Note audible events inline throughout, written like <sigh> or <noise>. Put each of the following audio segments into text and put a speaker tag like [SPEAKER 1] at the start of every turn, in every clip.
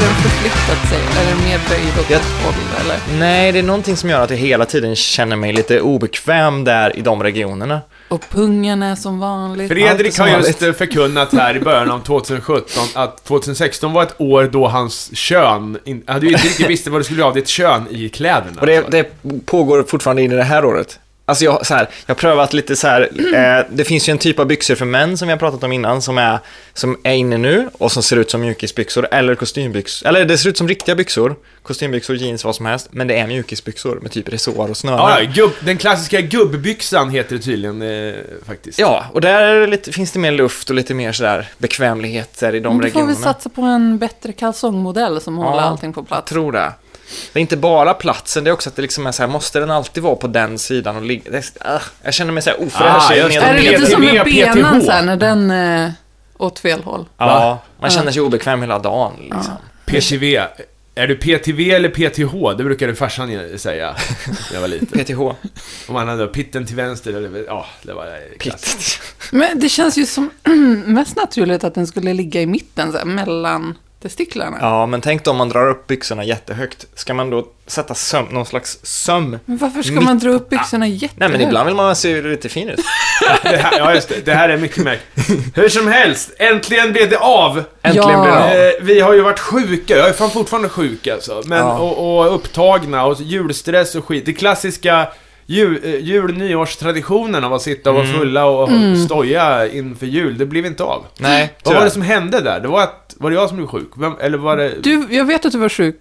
[SPEAKER 1] förflyttat sig eller mer böjd åt
[SPEAKER 2] Jag-
[SPEAKER 1] ett håll eller?
[SPEAKER 2] Nej, det är någonting som gör att jag hela tiden känner mig lite obekväm där i de regionerna.
[SPEAKER 1] Och pungen är som vanligt.
[SPEAKER 3] Fredrik har
[SPEAKER 2] Allt är
[SPEAKER 3] just eh, förkunnat här i början av 2017 att 2016 var ett år då hans kön, in, han hade ju inte
[SPEAKER 2] <laughs>
[SPEAKER 3] riktigt visste vad det skulle bli av ditt kön i kläderna.
[SPEAKER 2] Och det, det pågår fortfarande in i det här året. Alltså jag, så här, jag har prövat lite <clears throat> så här, eh, det finns ju en typ av byxor för män som vi har pratat om innan som är, som är inne nu och som ser ut som mjukisbyxor eller kostymbyxor. Eller det ser ut som riktiga byxor, kostymbyxor, jeans, vad som helst, men det är mjukisbyxor med typ resår och snören.
[SPEAKER 3] Ja, ja, gubb, den klassiska gubbbyxan heter det tydligen eh, faktiskt.
[SPEAKER 2] Ja, och där är det lite, finns det mer luft och lite mer sådär bekvämligheter i de
[SPEAKER 1] Men då får
[SPEAKER 2] regionerna.
[SPEAKER 1] vi satsa på en bättre kalsongmodell som håller allting på plats.
[SPEAKER 2] Jag tror det. Det är inte bara platsen, det är också att det liksom är så här, måste den alltid vara på den sidan och ligga... det är- ah, Jag känner mig så här ofräsch
[SPEAKER 3] Ah,
[SPEAKER 2] i
[SPEAKER 3] just det.
[SPEAKER 2] nedre
[SPEAKER 1] Är det lite
[SPEAKER 2] delen.
[SPEAKER 1] som med
[SPEAKER 3] PTH?
[SPEAKER 1] benen så här när den eh, åt fel håll?
[SPEAKER 2] Ja, man känner sig obekväm hela dagen liksom.
[SPEAKER 3] PTV. Är du PTV eller PTH? Det brukade farsan ge- säga när jag var liten.
[SPEAKER 2] PTH.
[SPEAKER 3] Om han hade pitten till vänster eller... Ja, det var eh, klassiskt.
[SPEAKER 2] Pitt.
[SPEAKER 1] Men det känns ju som <clears throat> mest naturligt att den skulle ligga i mitten, så här, mellan testiklarna.
[SPEAKER 2] Ja, men tänk då om man drar upp byxorna jättehögt. Ska man då sätta söm, någon slags söm?
[SPEAKER 1] Men varför ska man dra upp byxorna jättehögt?
[SPEAKER 2] Nej, men ibland vill man se lite fin ut.
[SPEAKER 3] Det här, ja, just det. Det här är
[SPEAKER 2] <laughs>
[SPEAKER 3] mycket märkligt. Hur som helst, äntligen blev det av!
[SPEAKER 2] Äntligen
[SPEAKER 1] Ja.
[SPEAKER 2] blir det av.
[SPEAKER 3] Eh, vi har ju varit sjuka, jag är fan fortfarande sjuk alltså. Men,
[SPEAKER 2] Ja.
[SPEAKER 3] och, och upptagna och julstress och skit. Det klassiska jul, eh, jul nyårstraditionen av att sitta och vara fulla och
[SPEAKER 1] Mm.
[SPEAKER 3] stoja inför jul, det blev inte av.
[SPEAKER 2] Nej,
[SPEAKER 3] Vad var
[SPEAKER 2] tyvärr.
[SPEAKER 3] det som hände där? Det var att, var det jag som blev sjuk? Vem, eller var det...
[SPEAKER 1] Du, jag vet att du var sjuk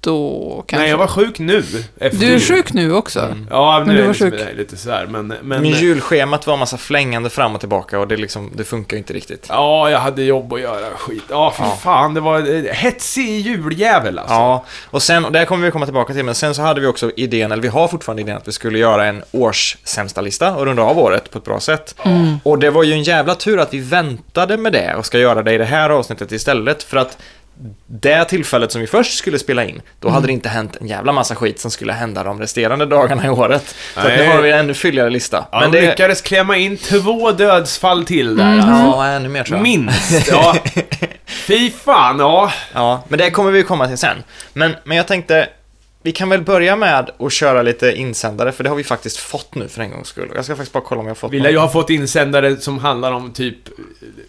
[SPEAKER 1] då, kanske.
[SPEAKER 3] Nej, jag var Mm. sjuk nu. Efter
[SPEAKER 1] Du är
[SPEAKER 3] jul.
[SPEAKER 1] sjuk nu också.
[SPEAKER 3] Ja, nu
[SPEAKER 1] Men du
[SPEAKER 3] är
[SPEAKER 1] var
[SPEAKER 3] det som
[SPEAKER 1] sjuk.
[SPEAKER 3] det här, lite sådär, men... men
[SPEAKER 2] Men julschemat var en massa flängande fram och tillbaka och det, liksom, det funkar ju inte riktigt.
[SPEAKER 3] Ja, jag hade jobb att göra, skit. Ja, för fan, det var eh, hetsig juljävel alltså.
[SPEAKER 2] Ja, och sen, och det här kommer vi komma tillbaka till, men sen så hade vi också idén, eller vi har fortfarande idén att vi skulle göra en års sämsta lista och runda av året på ett bra sätt.
[SPEAKER 3] Mm.
[SPEAKER 2] Och det var ju en jävla tur att vi väntade med det och ska göra det i det här avsnittet istället, för att det tillfället som vi först skulle spela in, då
[SPEAKER 3] Mm.
[SPEAKER 2] hade det inte hänt en jävla massa skit som skulle hända de resterande dagarna i året. Så att nu
[SPEAKER 3] Nej.
[SPEAKER 2] har vi en ännu fylligare lista.
[SPEAKER 3] Ja, de lyckades klämma in två dödsfall till där
[SPEAKER 2] Mm.
[SPEAKER 3] alltså.
[SPEAKER 2] Ja, ännu mer tror jag. <laughs>
[SPEAKER 3] Minst, ja. Fy fan, ja.
[SPEAKER 2] Ja, men det kommer vi komma till sen. Men, men jag tänkte, vi kan väl börja med att köra lite insändare, för det har vi faktiskt fått nu för en gångs skull. Och Jag ska faktiskt bara kolla om jag har fått
[SPEAKER 3] Vi lär
[SPEAKER 2] någon.
[SPEAKER 3] ju ha fått insändare som handlar om typ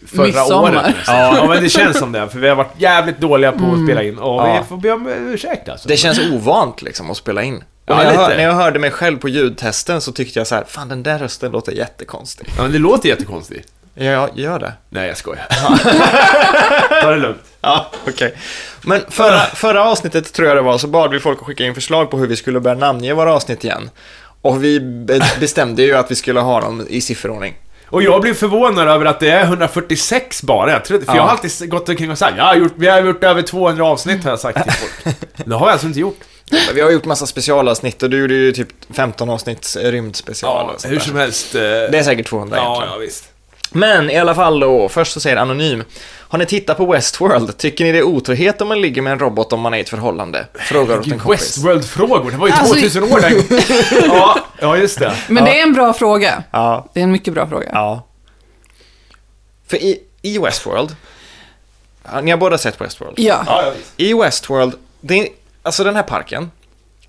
[SPEAKER 3] förra
[SPEAKER 1] Midsommar.
[SPEAKER 3] året. Ja, ja, men det känns som det, för vi har varit jävligt dåliga på att spela in. Och
[SPEAKER 2] Ja.
[SPEAKER 3] vi får be om ursäkt alltså.
[SPEAKER 2] Det känns ovant liksom att spela in. Och
[SPEAKER 3] Ja,
[SPEAKER 2] när, jag
[SPEAKER 3] lite.
[SPEAKER 2] hör, när jag hörde mig själv på ljudtesten så tyckte jag så här, fan den där rösten låter jättekonstig.
[SPEAKER 3] Ja, men det låter jättekonstigt.
[SPEAKER 2] Ja, jag gör det.
[SPEAKER 3] Nej, jag skojar. <laughs> Ta det lugnt.
[SPEAKER 2] Ja, okej. Men förra, förra avsnittet tror jag det var, så bad vi folk att skicka in förslag på hur vi skulle börja namnge våra avsnitt igen. Och vi be- bestämde ju att vi skulle ha dem i sifferordning.
[SPEAKER 3] Och jag blev förvånad över att det är 146 bara. Jag trodde, för
[SPEAKER 2] Ja.
[SPEAKER 3] jag har alltid gått omkring och sagt jag har gjort, vi har gjort över 200 avsnitt har jag sagt till
[SPEAKER 2] <laughs>
[SPEAKER 3] folk. Det har jag alltså inte gjort.
[SPEAKER 2] Vi har gjort massa specialavsnitt och du gjorde ju typ 15 avsnitts rymdspecial. och sånt
[SPEAKER 3] hur
[SPEAKER 2] där.
[SPEAKER 3] som helst. eh,
[SPEAKER 2] Det är säkert 200
[SPEAKER 3] ja,
[SPEAKER 2] egentligen.
[SPEAKER 3] ja, visst.
[SPEAKER 2] Men i alla fall då, först så säger Anonym. Har ni tittat på Westworld? Tycker ni det är otrohet om man ligger med en robot om man är i ett förhållande? Frågar åt en
[SPEAKER 3] Gud,
[SPEAKER 2] kompis.
[SPEAKER 3] Westworld-frågor, det var ju
[SPEAKER 1] Alltså,
[SPEAKER 3] 2000 år sedan.
[SPEAKER 1] <laughs>
[SPEAKER 3] ja, ja, just det.
[SPEAKER 1] Men det är en bra fråga.
[SPEAKER 2] Ja,
[SPEAKER 1] Det är en mycket bra fråga.
[SPEAKER 2] ja. För i, i Westworld, ja, ni har båda sett Westworld.
[SPEAKER 1] Ja.
[SPEAKER 3] Ja, ja, visst.
[SPEAKER 2] I Westworld, det är, alltså den här parken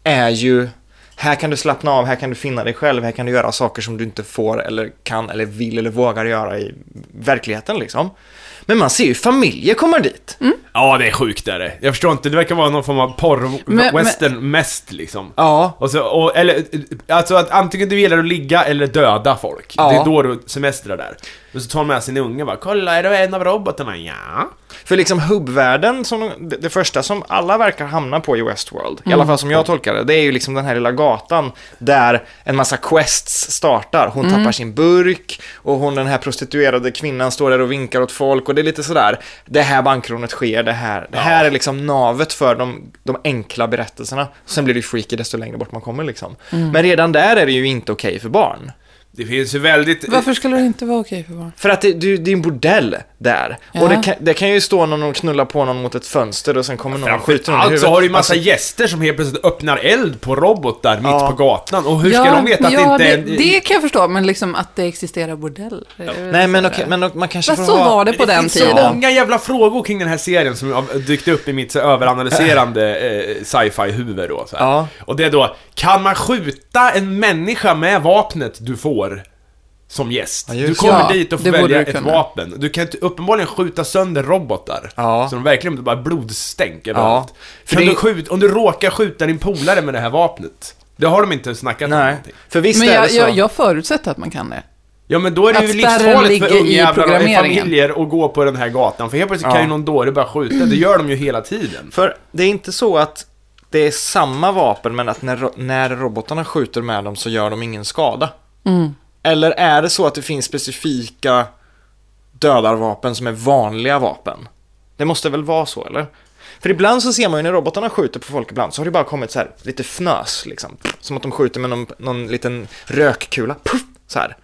[SPEAKER 2] är ju, här kan du slappna av, här kan du finna dig själv, här kan du göra saker som du inte får eller kan eller vill eller vågar göra i verkligheten liksom. Men man ser ju familjer komma dit.
[SPEAKER 3] ja, det är sjukt är det. Jag förstår inte, det verkar vara någon form av
[SPEAKER 1] Men-
[SPEAKER 3] porr-western mest liksom.
[SPEAKER 2] Ja,
[SPEAKER 3] Och så, och, eller, alltså att antingen du gillar att ligga eller döda folk.
[SPEAKER 2] Ja.
[SPEAKER 3] Det är då du semestrar där. Och så tar de med sin unge och bara 'Kolla, är du en av robotarna?' Ja.
[SPEAKER 2] för liksom hubbvärlden, som de, det- det första som alla verkar hamna på i Westworld, i alla fall som jag tolkar det, det är ju liksom den här lilla gatan där en massa quests startar. Hon tappar sin burk och hon den här prostituerade kvinnan står där och vinkar åt folk och det är lite sådär, det här bankrånet sker, det här. Det här är liksom navet för de, de enkla berättelserna. Sen blir det ju freaky desto längre bort man kommer liksom. Men redan där är det ju inte okej för barn.
[SPEAKER 3] Det finns ju väldigt...
[SPEAKER 1] Varför skulle det inte vara okej för barn?
[SPEAKER 2] För att det, det, det är en bordell där.
[SPEAKER 1] Ja.
[SPEAKER 2] Och det kan, det kan ju stå någon och knulla på någon mot ett fönster och sen kommer någon och skjuter någon i
[SPEAKER 3] Alltså
[SPEAKER 2] huvudet.
[SPEAKER 3] har du ju massa
[SPEAKER 2] Alltså,
[SPEAKER 3] gäster som helt plötsligt öppnar eld på robotar
[SPEAKER 2] Ja.
[SPEAKER 3] mitt på gatan. Och hur ska de veta att
[SPEAKER 1] ja,
[SPEAKER 3] det inte
[SPEAKER 1] det,
[SPEAKER 3] är...
[SPEAKER 1] det kan jag förstå, men liksom att det existerar bordeller.
[SPEAKER 2] nej, men, okej, men man kanske
[SPEAKER 1] Fast så var det på
[SPEAKER 3] det
[SPEAKER 1] den
[SPEAKER 3] finns
[SPEAKER 1] tiden.
[SPEAKER 3] så många jävla frågor kring den här serien som har dykt upp i mitt
[SPEAKER 1] <laughs>
[SPEAKER 3] så överanalyserande eh, sci-fi huvud då. Så här.
[SPEAKER 2] Ja.
[SPEAKER 3] Och det är då, kan man skjuta en människa med vapnet du får? Som gäst.
[SPEAKER 2] Ja, just
[SPEAKER 3] du
[SPEAKER 2] det.
[SPEAKER 3] kommer
[SPEAKER 1] Ja,
[SPEAKER 3] dit och får
[SPEAKER 1] det borde
[SPEAKER 3] välja
[SPEAKER 1] du
[SPEAKER 3] ett
[SPEAKER 1] kunna.
[SPEAKER 3] vapen. Du kan ju uppenbarligen skjuta sönder robotar.
[SPEAKER 2] Ja.
[SPEAKER 3] Så de verkligen bara blodstänk överallt.
[SPEAKER 2] För
[SPEAKER 3] Kan
[SPEAKER 2] det-
[SPEAKER 3] du skjuta, om du råkar skjuta din polare med det här vapnet. Det har de inte snackat om
[SPEAKER 2] Nej,
[SPEAKER 3] någonting.
[SPEAKER 2] för visst
[SPEAKER 1] Men
[SPEAKER 2] är det
[SPEAKER 1] jag,
[SPEAKER 2] så.
[SPEAKER 1] jag, jag förutsätter att man kan det.
[SPEAKER 3] Ja men då är det
[SPEAKER 1] Att
[SPEAKER 3] ju
[SPEAKER 1] spärren
[SPEAKER 3] livsfarligt för
[SPEAKER 1] ligger i
[SPEAKER 3] ungjävlar och i
[SPEAKER 1] programmeringen.
[SPEAKER 3] familjer att gå på den här gatan. För helt plötsligt
[SPEAKER 2] Ja.
[SPEAKER 3] kan ju någon dåre bara skjuta, det gör de ju hela tiden.
[SPEAKER 2] För det är inte så att det är samma vapen men att när, ro- när robotarna skjuter med dem så gör de ingen skada. Mm. Eller är det så att det finns specifika dödarvapen som är vanliga vapen? Det måste väl vara så eller? För ibland så ser man ju när robotarna skjuter på folk ibland så har det bara kommit så här lite fnös liksom. Som att de skjuter med någon, någon liten rökkula. Puff, så här.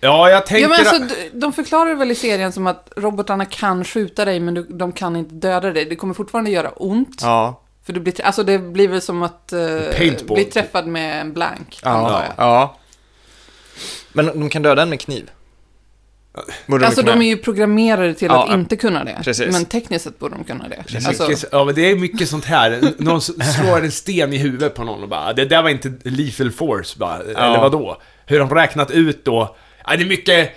[SPEAKER 3] Ja, jag tänker
[SPEAKER 1] Ja, men alltså,
[SPEAKER 3] att...
[SPEAKER 1] d- de förklarar väl i serien som att robotarna kan skjuta dig, men du, de kan inte döda dig. Det kommer fortfarande göra ont.
[SPEAKER 2] Ja.
[SPEAKER 1] För du blir, tr- alltså det blir väl som att eh,
[SPEAKER 3] Paintball,
[SPEAKER 1] bli
[SPEAKER 3] typ.
[SPEAKER 1] träffad med en blank. antar
[SPEAKER 2] Ja.
[SPEAKER 1] jag.
[SPEAKER 2] ja. Men de kan döda en med kniv. Borde
[SPEAKER 1] Alltså
[SPEAKER 2] kunna
[SPEAKER 1] de är ju programmerade till
[SPEAKER 2] Ja,
[SPEAKER 1] att inte kunna det.
[SPEAKER 2] precis.
[SPEAKER 1] Men tekniskt sett borde de kunna det.
[SPEAKER 3] Det är
[SPEAKER 1] Alltså,
[SPEAKER 3] mycket, ja, men det är mycket sånt här. Någon s- slår en sten i huvudet på någon och bara, det där var inte lethal force bara, eller vadå? Hur de räknat ut då? Ja, det är mycket...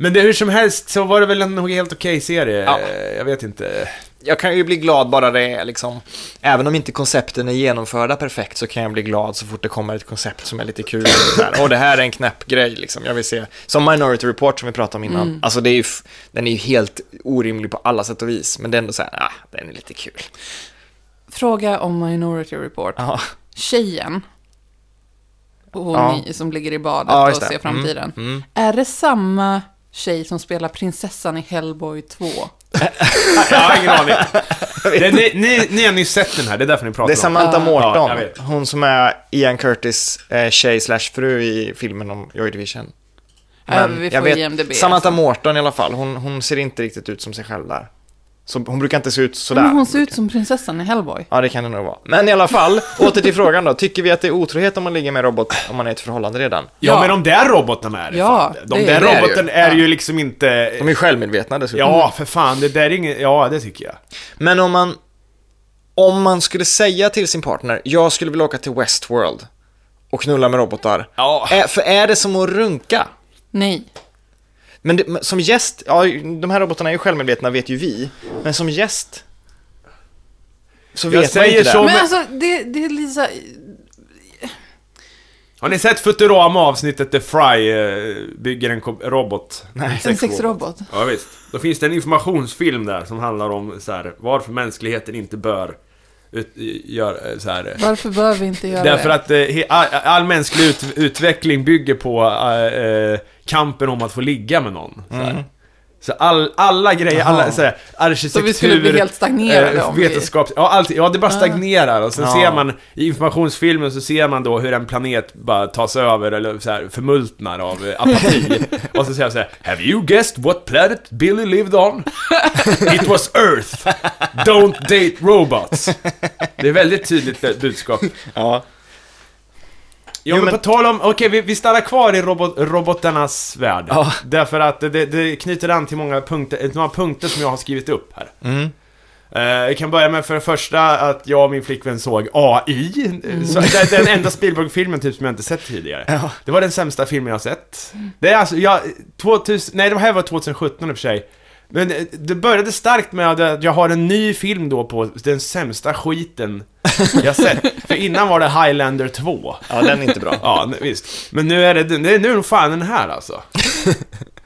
[SPEAKER 3] Men det, hur som helst så var det väl en helt okej serie.
[SPEAKER 2] Ja.
[SPEAKER 3] Jag vet inte.
[SPEAKER 2] Jag kan ju bli glad bara det är liksom, även om inte koncepten är genomförda perfekt så kan jag bli glad så fort det kommer ett koncept som är lite kul. Och det här är en knäpp grej liksom, jag vill se. Som Minority Report som vi pratade om innan,
[SPEAKER 3] Mm.
[SPEAKER 2] alltså det är ju, f- den är ju helt orimlig på alla sätt och vis, men det är ändå så här, ah, den är lite kul.
[SPEAKER 1] Fråga om Minority Report.
[SPEAKER 2] <laughs> Ja,
[SPEAKER 1] Tjejen. Hon
[SPEAKER 2] Ja.
[SPEAKER 1] i- som ligger i badet
[SPEAKER 2] Ja,
[SPEAKER 1] och
[SPEAKER 2] just det.
[SPEAKER 1] ser
[SPEAKER 2] Mm,
[SPEAKER 1] framtiden. Är det samma tjej som spelar prinsessan i Hellboy 2?
[SPEAKER 3] Jag har ingen aning. Det, ni, ni, ni har nyss sett den här, det är därför ni pratar
[SPEAKER 2] det är
[SPEAKER 3] om
[SPEAKER 2] Samantha
[SPEAKER 3] Ja, jag
[SPEAKER 2] Morton,
[SPEAKER 3] vet.
[SPEAKER 2] hon som är Ian Curtis eh, tjej slash fru i filmen om Joy Division.
[SPEAKER 1] Ja,
[SPEAKER 2] Men
[SPEAKER 1] vi
[SPEAKER 2] jag
[SPEAKER 1] får IMDb. alltså.
[SPEAKER 2] Samantha Morton i alla fall, hon, hon ser inte riktigt ut som sig själv där. Så hon brukar inte se ut sådär.
[SPEAKER 1] Men hon ser ut som prinsessan i Hellboy.
[SPEAKER 2] Ja, det kan det nog vara. Men i alla fall, åter till frågan då. Tycker vi att det är otrohet om man ligger med en robot om man är i ett förhållande redan?
[SPEAKER 3] Ja,
[SPEAKER 1] Ja.
[SPEAKER 3] men de där robotarna är det
[SPEAKER 1] Ja,
[SPEAKER 3] fan. De
[SPEAKER 1] det är
[SPEAKER 3] där
[SPEAKER 1] det
[SPEAKER 3] roboten
[SPEAKER 1] ju.
[SPEAKER 3] är ju
[SPEAKER 1] Ja.
[SPEAKER 3] liksom inte...
[SPEAKER 2] De är ju självmedvetna dessutom.
[SPEAKER 3] Ja, för fan, det där är inget... Ja, det tycker jag.
[SPEAKER 2] Men om man, om man skulle säga till sin partner, jag skulle vilja åka till Westworld och knulla med robotar.
[SPEAKER 3] Ja.
[SPEAKER 2] Ä- för är det som att runka?
[SPEAKER 1] Nej.
[SPEAKER 2] Men det, men som gäst, ja, de här robotarna är ju självmedvetna vet ju vi, men som gäst så
[SPEAKER 3] Jag
[SPEAKER 2] vet man
[SPEAKER 3] säger
[SPEAKER 2] inte det.
[SPEAKER 3] så- Ja,
[SPEAKER 1] Men
[SPEAKER 3] men-
[SPEAKER 1] alltså, det, det är Lisa...
[SPEAKER 3] Har ni sett Futurama avsnittet där Fry eh, bygger en kom- robot? Nej.
[SPEAKER 1] En sexrobot.
[SPEAKER 3] Ja, visst. Då finns det en informationsfilm där som handlar om så här, varför mänskligheten inte bör ut, gör, eh, så här, eh,
[SPEAKER 1] Varför bör vi inte göra
[SPEAKER 3] Därför
[SPEAKER 1] det?
[SPEAKER 3] att eh, he- all, all mänsklig ut, utveckling bygger på eh, eh, kampen om att få ligga med någon. Så, här. så all, alla grejer, alla så här, arkitektur...
[SPEAKER 1] Mm. Så vi skulle bli helt stagnerade
[SPEAKER 2] eh,
[SPEAKER 1] om vi-
[SPEAKER 3] Eh, vetenskaps, ja, allt, ja, det bara stagnerar och sen
[SPEAKER 2] Ja.
[SPEAKER 3] ser man i informationsfilmen så ser man då hur en planet bara tas över eller så här, förmultnar av eh,
[SPEAKER 2] <laughs>
[SPEAKER 3] apati. och så säger jag så här, Have you guessed what planet Billy
[SPEAKER 2] <laughs>
[SPEAKER 3] lived on? It was Earth! Don't date robots! Det är väldigt tydligt eh, budskap.
[SPEAKER 2] Ja. Jo,
[SPEAKER 3] Ja, men på
[SPEAKER 2] men-
[SPEAKER 3] tal om, okej vi, vi stannar kvar i robot, robotarnas värld.
[SPEAKER 2] Ja.
[SPEAKER 3] Därför att det, det knyter an till många punkter, eh, några punkter som jag har skrivit upp här.
[SPEAKER 2] Mm.
[SPEAKER 3] Eh, Jag kan börja med för det första att jag och min flickvän såg AI.
[SPEAKER 2] Mm.
[SPEAKER 3] eh, Så, det är den enda Spielberg-filmen typ som jag inte sett tidigare. Det var den sämsta filmen jag har sett. Det är alltså, jag, 2000, nej det här var 2017 i och för sig. Men eh, det började starkt med att jag har en ny film då på den sämsta skiten
[SPEAKER 2] <laughs>
[SPEAKER 3] jag sett. För innan var det Highlander 2.
[SPEAKER 2] ja, den är inte bra.
[SPEAKER 3] Ja, nu- visst. Men nu är det, det är nu fan den
[SPEAKER 2] <laughs>
[SPEAKER 3] här alltså.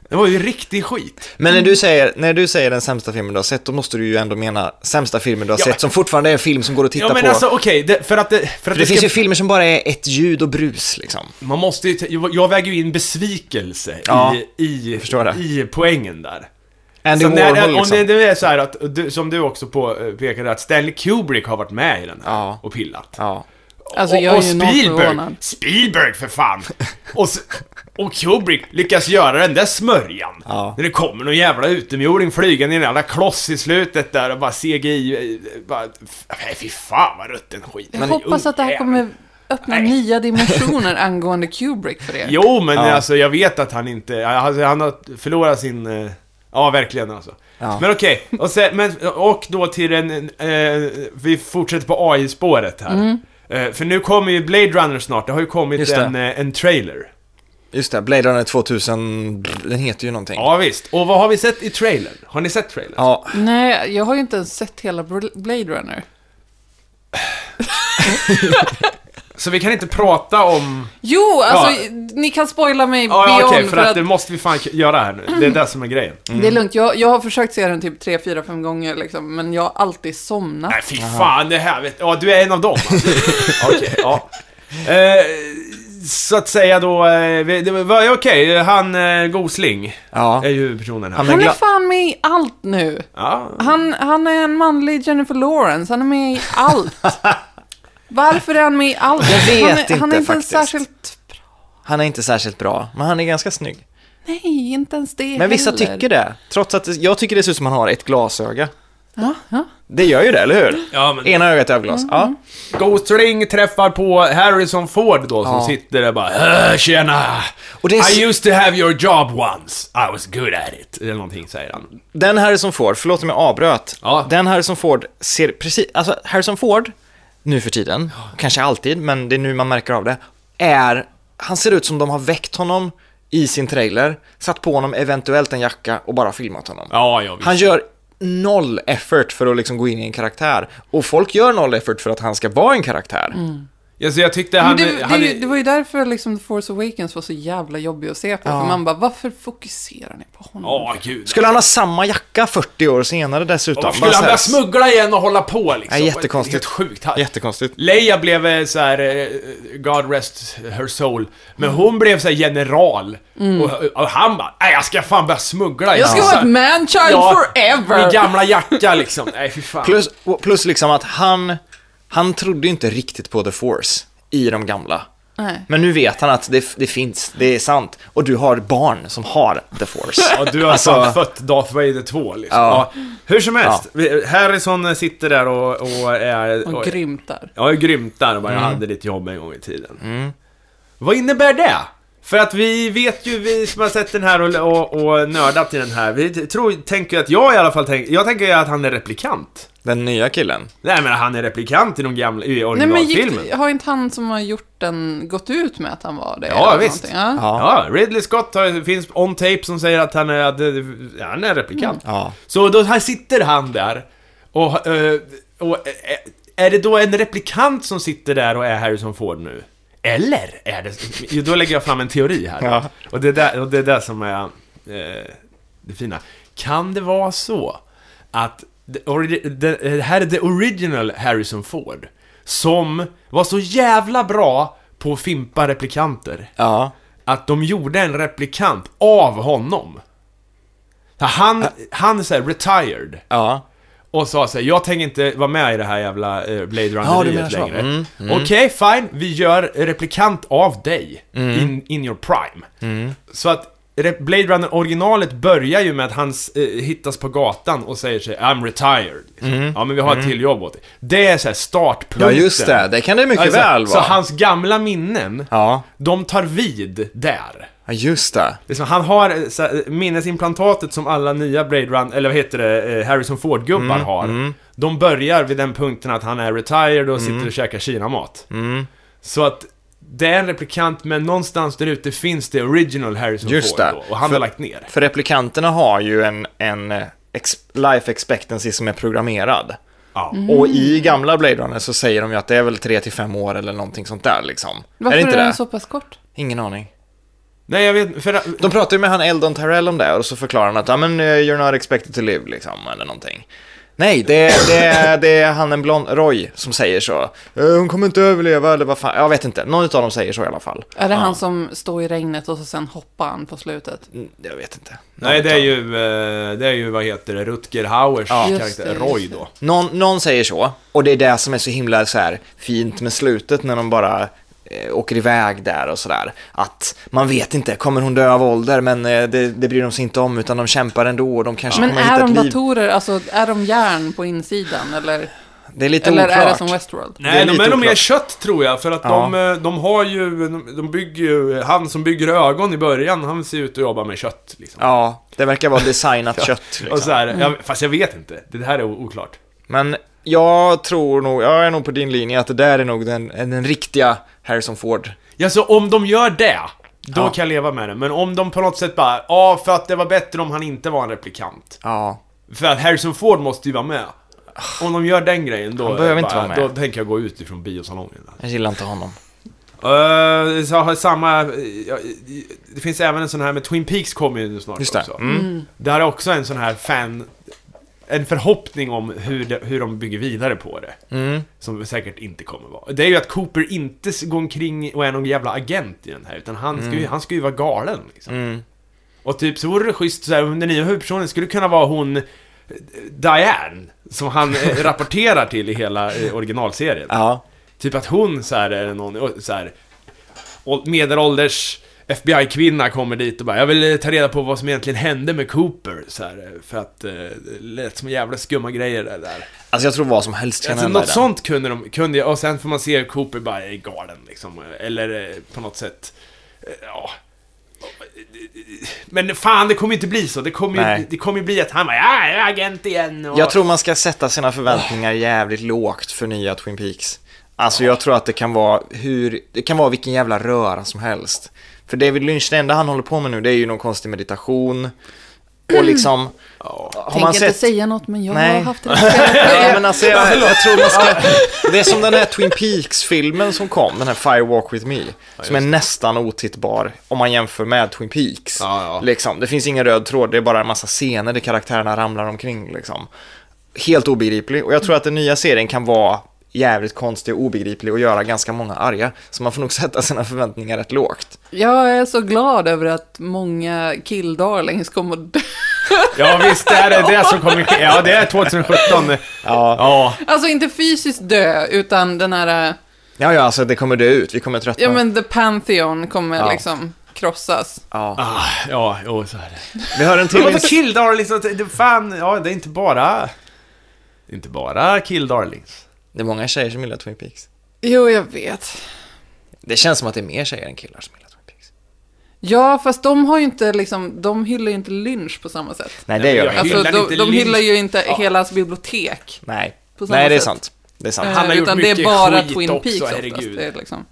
[SPEAKER 3] Det var ju riktig skit.
[SPEAKER 2] Men när du, säger, när du säger den sämsta filmen du har sett, då måste du ju ändå mena sämsta filmen du har
[SPEAKER 3] Ja, men-
[SPEAKER 2] sett som fortfarande är en film som går att titta
[SPEAKER 3] Ja men
[SPEAKER 2] på.
[SPEAKER 3] alltså okej, det- för att det, för att
[SPEAKER 2] För det finns
[SPEAKER 3] ska,
[SPEAKER 2] ju filmer som bara är ett ljud och brus liksom.
[SPEAKER 3] Man måste ju, ta- jag- jag väger ju in besvikelse
[SPEAKER 2] Ja,
[SPEAKER 3] i,
[SPEAKER 2] förstår det.
[SPEAKER 3] i, i poängen där.
[SPEAKER 2] Andy
[SPEAKER 3] Så när,
[SPEAKER 2] Warhol
[SPEAKER 3] om
[SPEAKER 2] liksom.
[SPEAKER 3] det, det är så här eh, att, du, som du också på, pekade att Stanley Kubrick har varit med i den här
[SPEAKER 2] Ja.
[SPEAKER 3] och pillat.
[SPEAKER 2] Ja.
[SPEAKER 1] Alltså,
[SPEAKER 3] och,
[SPEAKER 1] jag är
[SPEAKER 3] och
[SPEAKER 1] ju enormt
[SPEAKER 3] Spielberg,
[SPEAKER 1] förvånad.
[SPEAKER 3] Spielberg för fan! Och, s- och Kubrick lyckas göra den där smörjan.
[SPEAKER 2] Ja.
[SPEAKER 3] När det kommer någon jävla utomjording flygande i en jävla kloss i slutet där och bara CGI, eh, bara, f- nej fy fan vad rutten skit.
[SPEAKER 1] Jag hoppas att det här kommer öppna
[SPEAKER 3] Nej.
[SPEAKER 1] nya
[SPEAKER 2] <laughs>
[SPEAKER 1] dimensioner angående Kubrick för er.
[SPEAKER 3] Jo, men
[SPEAKER 2] Ja.
[SPEAKER 3] alltså jag vet att han inte, alltså, han har förlorat sin, eh, ja verkligen alltså.
[SPEAKER 2] Ja.
[SPEAKER 3] Men okej, och, sen- men- och då till den, eh, vi fortsätter på AI-spåret här. Eh, för nu kommer ju Blade Runner snart, det har ju kommit
[SPEAKER 2] Just det.
[SPEAKER 3] en, eh, en trailer.
[SPEAKER 2] Just det, Blade Runner 2000, den heter ju någonting.
[SPEAKER 3] Ja visst, och vad har vi sett i trailern? Har ni sett trailern?
[SPEAKER 2] Ja.
[SPEAKER 1] Nej, jag har ju inte ens sett hela Bl- Blade Runner.
[SPEAKER 3] Så vi kan inte prata om...
[SPEAKER 1] Jo, alltså
[SPEAKER 3] Ja.
[SPEAKER 1] ni kan spoila mig
[SPEAKER 3] Ja, ja
[SPEAKER 1] beyond
[SPEAKER 3] okej, för, att, det måste vi fan göra här nu. Det är det som är grejen.
[SPEAKER 1] det är lugnt. Jag, jag har försökt se den typ tre, fyra, fem gånger liksom, men jag har alltid somnat.
[SPEAKER 3] Nej, fy fan, det här vet... Ja, du är en av dem.
[SPEAKER 2] <laughs>
[SPEAKER 3] alltså. Okej, ja. Eh, så att säga då, eh, vi- det var ja, okej, han eh, Gosling
[SPEAKER 2] ja.
[SPEAKER 3] är ju huvudpersonen här.
[SPEAKER 2] Han
[SPEAKER 1] Han är
[SPEAKER 2] gla-
[SPEAKER 1] fan med i allt nu.
[SPEAKER 3] Ja,
[SPEAKER 1] Han, han är en manlig Jennifer Lawrence, han är med i
[SPEAKER 3] <laughs>
[SPEAKER 1] allt. Varför är han med i allt?
[SPEAKER 2] Jag vet
[SPEAKER 1] han är,
[SPEAKER 2] inte
[SPEAKER 1] Han är inte ens
[SPEAKER 2] faktiskt.
[SPEAKER 1] särskilt...
[SPEAKER 2] Han är inte särskilt bra, men han är ganska snygg.
[SPEAKER 1] Nej, inte ens det
[SPEAKER 2] Men vissa
[SPEAKER 1] heller.
[SPEAKER 2] tycker det, trots att det- jag tycker det ser ut som han har ett glasöga.
[SPEAKER 1] Ja, ja.
[SPEAKER 2] Det gör ju det, eller hur?
[SPEAKER 3] ja men...
[SPEAKER 2] Ena ögat är överglas. Ja.
[SPEAKER 3] Gosling träffar på Harrison Ford då, som
[SPEAKER 2] Ja.
[SPEAKER 3] sitter där bara "Eh, ”Tjena!
[SPEAKER 2] Och det är s-
[SPEAKER 3] I used to have your job once. I was good at it.” Eller någonting, säger han.
[SPEAKER 2] Den Harrison Ford, förlåt om jag avbröt.
[SPEAKER 3] Ja.
[SPEAKER 2] Den Harrison Ford ser precis, alltså Harrison Ford, nu för tiden, kanske alltid, men det är nu man märker av det, är, han ser ut som de har väckt honom i sin trailer, satt på honom eventuellt en jacka och bara filmat honom.
[SPEAKER 3] Ja, ja, visst.
[SPEAKER 2] Han gör noll effort för att liksom gå in i en karaktär. Och folk gör noll effort för att han ska vara en karaktär.
[SPEAKER 3] Ja, så jag tyckte
[SPEAKER 1] Men
[SPEAKER 3] han...
[SPEAKER 1] det, det,
[SPEAKER 3] han
[SPEAKER 1] det var ju därför liksom The Force Awakens var så jävla jobbig att se på. För man bara, varför fokuserar ni på honom?
[SPEAKER 3] Ja, gud.
[SPEAKER 2] Skulle han ha samma jacka 40 år senare dessutom?
[SPEAKER 3] Varför skulle
[SPEAKER 2] Bara
[SPEAKER 3] han
[SPEAKER 2] så
[SPEAKER 3] börja
[SPEAKER 2] här-
[SPEAKER 3] smuggla igen och hålla på liksom?
[SPEAKER 2] Ja, jättekonstigt.
[SPEAKER 3] Helt sjukt. Han-
[SPEAKER 2] Jättekonstigt.
[SPEAKER 3] Leia blev eh, så här, eh, God rest her soul, men
[SPEAKER 1] Mm.
[SPEAKER 3] hon blev så här general. Och, och han bara, nej jag ska fan börja smuggla.
[SPEAKER 1] Jag ska
[SPEAKER 3] igen."
[SPEAKER 1] vara
[SPEAKER 3] Så här,
[SPEAKER 1] ett manchild forever!
[SPEAKER 3] Min gamla jacka liksom. Nej fy fan.
[SPEAKER 2] Plus, och plus liksom att han, han trodde ju inte riktigt på The Force i de gamla.
[SPEAKER 1] Nej.
[SPEAKER 2] Men nu vet han att det, det finns, det är sant. Och du har barn som har The Force.
[SPEAKER 3] Ja, du har
[SPEAKER 2] Alltså-
[SPEAKER 3] fan fött Darth Vader 2 liksom.
[SPEAKER 2] Ja.
[SPEAKER 3] Ja. Hur som helst, vi- Harrison sitter där och, och är...
[SPEAKER 1] Och grymt där.
[SPEAKER 3] Ja, jag grymtar och bara,
[SPEAKER 1] Mm.
[SPEAKER 3] jag hade ditt jobb en gång i tiden. Vad innebär det? För att vi vet ju, vi som har sett den här och, och, och nördat i den här, vi t- tror, tänker ju att jag i alla fall tänker, jag tänker ju att han är replikant.
[SPEAKER 2] Den nya killen.
[SPEAKER 3] Nej men han är replikant i de gamla, i
[SPEAKER 1] Nej men
[SPEAKER 3] originalfilmen.
[SPEAKER 1] gick, har inte han som har gjort den gått ut med att han var det?
[SPEAKER 3] Ja,
[SPEAKER 1] eller
[SPEAKER 3] visst.
[SPEAKER 1] någonting? Ja.
[SPEAKER 2] Ja.
[SPEAKER 3] Ja, Ridley Scott har, det finns on tape som säger att han är, att, eh, han är replikant.
[SPEAKER 2] Mm. Ja.
[SPEAKER 3] Så då här sitter han där och, eh, och eh, är det då en replikant som sitter där och är Harrison Ford nu? Eller är det... Jo, Då lägger jag fram en teori här.
[SPEAKER 2] Ja.
[SPEAKER 3] Och, det är där, och det är där som är eh, det fina. Kan det vara så att the ori- the- eh, här är the original Harrison Ford som var så jävla bra på att fimpa replikanter
[SPEAKER 2] Ja.
[SPEAKER 3] att de gjorde en replikant av honom. Han, han är såhär retired
[SPEAKER 2] Ja.
[SPEAKER 3] och sa såhär, jag tänker inte vara med i det här jävla eh, Blade
[SPEAKER 2] Ja, du
[SPEAKER 3] Runner
[SPEAKER 2] menar så.
[SPEAKER 3] längre.
[SPEAKER 2] Mm,
[SPEAKER 3] Okej, fine, vi gör replikant av dig
[SPEAKER 2] Mm.
[SPEAKER 3] in, in your prime. Så att Re- Blade Runner originalet börjar ju med att han s- eh, hittas på gatan och säger sig I'm retired. Liksom.
[SPEAKER 2] Mm.
[SPEAKER 3] Ja men vi har ett till jobb åt dig. Det är såhär
[SPEAKER 2] Ja,
[SPEAKER 3] startpunkten.
[SPEAKER 2] just det. Det kan det mycket
[SPEAKER 3] Alltså,
[SPEAKER 2] väl
[SPEAKER 3] Så
[SPEAKER 2] vara.
[SPEAKER 3] hans gamla minnen,
[SPEAKER 2] Ja.
[SPEAKER 3] de tar vid där.
[SPEAKER 2] Ja, just det.
[SPEAKER 3] Det är som, han har eh, så här, minnesimplantatet som alla nya Blade Run, eller vad heter det, eh, Harrison Ford-gubbar
[SPEAKER 2] Mm,
[SPEAKER 3] har. De börjar vid den punkten att han är retired och
[SPEAKER 2] Mm.
[SPEAKER 3] sitter och käkar Kina-mat. Så att det är en replikant, men någonstans där ute finns det original Harrison
[SPEAKER 2] Just
[SPEAKER 3] Ford
[SPEAKER 2] det.
[SPEAKER 3] då, och han
[SPEAKER 2] För-
[SPEAKER 3] har lagt ner.
[SPEAKER 2] För replikanterna har ju en, en eh, ex- life expectancy som är programmerad.
[SPEAKER 3] Ja.
[SPEAKER 1] Mm.
[SPEAKER 2] Och i gamla Blade Runner så säger de ju att det är väl 3-5 år eller någonting sånt där liksom.
[SPEAKER 1] Varför
[SPEAKER 2] är
[SPEAKER 1] är,
[SPEAKER 2] det inte
[SPEAKER 1] den
[SPEAKER 2] det?
[SPEAKER 1] så pass kort?
[SPEAKER 2] Ingen aning.
[SPEAKER 3] Nej, jag vet för
[SPEAKER 2] De pratar ju med han Eldon Tyrell om det och så förklarar han att ja men eh, you're not expected to live liksom eller någonting. Nej, det, det, det är han en blond, Roy, som säger så. "Eh, Hon kommer inte överleva eller vad fan, jag vet inte. Någon av dem säger så i alla fall.
[SPEAKER 1] Är det han som står i regnet och så sen hoppar han på slutet?
[SPEAKER 2] Mm, Jag vet inte.
[SPEAKER 3] Nej,
[SPEAKER 2] Någon
[SPEAKER 3] det
[SPEAKER 2] utav-
[SPEAKER 3] är ju, eh, det är ju vad heter det, Rutger Hauers
[SPEAKER 2] Ja.
[SPEAKER 1] Just det,
[SPEAKER 3] karaktär,
[SPEAKER 1] just
[SPEAKER 3] Roy
[SPEAKER 1] det.
[SPEAKER 3] då.
[SPEAKER 2] Någon, någon säger så, och det är det som är så himla så här fint med slutet när de bara eh, åker iväg där och sådär. Att man vet inte, kommer hon dö av ålder? Men eh, det, det bryr de sig inte om, utan de kämpar ändå och de kanske
[SPEAKER 1] Men
[SPEAKER 2] kommer hitta
[SPEAKER 1] är
[SPEAKER 2] ett
[SPEAKER 1] de
[SPEAKER 2] liv.
[SPEAKER 1] datorer, alltså är de järn på insidan eller?
[SPEAKER 2] Det är lite
[SPEAKER 1] Eller
[SPEAKER 2] oklart.
[SPEAKER 1] är det som Westworld?
[SPEAKER 3] Nej,
[SPEAKER 2] är
[SPEAKER 3] de
[SPEAKER 2] lite
[SPEAKER 3] är nog mer
[SPEAKER 2] oklart.
[SPEAKER 3] kött tror jag, för att
[SPEAKER 2] Ja.
[SPEAKER 3] de, eh, de har ju, de, de bygger ju, han som bygger ögon i början, han ser ut att jobba med kött liksom.
[SPEAKER 2] Ja, det verkar vara
[SPEAKER 3] <laughs>
[SPEAKER 2] designat kött. Liksom.
[SPEAKER 3] Och så här, jag, fast jag vet inte, det här är o- oklart.
[SPEAKER 2] Men jag tror nog, jag är nog på din linje att det där är nog den, den riktiga Harrison Ford.
[SPEAKER 3] Ja, så om de gör det, då
[SPEAKER 2] Ja.
[SPEAKER 3] kan jag leva med det. Men om de på något sätt bara, ja, för att det var bättre om han inte var en replikant.
[SPEAKER 2] Ja.
[SPEAKER 3] För att Harrison Ford måste ju vara med. Om de gör den grejen, då,
[SPEAKER 2] Han behöver
[SPEAKER 3] eh,
[SPEAKER 2] inte
[SPEAKER 3] bara,
[SPEAKER 2] vara med.
[SPEAKER 3] då tänker jag gå ut ifrån biosalongen.
[SPEAKER 2] Jag gillar inte honom.
[SPEAKER 3] Uh, så har samma, eh, ja, det finns även en sån här med Twin Peaks kommer ju nu snart
[SPEAKER 2] Just det.
[SPEAKER 3] också.
[SPEAKER 2] Mm.
[SPEAKER 3] Där är också en sån här fan... En förhoppning om hur, det, hur de bygger vidare på det.
[SPEAKER 2] Mm.
[SPEAKER 3] Som säkert inte kommer vara. Det är ju att Cooper inte s- går omkring och är någon jävla agent i den här. Utan han ska ju, han ska ju vara galen liksom.
[SPEAKER 2] Mm.
[SPEAKER 3] Och typ så vore det schysst så här, om den nya huvudpersonen skulle kunna vara hon eh, Diane. Som han eh, rapporterar till i hela eh, originalserien.
[SPEAKER 2] Ja.
[SPEAKER 3] Typ att hon så här är någon och så här, ål- medelålders FBI-kvinna kommer dit och bara Jag vill eh, ta reda på vad som egentligen hände med Cooper så här, eh, För att eh, det lät som jävla skumma grejer där, där.
[SPEAKER 2] Alltså jag tror vad som helst kan
[SPEAKER 3] Alltså
[SPEAKER 2] hända i
[SPEAKER 3] något
[SPEAKER 2] den.
[SPEAKER 3] sånt kunde de, kunde jag, och sen får man se hur Cooper bara är galen liksom Eller eh, på något sätt eh, Ja Men fan det kommer ju inte bli så Det kommer ju,
[SPEAKER 2] Nej.
[SPEAKER 3] det kommer ju bli att han bara Ja, jag är agent igen och...
[SPEAKER 2] Jag tror man ska sätta sina förväntningar jävligt lågt för nya Twin Peaks. Alltså jag tror att det kan vara hur, det kan vara vilken jävla röra som helst. För David Lynch, det enda han håller på med nu det är ju någon konstig meditation. Och liksom, har
[SPEAKER 1] Tänker
[SPEAKER 2] man
[SPEAKER 1] inte
[SPEAKER 2] sett...
[SPEAKER 1] säga något men jag
[SPEAKER 2] Nej.
[SPEAKER 1] har haft det.
[SPEAKER 2] Ja, men alltså jag, jag tror man ska... Det är som den här Twin Peaks-filmen som kom, den här Fire Walk With Me. som är nästan otittbar om man jämför med Twin Peaks.
[SPEAKER 3] Ja, ja.
[SPEAKER 2] Liksom. Det finns ingen röd tråd, det är bara en massa scener där karaktärerna ramlar omkring. Liksom. Helt obegriplig. Och jag tror att den nya serien kan vara jävligt konstig och obegriplig och göra ganska många arga. Så man får nog <laughs> sätta sina förväntningar rätt lågt.
[SPEAKER 1] <laughs> Jag är så glad över att många killdarlings kommer att dö. <laughs>
[SPEAKER 3] Ja visst, det här är det som kommer ske. Ja
[SPEAKER 2] <laughs>
[SPEAKER 3] det är 2017
[SPEAKER 2] Ja,
[SPEAKER 3] Ja
[SPEAKER 1] Alltså inte fysiskt dö, utan den här,
[SPEAKER 2] ja, ja alltså det kommer dö ut, vi kommer tröttna.
[SPEAKER 1] ja men the Pantheon kommer
[SPEAKER 2] Ja.
[SPEAKER 1] liksom krossas.
[SPEAKER 2] Ja.
[SPEAKER 3] Ah, ja, jo så är det.
[SPEAKER 2] Vi hör
[SPEAKER 1] <laughs>
[SPEAKER 2] en till... <laughs>
[SPEAKER 3] Vadå killdarlings? Det- Det, fan, ja det är inte bara... Inte bara killdarlings.
[SPEAKER 2] Det är många tjejer som gillar Twin Peaks.
[SPEAKER 1] Jo, jag vet.
[SPEAKER 2] Det känns som att det är mer tjejer än killar som gillar Twin Peaks.
[SPEAKER 1] Ja, fast de har ju inte liksom, de hyllar ju inte lynch på samma sätt.
[SPEAKER 2] Nej, det gör
[SPEAKER 3] jag
[SPEAKER 2] jag inte.
[SPEAKER 1] Alltså,
[SPEAKER 3] hyllar
[SPEAKER 1] de,
[SPEAKER 3] inte
[SPEAKER 1] de
[SPEAKER 3] lynch.
[SPEAKER 1] hyllar ju inte hela hans bibliotek.
[SPEAKER 2] Nej,
[SPEAKER 1] på samma
[SPEAKER 2] Nej det är
[SPEAKER 1] sätt.
[SPEAKER 2] sant. Det är sant.
[SPEAKER 1] Eh,
[SPEAKER 3] Han har gjort
[SPEAKER 1] utan det är
[SPEAKER 3] mycket
[SPEAKER 1] bara
[SPEAKER 3] skit
[SPEAKER 1] Twin
[SPEAKER 3] också,
[SPEAKER 1] Peaks oftast.
[SPEAKER 3] herregud.
[SPEAKER 1] Det är liksom.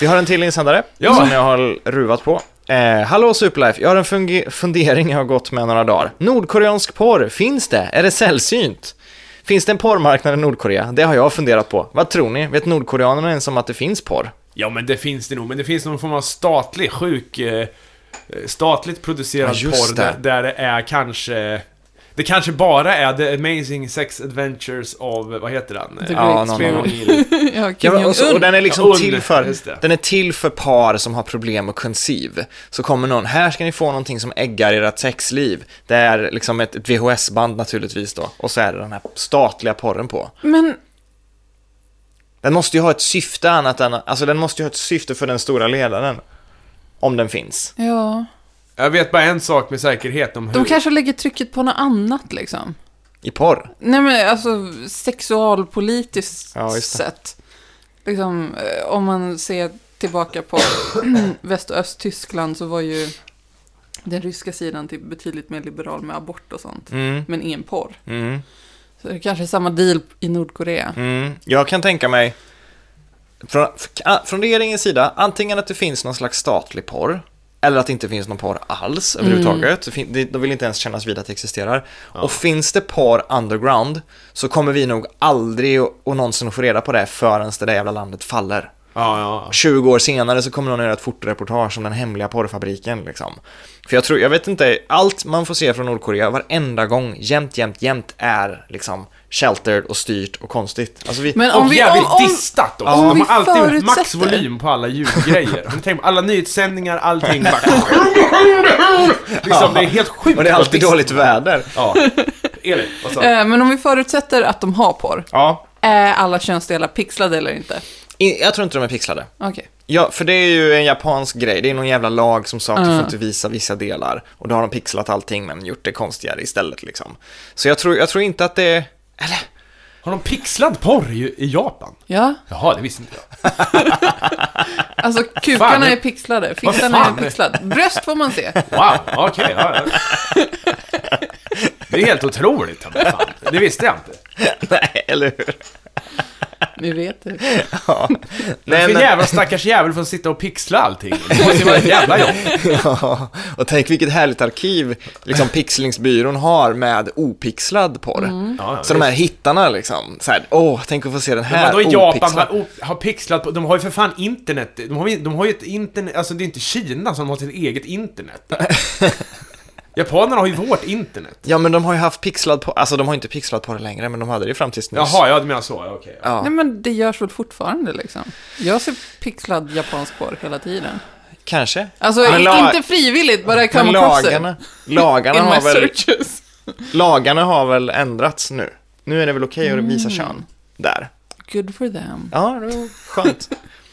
[SPEAKER 2] Vi har en till insändare
[SPEAKER 3] Ja.
[SPEAKER 2] som jag har ruvat på. Eh, hallå Superlife, jag har en funge- fundering jag har gått med några dagar. Nordkoreansk porr, finns det? Är det sällsynt? Finns det en porrmarknad i Nordkorea? Det har jag funderat på. Vad tror ni? Vet nordkoreanerna ens om att det finns porr?
[SPEAKER 3] Ja men det finns det nog, men det finns någon form av statlig sjuk... Eh, statligt producerad
[SPEAKER 2] Ja, just
[SPEAKER 3] porr där,
[SPEAKER 2] det.
[SPEAKER 3] där det är kanske... Det kanske bara är The Amazing Sex Adventures of, vad heter han?
[SPEAKER 1] The
[SPEAKER 3] Eh,
[SPEAKER 2] Ja,
[SPEAKER 1] Great
[SPEAKER 2] någon
[SPEAKER 1] Spirit.
[SPEAKER 2] annan.
[SPEAKER 1] Ja,
[SPEAKER 2] Ja,
[SPEAKER 1] Kim
[SPEAKER 2] men och, så, och
[SPEAKER 1] Jong-Un.
[SPEAKER 2] den är liksom
[SPEAKER 3] Ja, und,
[SPEAKER 2] till för,
[SPEAKER 3] just det.
[SPEAKER 2] den är till för par som har problem med konceiv. Så kommer någon, här ska ni få någonting som eggar ert sexliv. Det är liksom ett, ett VHS-band naturligtvis då. Och så är det den här statliga porren på.
[SPEAKER 1] Men
[SPEAKER 2] Den måste ju ha ett syfte annat än, alltså den måste ju ha ett syfte för den stora ledaren. Om den finns.
[SPEAKER 1] Ja.
[SPEAKER 3] Jag vet bara en sak med säkerhet om hur...
[SPEAKER 1] De kanske lägger trycket på något annat liksom.
[SPEAKER 2] I porr.
[SPEAKER 1] Nej men alltså sexualpolitiskt
[SPEAKER 2] Ja, just det.
[SPEAKER 1] sett. Liksom, eh, om man ser tillbaka
[SPEAKER 2] <clears throat>
[SPEAKER 1] på Väst och Östtyskland så var ju den ryska sidan typ betydligt mer liberal med abort och sånt.
[SPEAKER 2] Mm,
[SPEAKER 1] Men ingen porr.
[SPEAKER 2] mm,
[SPEAKER 1] Så det kanske är samma deal i Nordkorea.
[SPEAKER 2] mm. Jag kan tänka mig, från, f- från regeringens sida, antingen att det finns någon slags statlig porr. Eller att det inte finns någon porr alls överhuvudtaget. Det fin- det- De vill inte ens kännas vid att det existerar. Och finns det porr underground så kommer vi nog aldrig och, och någonsin att få reda på det förrän det där jävla landet faller.
[SPEAKER 3] Ja, ja,
[SPEAKER 2] 20 år senare så kommer någon göra ett fotoreportage om den hemliga porrfabriken liksom. För jag tror, jag vet inte, allt man får se från Nordkorea varenda gång, jämt, jämt, jämt är liksom sheltered och styrt och konstigt. Alltså vi,
[SPEAKER 1] Men
[SPEAKER 3] ja.
[SPEAKER 1] om
[SPEAKER 3] Och
[SPEAKER 1] vi, om,
[SPEAKER 3] jävligt
[SPEAKER 1] om,
[SPEAKER 3] distat också.
[SPEAKER 1] om
[SPEAKER 3] De
[SPEAKER 1] vi
[SPEAKER 3] har alltid max
[SPEAKER 1] förutsätter-
[SPEAKER 3] volym på alla ljudgrejer. Om ni tänker på alla nyhetssändningar,
[SPEAKER 1] <laughs>
[SPEAKER 3] allting bara... liksom, det är helt sjukt.
[SPEAKER 2] och det är alltid
[SPEAKER 3] vad
[SPEAKER 2] dåligt väder.
[SPEAKER 3] dis- Ja. Elin, vad sa
[SPEAKER 2] Mm.
[SPEAKER 3] du?
[SPEAKER 1] eh, men om vi förutsätter att de har porr,
[SPEAKER 2] Ja.
[SPEAKER 1] är alla könsdelar pixlade eller inte?
[SPEAKER 2] I- Jag tror inte de är pixlade.
[SPEAKER 1] Okej.
[SPEAKER 2] Ja, för det är ju en japansk grej. Det är någon jävla lag som sa att du
[SPEAKER 1] Mm.
[SPEAKER 2] får inte visa vissa delar. Och då har de pixlat allting men gjort det konstigare istället liksom. Så jag tror, jag tror inte att det <laughs> är... Eller?
[SPEAKER 3] Har de pixlad porr i, i Japan?
[SPEAKER 1] Ja,
[SPEAKER 3] Jaha, det visste inte jag.
[SPEAKER 2] <laughs>
[SPEAKER 1] alltså kukarna
[SPEAKER 3] det-
[SPEAKER 1] är pixlade, fittan är
[SPEAKER 3] fan?
[SPEAKER 1] pixlad, bröst får man se.
[SPEAKER 3] Wow, okej. ja, ja. Det är helt otroligt. men Fan. Det visste jag inte.
[SPEAKER 2] Nej, eller hur?
[SPEAKER 1] Vi vet det.
[SPEAKER 2] Ja.
[SPEAKER 3] Men
[SPEAKER 2] Nej,
[SPEAKER 3] för
[SPEAKER 2] men,
[SPEAKER 3] jävla stackars jävel får sitta och pixla allting. Det måste ju vara ett
[SPEAKER 2] <laughs>
[SPEAKER 3] jävla jobb.
[SPEAKER 2] ja. Och tänk vilket härligt arkiv liksom, Pixlingsbyrån har med opixlad porr.
[SPEAKER 1] Mm.
[SPEAKER 3] Ja, ja,
[SPEAKER 2] Så de här hittarna liksom, så här, åh, tänk att få se den
[SPEAKER 3] Men
[SPEAKER 2] här
[SPEAKER 3] vadå Japan
[SPEAKER 2] opixlad.
[SPEAKER 3] har, op- har pixlat på, de har ju för fan internet, de har, ju- de har ju ett internet, alltså det är inte Kina som har sitt
[SPEAKER 2] <laughs>
[SPEAKER 3] eget internet. Japanerna har ju vårt internet.
[SPEAKER 2] Ja, men de har ju haft pixlad porr, alltså de har inte pixlad porr längre, men de hade det ju fram tills nyss.
[SPEAKER 3] Jaha, ja du menar så, ja, okej. ja.
[SPEAKER 2] Ja.
[SPEAKER 1] Nej men det görs väl fortfarande liksom. Jag ser pixlad japansk porr hela tiden.
[SPEAKER 2] Kanske.
[SPEAKER 1] Alltså
[SPEAKER 2] Men la-
[SPEAKER 1] inte frivilligt, bara jag
[SPEAKER 2] Men
[SPEAKER 1] kommer across det.
[SPEAKER 2] lagarna,
[SPEAKER 1] <laughs>
[SPEAKER 2] lagarna,
[SPEAKER 1] In
[SPEAKER 2] har
[SPEAKER 1] my
[SPEAKER 2] väl,
[SPEAKER 1] searches.
[SPEAKER 2] lagarna har väl ändrats nu. Nu är det väl okej
[SPEAKER 1] Mm.
[SPEAKER 2] att visa kön där.
[SPEAKER 1] Good for them.
[SPEAKER 2] Ja, det var
[SPEAKER 1] <laughs>
[SPEAKER 2] skönt.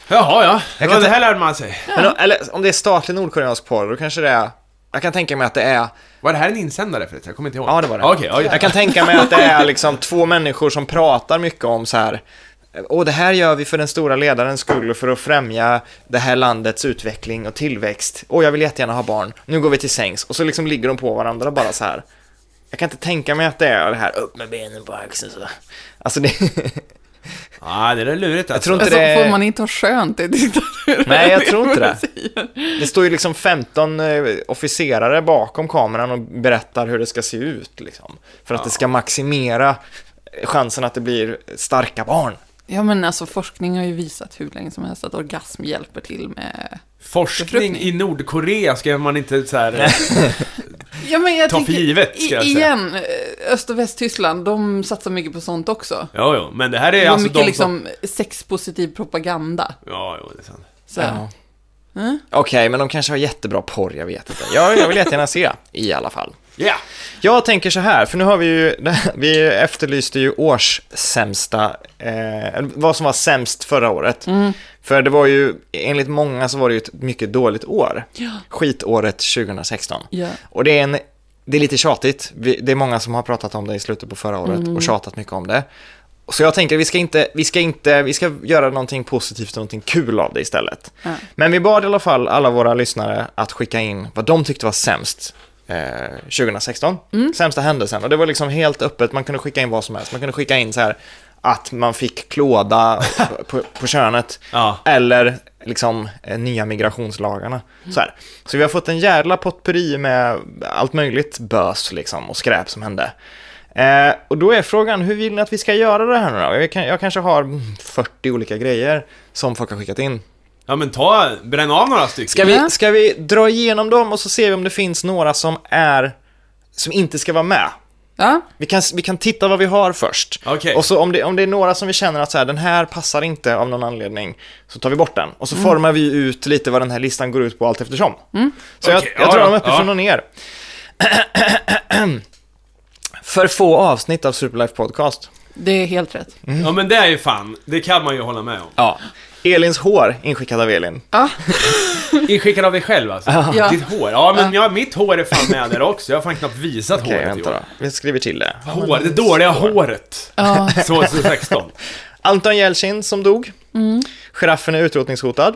[SPEAKER 3] Jaha, ja. Jag
[SPEAKER 2] kan
[SPEAKER 3] det
[SPEAKER 2] ta-
[SPEAKER 3] här lärde man sig.
[SPEAKER 2] Men, om- eller om det är statlig nordkoreansk porr, då kanske det är... Jag kan tänka mig att det är...
[SPEAKER 3] Var det här en insändare förresten? Jag kommer inte ihåg.
[SPEAKER 2] Ja, det var det.
[SPEAKER 3] Okej, ja, ja.
[SPEAKER 2] Jag kan tänka mig att det är liksom två människor som pratar mycket om så här... Och det här gör vi för den stora ledarens skull och för att främja det här landets utveckling och tillväxt. Och jag vill jättegärna ha barn. Nu går vi till sängs. Och så liksom ligger de på varandra bara så här. Jag kan inte tänka mig att det är det här upp med benen på axeln så. Alltså det... <laughs>
[SPEAKER 3] Ah, det där är lurigt alltså.
[SPEAKER 2] tror inte-
[SPEAKER 1] Alltså,
[SPEAKER 2] det-
[SPEAKER 1] får man inte ha skönt i diktaturen?
[SPEAKER 2] Nej, jag tror inte
[SPEAKER 1] vad
[SPEAKER 2] det.
[SPEAKER 1] jag säger.
[SPEAKER 2] Det står ju liksom 15 eh, officerare bakom kameran och berättar hur det ska se ut liksom. För att det ska maximera chansen att det blir starka barn.
[SPEAKER 1] <laughs> Ja, men alltså forskning har ju visat hur länge som helst att orgasm hjälper till med...
[SPEAKER 3] Forskning i Nordkorea ska man inte så här...
[SPEAKER 1] Ja, men jag
[SPEAKER 3] Ta för givet, ska
[SPEAKER 1] i-
[SPEAKER 3] jag säga.
[SPEAKER 1] Igen, eh, Öst och Västtyskland, de satsar mycket på sånt också.
[SPEAKER 3] Jo, jo, men det här är
[SPEAKER 1] Det var
[SPEAKER 3] alltså de
[SPEAKER 1] mycket
[SPEAKER 3] som...
[SPEAKER 1] liksom sexpositiv propaganda.
[SPEAKER 3] Ja, jo, det är sant.
[SPEAKER 1] Så.
[SPEAKER 2] Ja. Okej, men de kanske har jättebra porr, jag vet inte. Jag, jag vill jättegärna se, i alla fall.
[SPEAKER 3] Ja!
[SPEAKER 2] Jag tänker så här, för nu har vi ju, <laughs> vi efterlyste ju årssämsta, eh, vad som var sämst förra året. För det var ju, enligt många så var det ju ett mycket dåligt år. Skitåret 2016.
[SPEAKER 1] Ja.
[SPEAKER 2] Och det är, en, det är lite tjatigt. Vi, det är många som har pratat om det i slutet på förra året och tjatat mycket om det. Så jag tänker vi ska inte, vi ska inte, vi ska göra någonting positivt och någonting kul av det istället.
[SPEAKER 1] Ja.
[SPEAKER 2] Men vi bad i alla fall alla våra lyssnare att skicka in vad de tyckte var sämst eh, 2016. Sämsta händelsen. Och det var liksom helt öppet, man kunde skicka in vad som helst. Man kunde skicka in så här att man fick klåda på, på könet.
[SPEAKER 3] Ja.
[SPEAKER 2] Eller liksom eh, nya migrationslagarna. Så, här. så vi har fått en jävla potpurri med allt möjligt bös liksom och skräp som hände. Eh, och då är frågan, hur vill ni att vi ska göra det här nu då? Jag, kan, jag kanske har mm, 40 olika grejer som folk har skickat in.
[SPEAKER 3] Ja, men ta, bränn av några stycken.
[SPEAKER 2] Ska vi,
[SPEAKER 1] Ja.
[SPEAKER 2] ska vi dra igenom dem och så ser vi om det finns några som är, som inte ska vara med?
[SPEAKER 1] Ja,
[SPEAKER 2] Vi kan, vi kan titta vad vi har först.
[SPEAKER 3] Okej.
[SPEAKER 2] Och så om det, om det är några som vi känner att så här, den här passar inte av någon anledning, så tar vi bort den. Och så
[SPEAKER 3] Mm.
[SPEAKER 2] formar vi ut lite vad den här listan går ut på allt eftersom. Så
[SPEAKER 3] Okej,
[SPEAKER 2] jag, jag
[SPEAKER 3] ja,
[SPEAKER 2] drar
[SPEAKER 3] ja,
[SPEAKER 2] dem uppifrån
[SPEAKER 3] ja.
[SPEAKER 2] och ner. <clears throat> För få avsnitt av Superlife Podcast.
[SPEAKER 1] det är helt rätt.
[SPEAKER 3] Ja, men det är ju fan, det kan man ju hålla med om.
[SPEAKER 2] Ja. Elins hår, inskickad av Elin.
[SPEAKER 1] Ja,
[SPEAKER 3] Inskickad av dig själv alltså?
[SPEAKER 1] Ja.
[SPEAKER 3] Ditt hår? Ja, men jag, mitt hår är fan med där också. Jag har fan knappt visat
[SPEAKER 2] Okej,
[SPEAKER 3] håret i
[SPEAKER 2] vänta då.
[SPEAKER 3] år.
[SPEAKER 2] Vi skriver till det.
[SPEAKER 3] Hår, det dåliga håret.
[SPEAKER 1] ja.
[SPEAKER 3] <laughs> Så, 2016.
[SPEAKER 2] Anton Jeltsin som dog.
[SPEAKER 3] Mm.
[SPEAKER 2] Giraffen är utrotningshotad.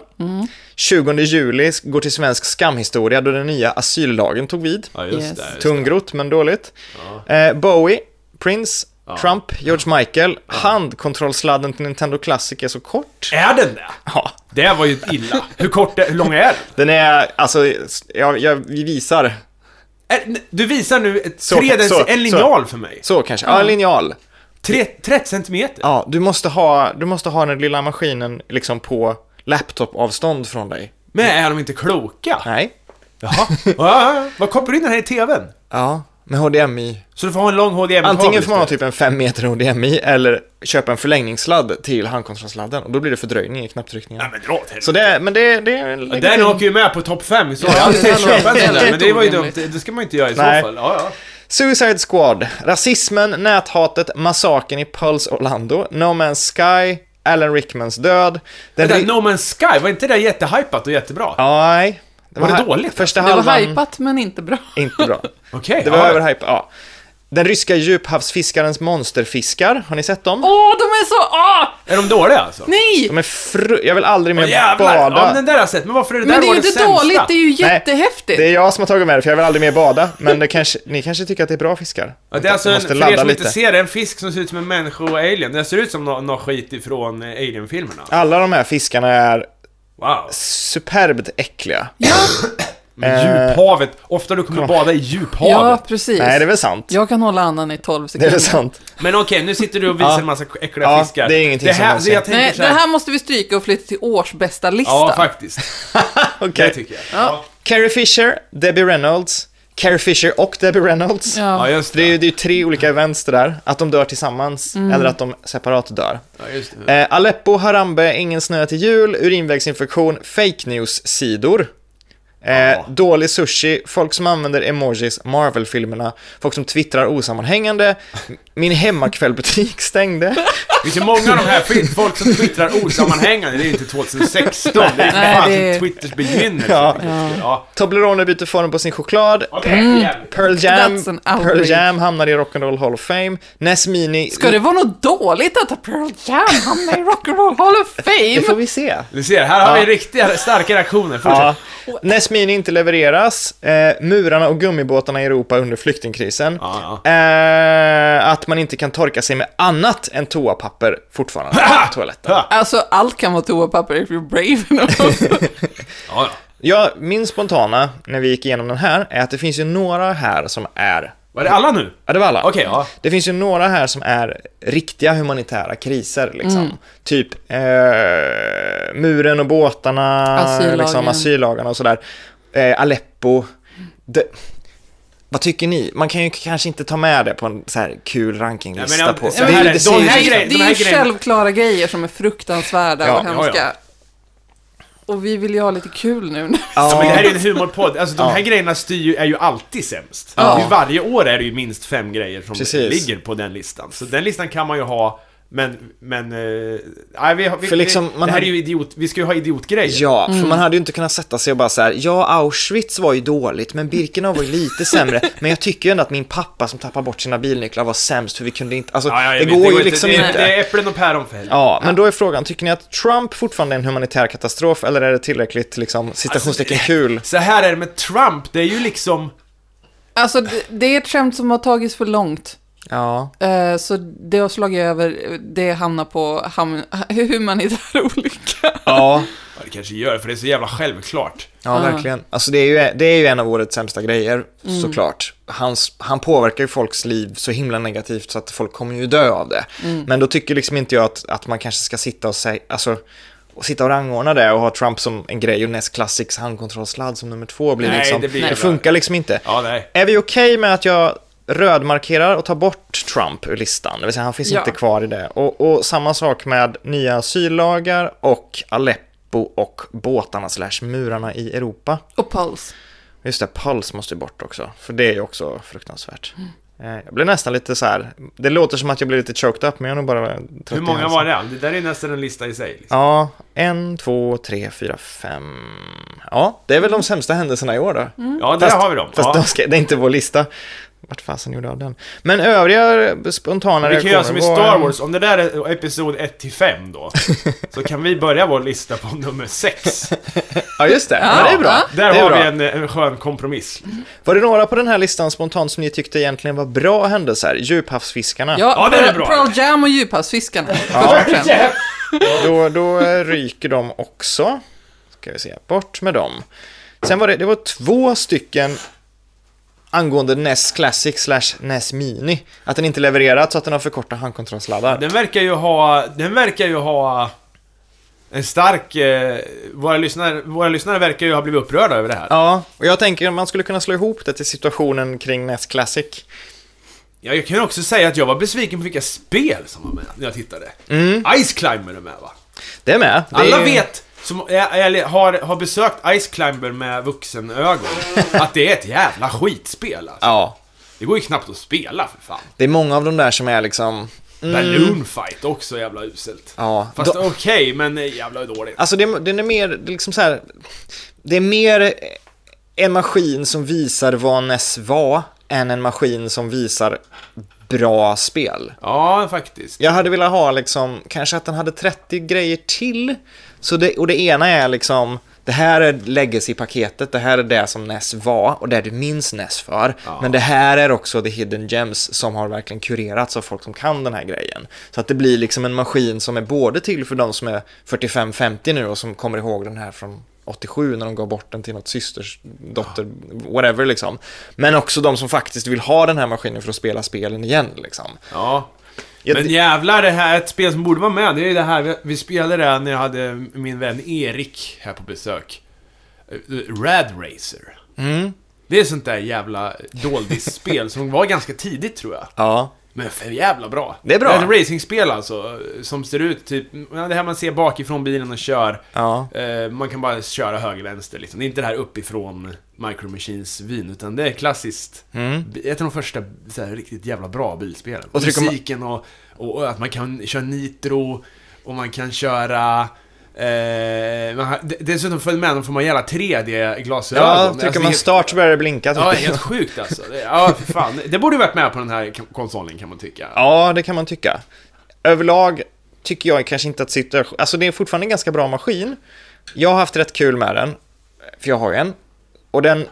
[SPEAKER 2] 20 juli går till svensk skamhistoria då den nya asyllagen tog vid.
[SPEAKER 3] Ja, just
[SPEAKER 1] Yes.
[SPEAKER 3] det. Just. det.
[SPEAKER 2] Tungrot, men dåligt. Eh, Bowie, Prince,
[SPEAKER 3] Ja.
[SPEAKER 2] Trump, George Michael. Handkontrollsladden till Nintendo Classic är så kort.
[SPEAKER 3] Är den det?
[SPEAKER 2] Ja,
[SPEAKER 3] Det var ju illa. Hur kort, är, hur lång är den?
[SPEAKER 2] den är, alltså, jag, jag, vi visar.
[SPEAKER 3] Är, du visar nu ett,
[SPEAKER 2] Så,
[SPEAKER 3] tre, dens-
[SPEAKER 2] så,
[SPEAKER 3] en linjal för mig.
[SPEAKER 2] Så kanske, ja, linjal.
[SPEAKER 3] Tre, 30 centimeter?
[SPEAKER 2] Ja, du måste ha, du måste ha den lilla maskinen liksom på laptopavstånd från dig.
[SPEAKER 3] Men är de inte kloka?
[SPEAKER 2] Nej.
[SPEAKER 3] Jaha. Ja, ja, ja. Vad kopplar du in den här i tvn?
[SPEAKER 2] Ja, med HDMI.
[SPEAKER 3] Så du får ha en lång HDMI-kabel
[SPEAKER 2] Antingen får man ha typ en 5 meter HDMI eller köpa en förlängningssladd till handkontrollsladden och då blir det fördröjning i
[SPEAKER 3] Nej
[SPEAKER 2] knapptryckningen.
[SPEAKER 3] men dra åt helvete.
[SPEAKER 2] Så det, är- men det, det är...
[SPEAKER 3] Den åker ju med på topp 5, så har jag
[SPEAKER 1] det
[SPEAKER 3] aldrig
[SPEAKER 1] är
[SPEAKER 3] köpa en sån där. Men
[SPEAKER 1] helt
[SPEAKER 3] det var ju dumt,
[SPEAKER 1] orimligt.
[SPEAKER 3] det ska man ju inte göra i så
[SPEAKER 2] Nej.
[SPEAKER 3] fall. Ja, ja.
[SPEAKER 2] Suicide Squad, rasismen, näthatet, massakern i Pulse Orlando, No Man's Sky, Alan Rickmans död. Den
[SPEAKER 3] Vänta, No Man's Sky, var inte det jättehypat och jättebra?
[SPEAKER 2] Nej.
[SPEAKER 3] Var det
[SPEAKER 2] hy-
[SPEAKER 3] dåligt?
[SPEAKER 2] Första
[SPEAKER 1] Det var
[SPEAKER 2] halvan...
[SPEAKER 1] hypat men inte bra.
[SPEAKER 2] Inte
[SPEAKER 3] <laughs>
[SPEAKER 2] bra.
[SPEAKER 3] Okej.
[SPEAKER 2] Det var
[SPEAKER 3] ja.
[SPEAKER 2] överhypat, ja. Den ryska djuphavsfiskarens monsterfiskar, har ni sett dem?
[SPEAKER 1] Åh, de är så... Åh!
[SPEAKER 3] Är de dåliga alltså?
[SPEAKER 1] Nej!
[SPEAKER 2] De är fru... Jag vill aldrig mer
[SPEAKER 3] Jävlar!
[SPEAKER 2] bada.
[SPEAKER 3] Ja, den där har jag sett, men varför är det där
[SPEAKER 1] Men det är
[SPEAKER 3] var
[SPEAKER 1] ju inte
[SPEAKER 3] sämsta?
[SPEAKER 1] dåligt, det är ju
[SPEAKER 2] Nej,
[SPEAKER 1] jättehäftigt.
[SPEAKER 2] Det är jag som har tagit med det, för jag vill aldrig mer bada. Men det kanske, ni kanske tycker att det är bra fiskar?
[SPEAKER 3] Ja, det är alltså
[SPEAKER 2] Jag
[SPEAKER 3] en,
[SPEAKER 2] måste
[SPEAKER 3] för
[SPEAKER 2] ladda
[SPEAKER 3] er som
[SPEAKER 2] lite.
[SPEAKER 3] inte ser det, en fisk som ser ut som en människa och alien. Den ser ut som någon nå skit ifrån eh, alien-filmerna.
[SPEAKER 2] Alla de här fiskarna är
[SPEAKER 3] Wow.
[SPEAKER 2] superbt äckliga.
[SPEAKER 1] Ja,
[SPEAKER 2] Eh.
[SPEAKER 3] Men djuphavet, ofta du kommer bada i djuphavet.
[SPEAKER 1] ja, precis.
[SPEAKER 2] Nej, det är väl sant.
[SPEAKER 1] Jag kan hålla andan i 12
[SPEAKER 2] Det är väl
[SPEAKER 1] sekunder.
[SPEAKER 2] sant.
[SPEAKER 3] Men okej, nu sitter du och visar
[SPEAKER 2] Ja.
[SPEAKER 3] en massa äckliga
[SPEAKER 2] Ja,
[SPEAKER 3] fiskar.
[SPEAKER 2] det är ingenting
[SPEAKER 3] det
[SPEAKER 2] som
[SPEAKER 3] här,
[SPEAKER 2] någonsin-
[SPEAKER 3] som jag tänker
[SPEAKER 1] Nej,
[SPEAKER 3] så
[SPEAKER 1] det
[SPEAKER 3] här.
[SPEAKER 1] här måste vi stryka och flytta till årsbästa lista.
[SPEAKER 3] Ja, faktiskt. Det
[SPEAKER 2] Okej.
[SPEAKER 3] tycker jag.
[SPEAKER 1] Ja.
[SPEAKER 2] Carrie Fisher, Debbie Reynolds, Carrie Fisher och Debbie Reynolds.
[SPEAKER 3] Ja,
[SPEAKER 1] Ja.
[SPEAKER 3] just
[SPEAKER 2] Det är ju
[SPEAKER 3] det.
[SPEAKER 2] det är ju tre olika events det där. Att de dör tillsammans
[SPEAKER 1] Mm.
[SPEAKER 2] eller att de separat dör.
[SPEAKER 3] Ja, just det.
[SPEAKER 2] Eh, Aleppo, Harambe, Ingen snö till jul, urinvägsinfektion, fake news-sidor. Eh,
[SPEAKER 3] Ja.
[SPEAKER 2] Dålig sushi, folk som använder emojis, Marvel-filmerna, folk som twittrar osammanhängande,
[SPEAKER 3] <laughs>
[SPEAKER 2] min hemmakvällbutik stängde.
[SPEAKER 1] <laughs>
[SPEAKER 3] Det finns ju många av de här fil- folk som twittrar osammanhängande, det är ju inte 2016, det är ju
[SPEAKER 1] Nej,
[SPEAKER 3] fan
[SPEAKER 1] det är-
[SPEAKER 3] som Twitters begynnelse.
[SPEAKER 2] Ja. Mm.
[SPEAKER 3] Ja.
[SPEAKER 2] Toblerone byter form på sin choklad.
[SPEAKER 3] Okej, jävligt.
[SPEAKER 2] Pearl Jam,
[SPEAKER 1] That's an
[SPEAKER 2] Pearl
[SPEAKER 1] outrage.
[SPEAKER 2] Jam hamnar i Rock'n'Roll Hall of Fame. Nesmini...
[SPEAKER 1] Ska det vara något dåligt att Pearl Jam hamnar i Rock'n'Roll Hall of
[SPEAKER 2] Det får
[SPEAKER 1] Fame?
[SPEAKER 2] vi se.
[SPEAKER 3] Du ser, här har
[SPEAKER 2] Ja.
[SPEAKER 3] vi riktiga starka reaktioner.
[SPEAKER 2] Ja.
[SPEAKER 3] Fortsätt.
[SPEAKER 2] Nesmini inte levereras. Eh, murarna och gummibåtarna i Europa under flyktingkrisen.
[SPEAKER 3] Ja, ja.
[SPEAKER 2] Eh, att man inte kan torka sig med annat än toapapper fortfarande på toaletten.
[SPEAKER 1] Alltså, allt kan vara toapapper if you're brave
[SPEAKER 2] <laughs>
[SPEAKER 1] enough.
[SPEAKER 3] Ja, ja.
[SPEAKER 2] Ja, min spontana när vi gick igenom den här är att det finns ju några här som är...
[SPEAKER 3] Var det alla nu?
[SPEAKER 2] Ja, det var alla.
[SPEAKER 3] Okej, ja.
[SPEAKER 2] Det finns ju några här som är riktiga humanitära kriser, liksom. Typ eh, muren och båtarna,
[SPEAKER 1] Asyllagen.
[SPEAKER 2] liksom, asyllagarna och sådär. Eh, Aleppo. Det, vad tycker ni? Man kan ju kanske inte ta med det på en så här kul rankinglista
[SPEAKER 3] Nej, men,
[SPEAKER 2] på...
[SPEAKER 3] så
[SPEAKER 2] ser
[SPEAKER 3] här är- de
[SPEAKER 2] ju
[SPEAKER 3] här
[SPEAKER 2] ut som-
[SPEAKER 1] det
[SPEAKER 3] grejerna-
[SPEAKER 1] är
[SPEAKER 3] de här
[SPEAKER 1] ju
[SPEAKER 3] grejerna-
[SPEAKER 1] självklara grejer som är fruktansvärda
[SPEAKER 2] Ja,
[SPEAKER 1] och
[SPEAKER 2] ja,
[SPEAKER 1] hemska.
[SPEAKER 3] ja.
[SPEAKER 1] Och vi vill ju ha lite kul nu.
[SPEAKER 3] Ja,
[SPEAKER 2] Ja.
[SPEAKER 3] men det här är ju en humorpodd, alltså de här
[SPEAKER 2] Ja.
[SPEAKER 3] grejerna styr ju, är ju alltid sämst.
[SPEAKER 1] Ja.
[SPEAKER 3] Ju varje år är det ju minst fem grejer som
[SPEAKER 2] Precis.
[SPEAKER 3] ligger på den listan. Så den listan kan man ju ha, men, men... eh, nej, vi, har- vi,
[SPEAKER 2] För liksom,
[SPEAKER 3] vi,
[SPEAKER 2] man
[SPEAKER 3] det här
[SPEAKER 2] hade-
[SPEAKER 3] är ju idiot, vi ska ju ha idiotgrejer.
[SPEAKER 2] Ja, för man hade ju inte kunnat sätta sig och bara så här, ja, Auschwitz var ju dåligt, men Birkenau var ju lite sämre, men jag tycker ju ändå att min pappa som tappade bort sina bilnycklar var sämst, för vi kunde inte, alltså,
[SPEAKER 3] Ja, ja, jag
[SPEAKER 2] det
[SPEAKER 3] vet,
[SPEAKER 2] går ju
[SPEAKER 3] inte.
[SPEAKER 2] liksom
[SPEAKER 3] det,
[SPEAKER 2] inte.
[SPEAKER 3] är- Det är äpplen och päron för helvete.
[SPEAKER 2] Ja, men då är frågan, tycker ni att Trump fortfarande är en humanitär katastrof, eller är det tillräckligt, liksom, citationstecken kul?
[SPEAKER 3] Så här är det med Trump, det är ju liksom...
[SPEAKER 1] Alltså, det, det är ett skämt som har tagits för långt.
[SPEAKER 2] Ja.
[SPEAKER 1] Eh, Så det har slagit över, det hamnar på ham- <laughs> humanitär olycka.
[SPEAKER 2] Ja.
[SPEAKER 3] Ja, det kanske gör, för det är så jävla självklart.
[SPEAKER 2] Ja, verkligen. Alltså det är, ju, det är ju en av årets sämsta grejer, såklart. Hans, han påverkar ju folks liv så himla negativt så att folk kommer ju dö av det. Men då tycker liksom inte jag att, att man kanske ska sitta och säga, alltså, och sitta och rangordna det och ha Trump som en grej och Nest Classics handkontrollsladd som nummer två blir
[SPEAKER 3] Nej,
[SPEAKER 2] liksom,
[SPEAKER 3] det blir
[SPEAKER 2] det
[SPEAKER 3] jävla-
[SPEAKER 2] funkar liksom inte.
[SPEAKER 3] Ja, nej.
[SPEAKER 2] Är vi okej med att jag rödmarkerar och tar bort Trump ur listan? Det vill säga, han finns
[SPEAKER 1] Ja.
[SPEAKER 2] inte kvar i det. Och, och samma sak med nya asyllagar och Aleppo och båtarna slash murarna i Europa.
[SPEAKER 1] Och puls.
[SPEAKER 2] Just det, Puls måste ju bort också, för det är ju också fruktansvärt.
[SPEAKER 3] Mm.
[SPEAKER 2] Eh, Jag blev nästan lite så här, det låter som att jag blev lite choked up, men jag är nog bara trött
[SPEAKER 3] Hur
[SPEAKER 2] i
[SPEAKER 3] många
[SPEAKER 2] halsen.
[SPEAKER 3] var det? Det där är nästan en lista i sig. Liksom.
[SPEAKER 2] Ja, en, två, tre, fyra, fem. Ja, det är väl de sämsta händelserna i år då.
[SPEAKER 3] Ja, där har vi dem.
[SPEAKER 2] Fast
[SPEAKER 3] Ja.
[SPEAKER 2] de ska, det är inte vår lista. Vart fasen gjorde jag av den? Men övriga spontana
[SPEAKER 3] Vi kan göra som i
[SPEAKER 2] var-
[SPEAKER 3] Star Wars, om det där är episod 1 till 5 då, så kan vi börja vår lista på nummer 6.
[SPEAKER 2] Ja, just det. Ja, det är bra.
[SPEAKER 3] Där
[SPEAKER 2] det är
[SPEAKER 3] har
[SPEAKER 2] bra.
[SPEAKER 3] vi en, en skön kompromiss.
[SPEAKER 2] Var det några på den här listan spontant som ni tyckte egentligen var bra händelser? Djuphavsfiskarna.
[SPEAKER 1] Ja, eh,
[SPEAKER 3] Ja, det är bra.
[SPEAKER 1] Pearl Jam och djuphavsfiskarna. Ja.
[SPEAKER 2] Då, då eh, ryker de också. Ska vi se, bort med dem. Sen var det, det var två stycken angående NES Classic slash NES Mini. Att den inte levererat så att den har för korta handkontrollsladdar.
[SPEAKER 3] Den verkar ju ha, den verkar ju ha En stark... Eh, våra, lyssnare, våra lyssnare verkar ju ha blivit upprörda över det här.
[SPEAKER 2] Ja, och jag tänker att man skulle kunna slå ihop det till situationen kring NES Classic.
[SPEAKER 3] Ja, jag kan också säga att jag var besviken på vilka spel som var med när jag tittade.
[SPEAKER 2] Mm,
[SPEAKER 3] Ice Climber är med va?
[SPEAKER 2] det är med. Det
[SPEAKER 3] Alla
[SPEAKER 2] är-
[SPEAKER 3] vet, som är- eller har, har besökt Ice Climber
[SPEAKER 2] <laughs>
[SPEAKER 3] med vuxenögon, att det är ett jävla skitspel alltså.
[SPEAKER 2] Ja,
[SPEAKER 3] Det går ju knappt att spela för fan.
[SPEAKER 2] det är många av de där som är liksom...
[SPEAKER 3] Balloon Fight också jävla uselt.
[SPEAKER 2] Ja,
[SPEAKER 3] Fast
[SPEAKER 2] de-
[SPEAKER 3] okej, men eh, jävla dåligt.
[SPEAKER 2] Alltså det, den är mer, det är liksom så här, det är mer en maskin som visar vad NES var än en maskin som visar bra spel.
[SPEAKER 3] Ja, faktiskt.
[SPEAKER 2] Jag hade velat ha liksom, kanske att den hade 30 grejer till. Så det, och det ena är liksom, det här är legacy-paketet, det här är det som NES var och det du minns NES för.
[SPEAKER 3] Ja.
[SPEAKER 2] Men det här är också the hidden gems som har verkligen kurerats av folk som kan den här grejen. Så att det blir liksom en maskin som är både till för de som är 45-50 nu och som kommer ihåg den här från 87 när de gav bort den till något systers dotter, whatever liksom. Men också de som faktiskt vill ha den här maskinen för att spela spelen igen liksom.
[SPEAKER 3] Ja.
[SPEAKER 2] Jag-
[SPEAKER 3] Men jävlar, det här är ett spel som borde vara med. Det är ju det här, vi- vi spelade det här när jag hade min vän Erik här på besök. Eh, Rad Racer.
[SPEAKER 2] Mm.
[SPEAKER 3] Det är sånt där jävla doldisspel som var ganska tidigt tror jag.
[SPEAKER 2] Ja.
[SPEAKER 3] Men för jävla bra.
[SPEAKER 2] Det är bra.
[SPEAKER 3] ett racingspel alltså, som ser ut typ, ja, det här man ser bakifrån bilen och kör.
[SPEAKER 2] Ja.
[SPEAKER 3] Eh, man kan bara köra höger-vänster liksom. Det är inte det här uppifrån Micro Machines-vyn, utan det är klassiskt.
[SPEAKER 2] Mm.
[SPEAKER 3] Ett av de första så här, riktigt jävla bra bilspelen.
[SPEAKER 2] Och trycker man-
[SPEAKER 3] Musiken och, och, och att man kan köra nitro och man kan köra... Eh, man har, d- dessutom följer med dem får man jävla 3D-glasögon.
[SPEAKER 2] Ja,
[SPEAKER 3] Alltså,
[SPEAKER 2] tycker
[SPEAKER 3] det är
[SPEAKER 2] man start så börjar det blinka.
[SPEAKER 3] Ja,
[SPEAKER 2] typ.
[SPEAKER 3] helt sjukt alltså. Det, ja, för fan. Det borde ju varit med på den här k- konsolen kan man tycka.
[SPEAKER 2] ja, det kan man tycka. Överlag tycker jag kanske inte att situation... Alltså det är fortfarande en ganska bra maskin. Jag har haft rätt kul med den, för jag har ju en. Och den,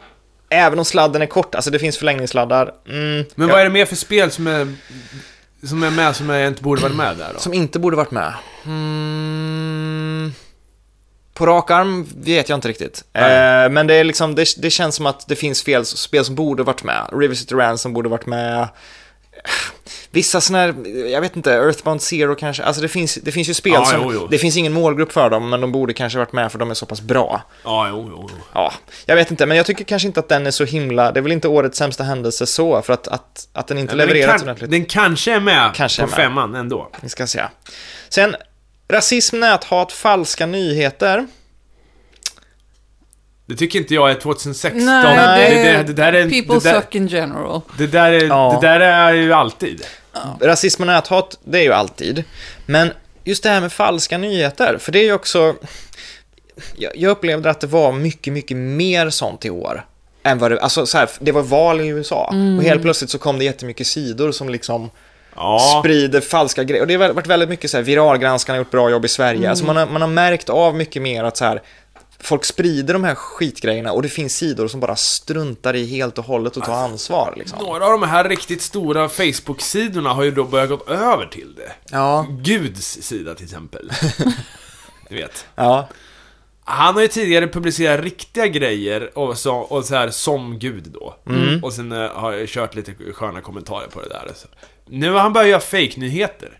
[SPEAKER 2] även om sladden är kort, alltså det finns förlängningssladdar. Mm,
[SPEAKER 3] Men
[SPEAKER 2] ja,
[SPEAKER 3] vad är det mer för spel som är, som är med som är, inte borde vara med där då?
[SPEAKER 2] Som inte borde varit med. Mm, på rak arm vet jag inte riktigt. Eh,
[SPEAKER 3] Nej.
[SPEAKER 2] men det, är liksom, det, det känns som att det finns fel, spel som borde varit med. River City Ransom borde varit med. Eh, Vissa sådana här, jag vet inte, Earthbound Zero kanske. Alltså det finns, det finns ju spel
[SPEAKER 3] Ja,
[SPEAKER 2] som,
[SPEAKER 3] jo, jo.
[SPEAKER 2] det finns ingen målgrupp för dem, men de borde kanske varit med för de är så pass bra.
[SPEAKER 3] Ja, jo, jo, jo.
[SPEAKER 2] Ja, jag vet inte, men jag tycker kanske inte att den är så himla, det är väl inte årets sämsta händelse så, för att, att, att den inte
[SPEAKER 3] Men Den,
[SPEAKER 2] levererats
[SPEAKER 3] kan,
[SPEAKER 2] ordentligt.
[SPEAKER 3] den kanske är med
[SPEAKER 2] Kanske
[SPEAKER 3] på
[SPEAKER 2] är med.
[SPEAKER 3] femman ändå.
[SPEAKER 2] Vi ska se. Sen, rasism, näthat, falska nyheter.
[SPEAKER 3] Det tycker inte jag är 2016.
[SPEAKER 1] Nej,
[SPEAKER 3] det,
[SPEAKER 1] det-
[SPEAKER 3] det, det, där är...
[SPEAKER 1] People
[SPEAKER 3] Det där,
[SPEAKER 1] suck in general.
[SPEAKER 3] det, där är,
[SPEAKER 2] Ja.
[SPEAKER 3] det där är ju alltid.
[SPEAKER 2] Rasism och näthat, det är ju alltid. Men just det här med falska nyheter, för det är ju också... Jag, jag upplevde att det var mycket, mycket mer sånt i år. Än vad det, alltså så här, det var val i USA och helt plötsligt så kom det jättemycket sidor som liksom
[SPEAKER 3] Ja.
[SPEAKER 2] sprider falska grejer. Och det har varit väldigt mycket så här, viralgranskarna har gjort bra jobb i Sverige. Alltså man har, man har märkt av mycket mer att så här, folk sprider de här skitgrejerna och det finns sidor som bara struntar i helt och hållet och tar ansvar liksom.
[SPEAKER 3] Några av de här riktigt stora Facebook-sidorna har ju då börjat gå över till det.
[SPEAKER 2] Ja,
[SPEAKER 3] Guds sida
[SPEAKER 2] <laughs>
[SPEAKER 3] till exempel. du vet.
[SPEAKER 2] ja,
[SPEAKER 3] Han har ju tidigare publicerat riktiga grejer och så, och så här som gud då.
[SPEAKER 2] Mm.
[SPEAKER 3] Och sen eh, har jag kört lite sköna kommentarer på det där. Så. Nu har han börjat
[SPEAKER 2] <laughs>
[SPEAKER 3] göra fake-nyheter.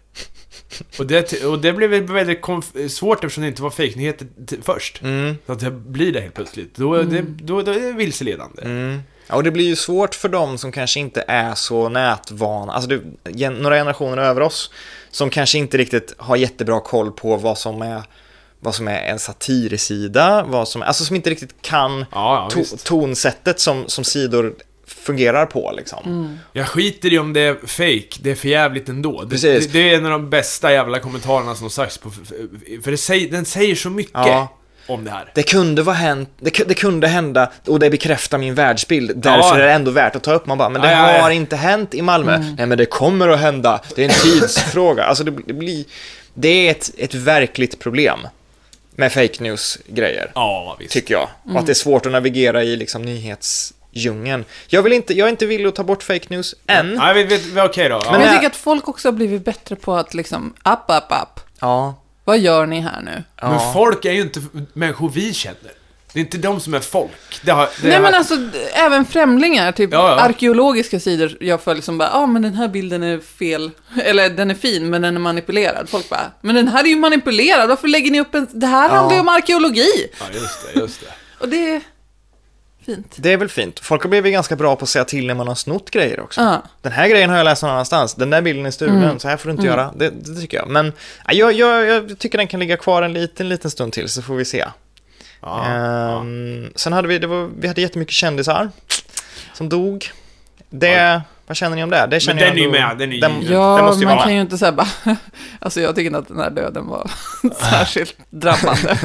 [SPEAKER 3] Och det, och det blev väl väldigt konf- svårt eftersom det inte var fake-nyheter t- först.
[SPEAKER 2] mm,
[SPEAKER 3] Så att det blir det helt plötsligt. Då, det, då, då är det vilseledande.
[SPEAKER 2] mm. Ja, och det blir ju svårt för dem som kanske inte är så nätvana, alltså det, gen, några generationer över oss, som kanske inte riktigt har jättebra koll på vad som är vad som är en satirsida, vad som, alltså som inte riktigt kan
[SPEAKER 3] Ja, ja,
[SPEAKER 2] to,
[SPEAKER 3] visst.
[SPEAKER 2] tonsättet som, som sidor fungerar på liksom.
[SPEAKER 3] Jag skiter i om det är fake, det är för jävligt ändå. Det,
[SPEAKER 2] Precis.
[SPEAKER 3] det, det är en av de bästa jävla kommentarerna som har sagts på... För det säger, den säger så mycket
[SPEAKER 2] Ja.
[SPEAKER 3] om det här.
[SPEAKER 2] Det kunde vara hänt, det, ku- det kunde hända och det bekräftar min världsbild. Därför
[SPEAKER 3] Ja.
[SPEAKER 2] är det ändå värt att ta upp. Man bara, men det
[SPEAKER 3] Ja, ja, ja.
[SPEAKER 2] har inte hänt i Malmö. Nej, men det kommer att hända. Det är en tidsfråga. Alltså det, blir- det blir, det är ett, ett verkligt problem med fake news-grejer.
[SPEAKER 3] Ja, visst.
[SPEAKER 2] Tycker jag. Och att det är svårt att navigera i liksom nyhetsdjungeln. Jag, vill inte, jag är inte villig att ta bort fake news än.
[SPEAKER 3] Nej, vi, vi, vi, okej då.
[SPEAKER 1] Men
[SPEAKER 2] Mm. Men
[SPEAKER 3] ja.
[SPEAKER 1] jag
[SPEAKER 2] det-
[SPEAKER 1] tycker att folk också har blivit bättre på att liksom, app, app, app.
[SPEAKER 2] Ja.
[SPEAKER 1] Vad gör ni här nu?
[SPEAKER 2] ja.
[SPEAKER 3] Men folk är ju inte f- människor vi känner. Det är inte de som är folk. Det har, det
[SPEAKER 1] Nej
[SPEAKER 3] har,
[SPEAKER 1] men alltså, d- även främlingar, typ
[SPEAKER 3] Ja, ja.
[SPEAKER 1] arkeologiska sidor jag följer som bara, ja ah, men den här bilden är fel, <laughs> eller den är fin men den är manipulerad. Folk bara, men den här är ju manipulerad, varför lägger ni upp en, det här handlar ju om arkeologi!
[SPEAKER 3] Ja,
[SPEAKER 2] alltså-
[SPEAKER 3] just det, just det.
[SPEAKER 1] Och det är fint.
[SPEAKER 2] Det är väl fint. Folk har blivit ganska bra på att säga till när man har snott grejer också.
[SPEAKER 1] Ja. Mm.
[SPEAKER 2] Den här grejen har jag läst någon annanstans, den där bilden är stulen, så här får du inte göra. Det, det tycker jag. Men ja, jag, jag, jag tycker den kan ligga kvar en liten, liten stund till så får vi se.
[SPEAKER 3] Ja, ja.
[SPEAKER 2] Ehm, Sen hade vi, det var, vi hade jättemycket kändisar som dog. Det, vad känner ni om det? det känner
[SPEAKER 3] den
[SPEAKER 2] jag
[SPEAKER 3] är ju
[SPEAKER 2] ändå-
[SPEAKER 3] med, den är ju given.
[SPEAKER 1] Ja,
[SPEAKER 2] den Mm, måste ju
[SPEAKER 1] man
[SPEAKER 2] vara
[SPEAKER 1] kan
[SPEAKER 2] med.
[SPEAKER 1] ju inte säga bara, <laughs> alltså jag tycker inte att den här döden var <laughs> särskilt drabbande.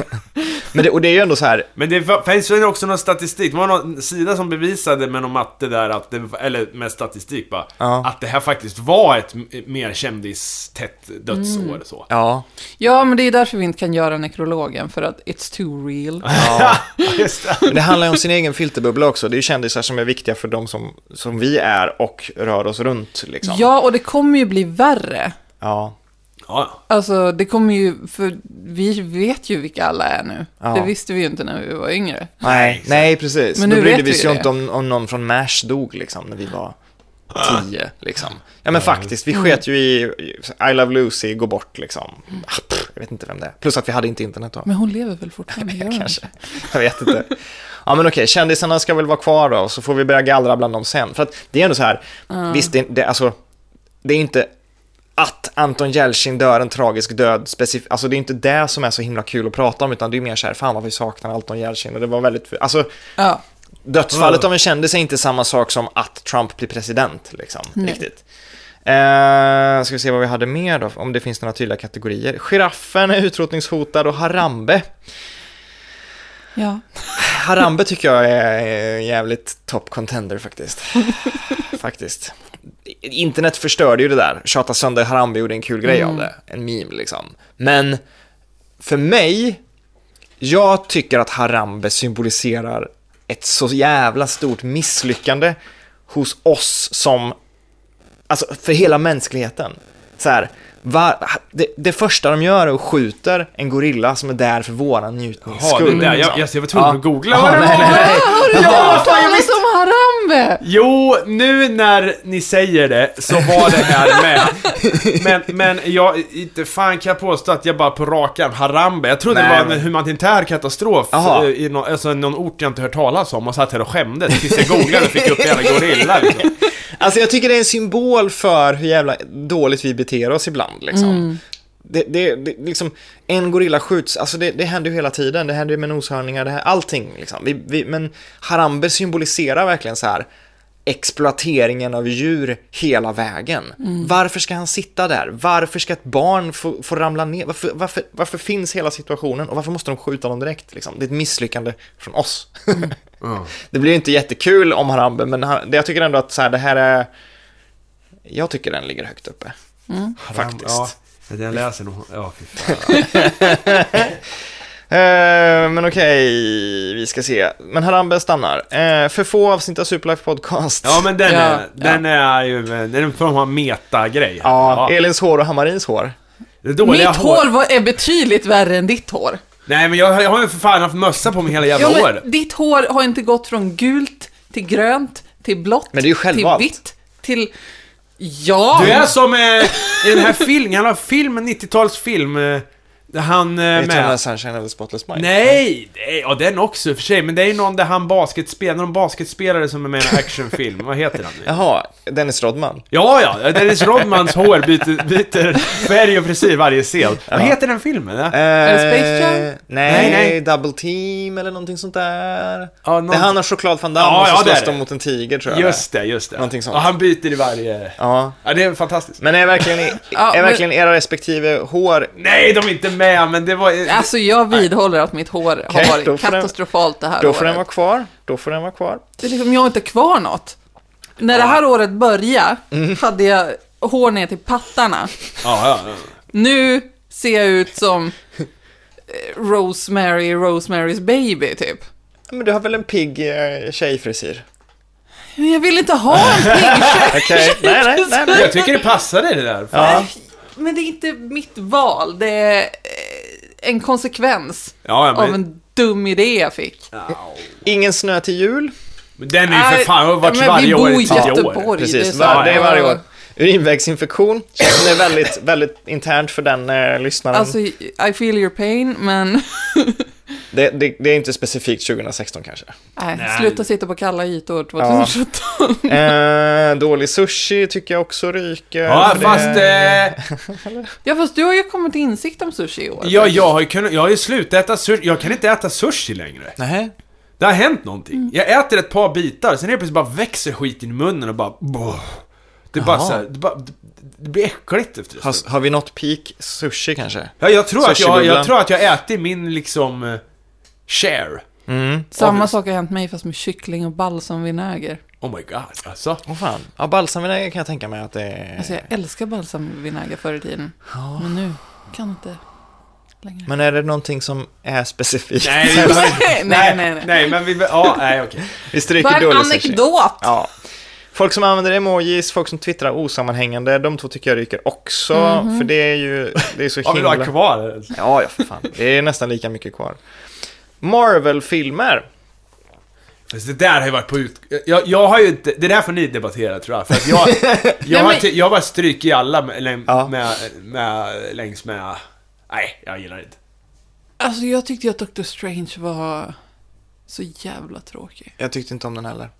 [SPEAKER 2] Men det, och det är ju ändå så här,
[SPEAKER 3] Men det fa- finns ju också någon statistik. Det var någon sida som bevisade med någon matte där, att det, eller med statistik bara,
[SPEAKER 2] Ja.
[SPEAKER 3] att det här faktiskt var ett m- mer kändistätt dödsår
[SPEAKER 2] Mm.
[SPEAKER 3] så.
[SPEAKER 2] ja,
[SPEAKER 1] ja, men det är därför vi inte kan göra nekrologen, för att it's too real.
[SPEAKER 2] ja.
[SPEAKER 3] <laughs> Just det.
[SPEAKER 2] Men det handlar ju om sin egen filterbubbla också. Det är ju kändisar som är viktiga för de som, som vi är och rör oss runt liksom.
[SPEAKER 1] Ja, och det kommer ju bli värre.
[SPEAKER 2] Ja.
[SPEAKER 3] Ja,
[SPEAKER 1] Alltså, det kommer ju, för vi vet ju vilka alla är nu.
[SPEAKER 2] Ja.
[SPEAKER 1] Det visste vi ju inte när vi var yngre.
[SPEAKER 2] Nej, nej precis.
[SPEAKER 1] Men
[SPEAKER 2] Då
[SPEAKER 1] nu
[SPEAKER 2] brydde
[SPEAKER 1] vet
[SPEAKER 2] vi
[SPEAKER 1] vi
[SPEAKER 2] oss
[SPEAKER 1] ju
[SPEAKER 2] ju
[SPEAKER 1] det.
[SPEAKER 2] inte om, om någon från MASH dog liksom när vi var tio liksom. Ja men faktiskt, vi sket ju i I Love Lucy, gå bort liksom. Ah, pff, Jag vet inte vem det är. Plus att vi hade inte internet då.
[SPEAKER 1] Men hon lever väl fortfarande? gör hon
[SPEAKER 2] Kanske. Jag vet inte. Ja men okej, kändisarna ska väl vara kvar då, och så får vi börja gallra bland dem sen. För att det är ändå så här, visst det, det, alltså, det är inte att Anton Jeltsin dör en tragisk död specifikt, alltså det är inte det som är så himla kul att prata om, utan det är mer så här, fan vad vi saknar Anton Jeltsin och det var väldigt, alltså
[SPEAKER 1] Ja,
[SPEAKER 2] dödsfallet av en kändis är inte samma sak som att Trump blir president liksom,
[SPEAKER 1] Nej.
[SPEAKER 2] riktigt. Eh, ska vi se vad vi hade mer då, om det finns några tydliga kategorier. Giraffen är utrotningshotad och Harambe
[SPEAKER 1] ja.
[SPEAKER 2] Harambe tycker jag är jävligt top contender
[SPEAKER 3] <laughs>
[SPEAKER 2] faktiskt. faktiskt. Internet förstörde ju det där. Tjata sönder Harambe gjorde en kul grej av
[SPEAKER 3] Mm.
[SPEAKER 2] det. En meme liksom. Men för mig, jag tycker att Harambe symboliserar ett så jävla stort misslyckande hos oss som, alltså för hela mänskligheten. Så här, va, det, det första de gör är att skjuter en gorilla som är där för våran njutnings
[SPEAKER 3] Jaha, det
[SPEAKER 2] skull.
[SPEAKER 3] där.
[SPEAKER 2] liksom.
[SPEAKER 3] Jag, jag, jag var tvungen
[SPEAKER 2] Ja.
[SPEAKER 3] att googla
[SPEAKER 2] Ja,
[SPEAKER 3] vad det
[SPEAKER 2] nej, nej,
[SPEAKER 3] var.
[SPEAKER 2] nej.
[SPEAKER 1] Ah, Har du
[SPEAKER 3] Ja,
[SPEAKER 1] hört
[SPEAKER 3] fan, jag
[SPEAKER 1] talas om Harambe?
[SPEAKER 3] Jo, nu när ni säger det så var det här med. Men, men jag, inte fan kan jag påstå att jag bara på rak arm, Harambe. Jag trodde
[SPEAKER 2] Nej,
[SPEAKER 3] det var
[SPEAKER 2] men-
[SPEAKER 3] en humanitär katastrof
[SPEAKER 2] Jaha.
[SPEAKER 3] eh, i någon, alltså, någon ort jag inte hört talas om och satt här och skämde tills jag googlade och fick upp jävla gorilla <laughs> liksom.
[SPEAKER 2] Alltså jag tycker det är en symbol för hur jävla dåligt vi beter oss ibland liksom. Det, det, det, liksom, en gorilla skjuts, alltså det, det händer ju hela tiden, det händer ju med noshörningar, det här, allting liksom. Vi, vi, men Harambe symboliserar verkligen så här exploateringen av djur hela vägen. Varför ska han sitta där? Varför ska ett barn få, få ramla ner? Varför, varför, varför finns hela situationen och varför måste de skjuta dem direkt? Liksom? Det är ett misslyckande från oss. <laughs> Det blir inte jättekul om Harambe, men han, det- jag tycker ändå att så här, det här är... Jag tycker den ligger högt uppe. Faktiskt.
[SPEAKER 3] Ja, jag läser nog... Ja, fy fan.
[SPEAKER 2] Eh, men okej, vi ska se. Men Harambe stannar. Eh, för få avsnitt av Superlife Podcast.
[SPEAKER 3] Ja, men den,
[SPEAKER 1] Ja,
[SPEAKER 3] är,
[SPEAKER 1] ja.
[SPEAKER 3] den är ju... Den är en form av metagrej.
[SPEAKER 2] Ja, Elins hår och Hammarins hår.
[SPEAKER 3] Det dåliga
[SPEAKER 1] Mitt hår var, är betydligt värre än ditt hår.
[SPEAKER 3] Nej, men jag, har- jag har ju för fan haft mössa på mig hela jävla
[SPEAKER 1] Ja,
[SPEAKER 3] året.
[SPEAKER 1] men ditt hår har inte gått från gult till grönt till blått
[SPEAKER 2] Men det är ju
[SPEAKER 1] till
[SPEAKER 2] självvalt.
[SPEAKER 1] vitt till... Ja!
[SPEAKER 3] Du är som eh, i den här filmen, han har filmen, 90-talsfilm, eh, där han eh,
[SPEAKER 2] Vet du om det är
[SPEAKER 3] med...
[SPEAKER 2] Sunshine eller Spotless Mind?
[SPEAKER 3] Nej! det är- Ja, den också i och för sig, men det är ju någon där han basketspelare, någon basketspelare som är med i en actionfilm, vad heter han nu?
[SPEAKER 2] Jaha, Dennis Rodman.
[SPEAKER 3] Ja, ja, Dennis Rodmans hår byter, byter färg och frisyr varje scen. Vad heter den filmen? eh?
[SPEAKER 2] Är
[SPEAKER 1] det Space Jam?
[SPEAKER 2] Nej,
[SPEAKER 3] Nej, nej.
[SPEAKER 2] Double Team eller någonting sånt där.
[SPEAKER 3] Ja,
[SPEAKER 2] Det
[SPEAKER 3] någon-
[SPEAKER 2] är han och Choklad Van Damme
[SPEAKER 3] Ja,
[SPEAKER 2] och så
[SPEAKER 3] ja, det
[SPEAKER 2] slåss
[SPEAKER 3] är
[SPEAKER 2] de
[SPEAKER 3] det.
[SPEAKER 2] mot en tiger tror jag.
[SPEAKER 3] Just det, just det.
[SPEAKER 2] Någonting sånt.
[SPEAKER 3] Ja, han byter i varje...
[SPEAKER 2] Ja.
[SPEAKER 3] Ja, det är fantastiskt.
[SPEAKER 2] Men är verkligen,
[SPEAKER 1] Ja,
[SPEAKER 2] är
[SPEAKER 1] men-
[SPEAKER 2] verkligen era respektive hår
[SPEAKER 3] Nej, de är inte med, men det var...
[SPEAKER 1] Alltså jag vidhåller att mitt hår har
[SPEAKER 2] Okej, då
[SPEAKER 1] varit
[SPEAKER 2] får den-
[SPEAKER 1] katastrofalt det här
[SPEAKER 2] Då
[SPEAKER 1] året.
[SPEAKER 2] får den vara kvar. Då får den vara kvar.
[SPEAKER 1] Det är liksom, jag har inte kvar något. När det här året började
[SPEAKER 3] Mm.
[SPEAKER 1] hade jag hår ner till pattarna.
[SPEAKER 3] Ja, ja, ja.
[SPEAKER 1] Nu ser jag ut som eh, Rosemary, Rosemary's baby typ.
[SPEAKER 2] Ja, Men du har väl en pigg eh, tjejfrisyr?
[SPEAKER 1] Men jag vill inte ha en
[SPEAKER 3] <laughs>
[SPEAKER 1] pigg tjej.
[SPEAKER 2] <laughs> Okej, nej, nej, nej, nej.
[SPEAKER 3] Jag tycker det passar dig det där. Fan.
[SPEAKER 2] Ja.
[SPEAKER 1] Men det är inte mitt val, det är eh, en konsekvens
[SPEAKER 3] Ja, ja, men-
[SPEAKER 1] av en stum idé jag fick.
[SPEAKER 2] Ingen snö till jul.
[SPEAKER 3] Men den är ju för
[SPEAKER 1] Nej,
[SPEAKER 3] fan, har varit
[SPEAKER 1] men
[SPEAKER 3] varje
[SPEAKER 1] vi
[SPEAKER 3] år
[SPEAKER 1] bor
[SPEAKER 3] i
[SPEAKER 1] i
[SPEAKER 3] tio år.
[SPEAKER 1] Göteborg. Oj, det är
[SPEAKER 2] Precis,
[SPEAKER 1] så här-
[SPEAKER 2] det är varje år. Urinvägsinfektion, känns som det är väldigt, väldigt internt för den eh, lyssnaren.
[SPEAKER 1] Alltså, I feel your pain, men... <laughs>
[SPEAKER 2] det, det, det är inte specifikt 2016 kanske.
[SPEAKER 1] Nej,
[SPEAKER 3] Nej.
[SPEAKER 1] sluta sitta på kalla ytor 2017.
[SPEAKER 2] Eh, dålig sushi tycker jag också ryker.
[SPEAKER 3] Ja,
[SPEAKER 2] Det-
[SPEAKER 3] fast... Eh,
[SPEAKER 1] Ja. fast du har ju kommit till insikt om sushi i år.
[SPEAKER 3] ja, jag har ju kunnat, jag har ju slutat äta sushi, jag kan inte äta sushi längre.
[SPEAKER 2] Nej.
[SPEAKER 3] Det har hänt någonting. Jag äter ett par bitar, sen helt plötsligt bara växer skiten i munnen och bara... Boh. Det är bara
[SPEAKER 2] Jaha.
[SPEAKER 3] så här, det, bara, det, det blir äckligt efter det.
[SPEAKER 2] Har, har vi nått peak sushi kanske?
[SPEAKER 3] Ja, jag tror, att jag,
[SPEAKER 2] Sushibubblan.
[SPEAKER 3] jag tror att jag äter min liksom... eh, Share.
[SPEAKER 2] Mm.
[SPEAKER 1] Samma
[SPEAKER 3] obvious.
[SPEAKER 1] sak har hänt mig fast med kyckling och balsamvinäger.
[SPEAKER 3] Oh my god, alltså.
[SPEAKER 2] Åh fan. Ja, balsamvinäger kan jag tänka mig att det är...
[SPEAKER 1] Alltså jag älskar balsamvinäger förr i tiden. Men nu kan jag inte
[SPEAKER 2] <laughs>
[SPEAKER 1] längre.
[SPEAKER 2] Men är det någonting som är specifikt?
[SPEAKER 3] Nej, vi behöver-
[SPEAKER 1] nej, nej, nej.
[SPEAKER 3] Nej, men vi... Ja, nej, okej.
[SPEAKER 2] Vi
[SPEAKER 1] Bara
[SPEAKER 2] stryker
[SPEAKER 1] en
[SPEAKER 2] dålig sushi.
[SPEAKER 1] anekdot!
[SPEAKER 2] Ja. Folk som använder emojis, folk som twittrar osammanhängande, de två tycker jag ryker också.
[SPEAKER 1] Mhm.
[SPEAKER 2] För det är ju, det är så
[SPEAKER 3] Ja, vill du ha
[SPEAKER 2] himla...
[SPEAKER 3] kvar det?
[SPEAKER 2] Ja, ja för fan. Det är nästan lika mycket kvar. Marvel-filmer.
[SPEAKER 3] Fast Alltså, det där har ju varit på ut... Jag, jag har ju inte... Det där får ni debattera tror jag. För
[SPEAKER 2] <laughs>
[SPEAKER 3] att jag, jag, har,
[SPEAKER 1] men-
[SPEAKER 3] inte- jag har bara stryk i alla med, läng-
[SPEAKER 2] Ja.
[SPEAKER 3] med, med, längs med... Nej, jag gillar det inte.
[SPEAKER 1] Alltså jag tyckte att Doctor Strange var så jävla tråkig.
[SPEAKER 2] Jag tyckte inte om den heller.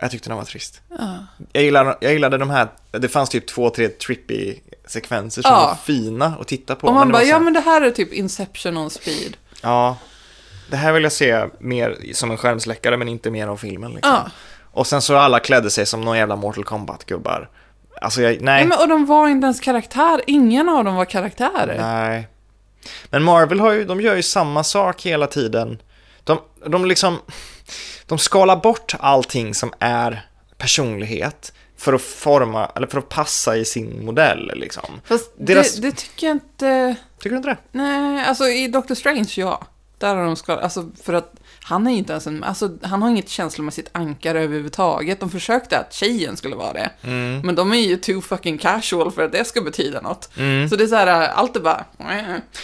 [SPEAKER 2] Jag tyckte den var trist.
[SPEAKER 1] Ja.
[SPEAKER 2] Jag gillade, jag gillade de här, det fanns typ två, tre trippy sekvenser som
[SPEAKER 1] Ja.
[SPEAKER 2] var fina att titta på.
[SPEAKER 1] Och man
[SPEAKER 2] det
[SPEAKER 1] bara,
[SPEAKER 2] var så
[SPEAKER 1] ja
[SPEAKER 2] här-
[SPEAKER 1] men det här är typ Inception on speed.
[SPEAKER 2] Ja. Det här vill jag se mer som en skärmsläckare men inte mer av filmen liksom.
[SPEAKER 1] Ja.
[SPEAKER 2] Och sen så alla klädde sig som någon jävla Mortal Kombat-gubbar. Alltså jag, nej.
[SPEAKER 1] Nej, men, och de var inte ens karaktär. Ingen av dem var karaktärer.
[SPEAKER 2] Nej. Men Marvel har ju, de gör ju samma sak hela tiden. De, de liksom, de skalar bort allting som är personlighet för att forma, eller för att passa i sin modell liksom.
[SPEAKER 1] Fast
[SPEAKER 2] Deras-
[SPEAKER 1] det, det tycker jag inte...
[SPEAKER 2] Tycker du inte det?
[SPEAKER 1] Nej, alltså i Doctor Strange, ja. Där har de skalat, alltså för att han är ju inte ens en, alltså han har inget känslomässigt ankare överhuvudtaget. De försökte att tjejen skulle vara det. Men de är ju too fucking casual för att det ska betyda något. Så det är så här, allt är bara...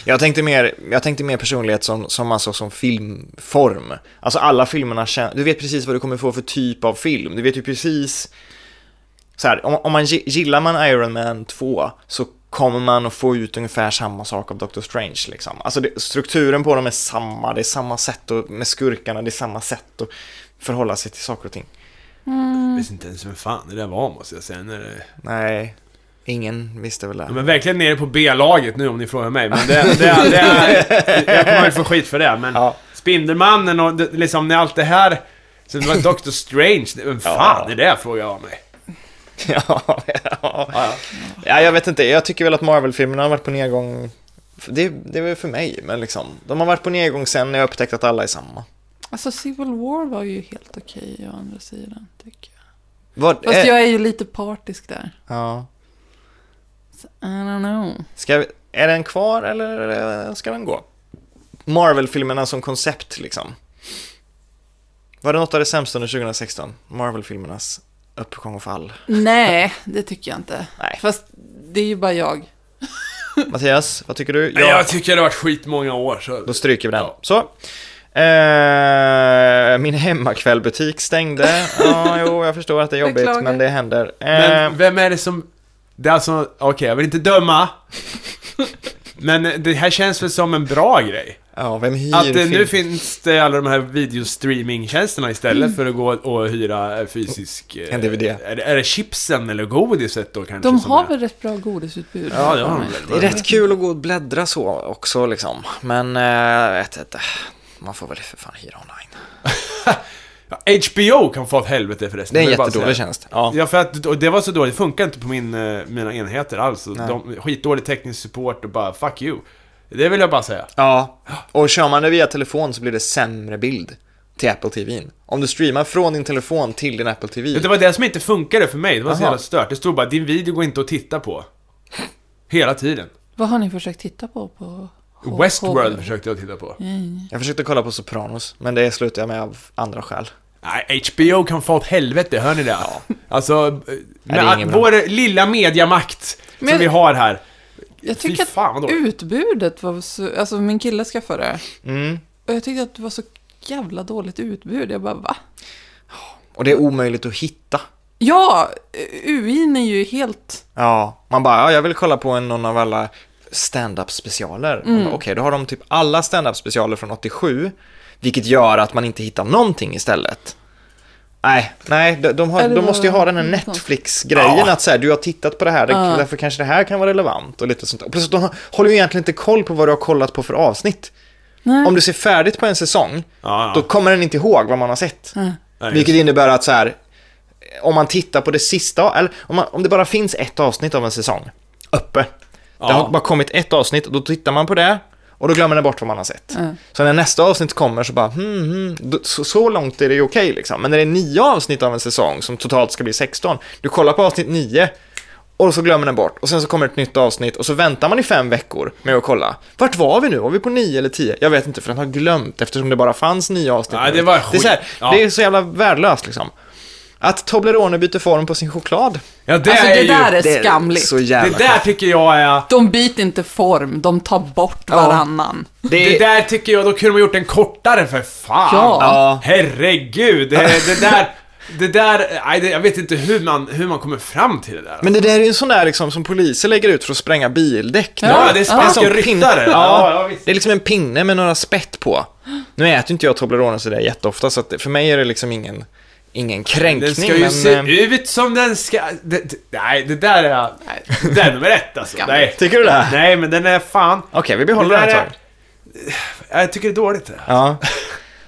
[SPEAKER 2] Jag tänkte mer, jag tänkte mer personlighet som, som alltså som filmform. Alltså alla filmerna, kän- du vet precis vad du kommer få för typ av film. Du vet ju precis, så här, om, om man gi- gillar man Iron Man 2 så kommer man att få ut ungefär samma sak av Doctor Strange liksom. Alltså det, strukturen på dem är samma, det är samma sätt och med skurkarna, det är samma sätt att förhålla sig till saker och ting.
[SPEAKER 3] Jag visste inte ens vem fan det där var måste jag säga. När det...
[SPEAKER 2] Nej, ingen visste väl det. <laughs>
[SPEAKER 3] Ja, men verkligen nere på B-laget nu om ni frågar mig. Men det, det, det, jag kommer väl få skit för det. Men
[SPEAKER 2] Ja.
[SPEAKER 3] Spindelmannen och det, liksom när allt det här... Så det var Doctor Strange. det- Vem fan är det frågar jag mig.
[SPEAKER 2] ja, ja. ja, jag vet inte. Jag tycker väl att Marvel-filmerna har varit på nedgång. Det, det är väl för mig, men liksom. De har varit på nedgång sen när jag upptäckt att alla är samma.
[SPEAKER 1] Alltså Civil War var ju helt okej å andra sidan, tycker jag.
[SPEAKER 2] Vad,
[SPEAKER 1] Fast
[SPEAKER 2] eh,
[SPEAKER 1] jag är ju lite partisk där.
[SPEAKER 2] ja.
[SPEAKER 1] I don't know.
[SPEAKER 2] ska, vi- är den kvar eller eh, ska den gå? Marvel-filmerna som koncept, liksom. Var det något av det sämsta under 2016? Marvel-filmernas uppgång
[SPEAKER 1] <laughs>
[SPEAKER 2] och fall.
[SPEAKER 1] Nej, det tycker jag inte.
[SPEAKER 2] Nej.
[SPEAKER 1] Fast det är ju bara jag.
[SPEAKER 2] Mattias, vad tycker du?
[SPEAKER 3] Ja. Jag tycker det har varit skit många år. Så...
[SPEAKER 2] Då stryker vi den. Så. Eh, min
[SPEAKER 1] <laughs>
[SPEAKER 2] hemmakvällbutik stängde. Ja, jo, jag förstår att det är jobbigt,
[SPEAKER 1] Beklagar.
[SPEAKER 2] men det händer. Eh,
[SPEAKER 1] Ehm.
[SPEAKER 3] Men vem är det som... Det är alltså, okej jag vill inte döma. Men eh, det här känns väl som en bra grej?
[SPEAKER 2] ja, vem hyr
[SPEAKER 3] Att eh,
[SPEAKER 2] film?
[SPEAKER 3] nu finns det alla de här videostreamingtjänsterna istället
[SPEAKER 1] Mm.
[SPEAKER 3] för att gå och hyra eh, fysisk... eh,
[SPEAKER 2] En DVD.
[SPEAKER 3] Är, det- är det chipsen eller godiset då kanske?
[SPEAKER 1] De
[SPEAKER 3] som
[SPEAKER 1] har
[SPEAKER 3] är-
[SPEAKER 1] väl rätt bra godisutbud?
[SPEAKER 3] Ja, det har de
[SPEAKER 2] Det är rätt kul att gå och bläddra så också, liksom. Men eh, jag vet inte. Man får väl för fan hyra online.
[SPEAKER 3] väl? HBO kan få åt helvete förresten.
[SPEAKER 2] Det är en
[SPEAKER 3] vill jag bara
[SPEAKER 2] jättedålig
[SPEAKER 3] säga.
[SPEAKER 2] tjänst. Ja.
[SPEAKER 3] Ja, för att och det var så dåligt. Det funkar inte på min, eh, mina enheter alls. Och
[SPEAKER 2] Nej.
[SPEAKER 3] De, skitdålig teknisk support och bara fuck you. Det vill jag bara säga.
[SPEAKER 2] ja. Och kör man det via telefon så blir det sämre bild till Apple TVn. Om du streamar från din telefon till din Apple TV.
[SPEAKER 3] Det var det som inte funkade för mig. Det var så
[SPEAKER 2] Aha.
[SPEAKER 3] jävla stört. Det stod bara din video går inte att titta på. Hela tiden.
[SPEAKER 1] Vad har ni försökt titta på? på H-
[SPEAKER 3] Westworld
[SPEAKER 1] H-
[SPEAKER 3] försökte jag titta på.
[SPEAKER 2] Jag försökte kolla på Sopranos, men det slutade jag med av andra skäl.
[SPEAKER 3] Nej, HBO kan få åt helvete, hör ni det? Alltså,
[SPEAKER 2] det är
[SPEAKER 3] med
[SPEAKER 2] ingen
[SPEAKER 3] att
[SPEAKER 2] bra.
[SPEAKER 3] vår lilla mediamakt som
[SPEAKER 1] Men-
[SPEAKER 3] vi har här.
[SPEAKER 1] Jag
[SPEAKER 3] Fy
[SPEAKER 1] tycker att
[SPEAKER 3] fan vad dåligt.
[SPEAKER 1] utbudet var så... Alltså min kille skaffade det.
[SPEAKER 2] Mm.
[SPEAKER 1] Och jag tyckte att det var så jävla dåligt utbud. Jag bara, va?
[SPEAKER 2] Och det är omöjligt att hitta.
[SPEAKER 1] Ja, UIn är ju helt...
[SPEAKER 2] Ja, man bara, ja, jag vill kolla på en, någon av alla stand-up specialer. Man
[SPEAKER 1] Mm.
[SPEAKER 2] bara, Okej, då har de typ alla stand-up specialer från 87, vilket gör att man inte hittar någonting istället. Nej, nej, de, de, har,
[SPEAKER 1] Eller
[SPEAKER 2] de
[SPEAKER 1] vad-
[SPEAKER 2] måste ju ha den här
[SPEAKER 1] något sånt.
[SPEAKER 2] Netflix-grejen att säga, du har tittat på det här, det,
[SPEAKER 1] Ja.
[SPEAKER 2] därför kanske det här kan vara relevant och lite sånt. Och plus att de har- håller ju egentligen inte koll på vad du har kollat på för avsnitt.
[SPEAKER 1] Nej.
[SPEAKER 2] Om du ser färdigt på en säsong,
[SPEAKER 3] Ja,
[SPEAKER 2] då kommer den inte ihåg vad man har sett.
[SPEAKER 3] Nej, just
[SPEAKER 2] Vilket innebär att så här, om man tittar på det sista, eller om, man, om det bara finns ett avsnitt av en säsong uppe.
[SPEAKER 3] Ja.
[SPEAKER 2] Det har bara kommit ett avsnitt, och då tittar man på det och då glömmer man bort vad man har sett.
[SPEAKER 1] Mm.
[SPEAKER 2] Så när nästa avsnitt kommer så bara, hmm, hmm, då- så, så långt är det ju okej liksom. Men när det är nio avsnitt av en säsong som totalt ska bli 16, du kollar på avsnitt nio och så glömmer den bort och sen så kommer ett nytt avsnitt och så väntar man i fem veckor med att kolla. Vart var vi nu? Var vi på nio eller tio? Jag vet inte för den har glömt eftersom det bara fanns nio avsnitt.
[SPEAKER 3] Nej, det var
[SPEAKER 2] det, är så här,
[SPEAKER 3] skit. Ja.
[SPEAKER 2] det är så jävla värdelöst liksom. Att Toblerone byter form på sin choklad.
[SPEAKER 3] Ja, det
[SPEAKER 1] alltså
[SPEAKER 3] är
[SPEAKER 1] det
[SPEAKER 3] ju...
[SPEAKER 1] där är
[SPEAKER 2] det är
[SPEAKER 1] skamligt.
[SPEAKER 2] Så jävla
[SPEAKER 3] det där tycker jag är...
[SPEAKER 1] De byter inte form, de tar bort
[SPEAKER 2] Ja.
[SPEAKER 1] varannan.
[SPEAKER 2] Det-
[SPEAKER 3] Det där tycker jag, då kunde man gjort den kortare för fan!
[SPEAKER 1] Ja.
[SPEAKER 2] Ja.
[SPEAKER 3] Herregud, det, det där... Det där, nej, det, jag vet inte hur man, hur man kommer fram till det där.
[SPEAKER 2] Men det där är ju en sån där liksom som poliser lägger ut för att spränga bildäck. nu.
[SPEAKER 3] ja, det är
[SPEAKER 2] Det är en
[SPEAKER 3] spanska
[SPEAKER 2] sån pinne.
[SPEAKER 3] ryttare!
[SPEAKER 2] Ja,
[SPEAKER 3] visst.
[SPEAKER 2] Det är liksom en pinne med några spett på. Nu äter inte jag Toblerone sådär jätteofta, så att det- för mig är det liksom ingen, ingen kränkning.
[SPEAKER 3] Den ska ju
[SPEAKER 2] men,
[SPEAKER 3] se
[SPEAKER 2] eh,
[SPEAKER 3] ut som den ska... Det, det, nej, det där är... Nej, det där är nummer ett alltså.
[SPEAKER 1] Skamligt.
[SPEAKER 3] Nej.
[SPEAKER 2] Tycker du det? Okej,
[SPEAKER 3] nej, men den är fan...
[SPEAKER 2] vi behåller
[SPEAKER 3] Det
[SPEAKER 2] den
[SPEAKER 3] där
[SPEAKER 2] ett
[SPEAKER 3] är-
[SPEAKER 2] tag.
[SPEAKER 3] Jag tycker det är dåligt det.
[SPEAKER 2] Ja.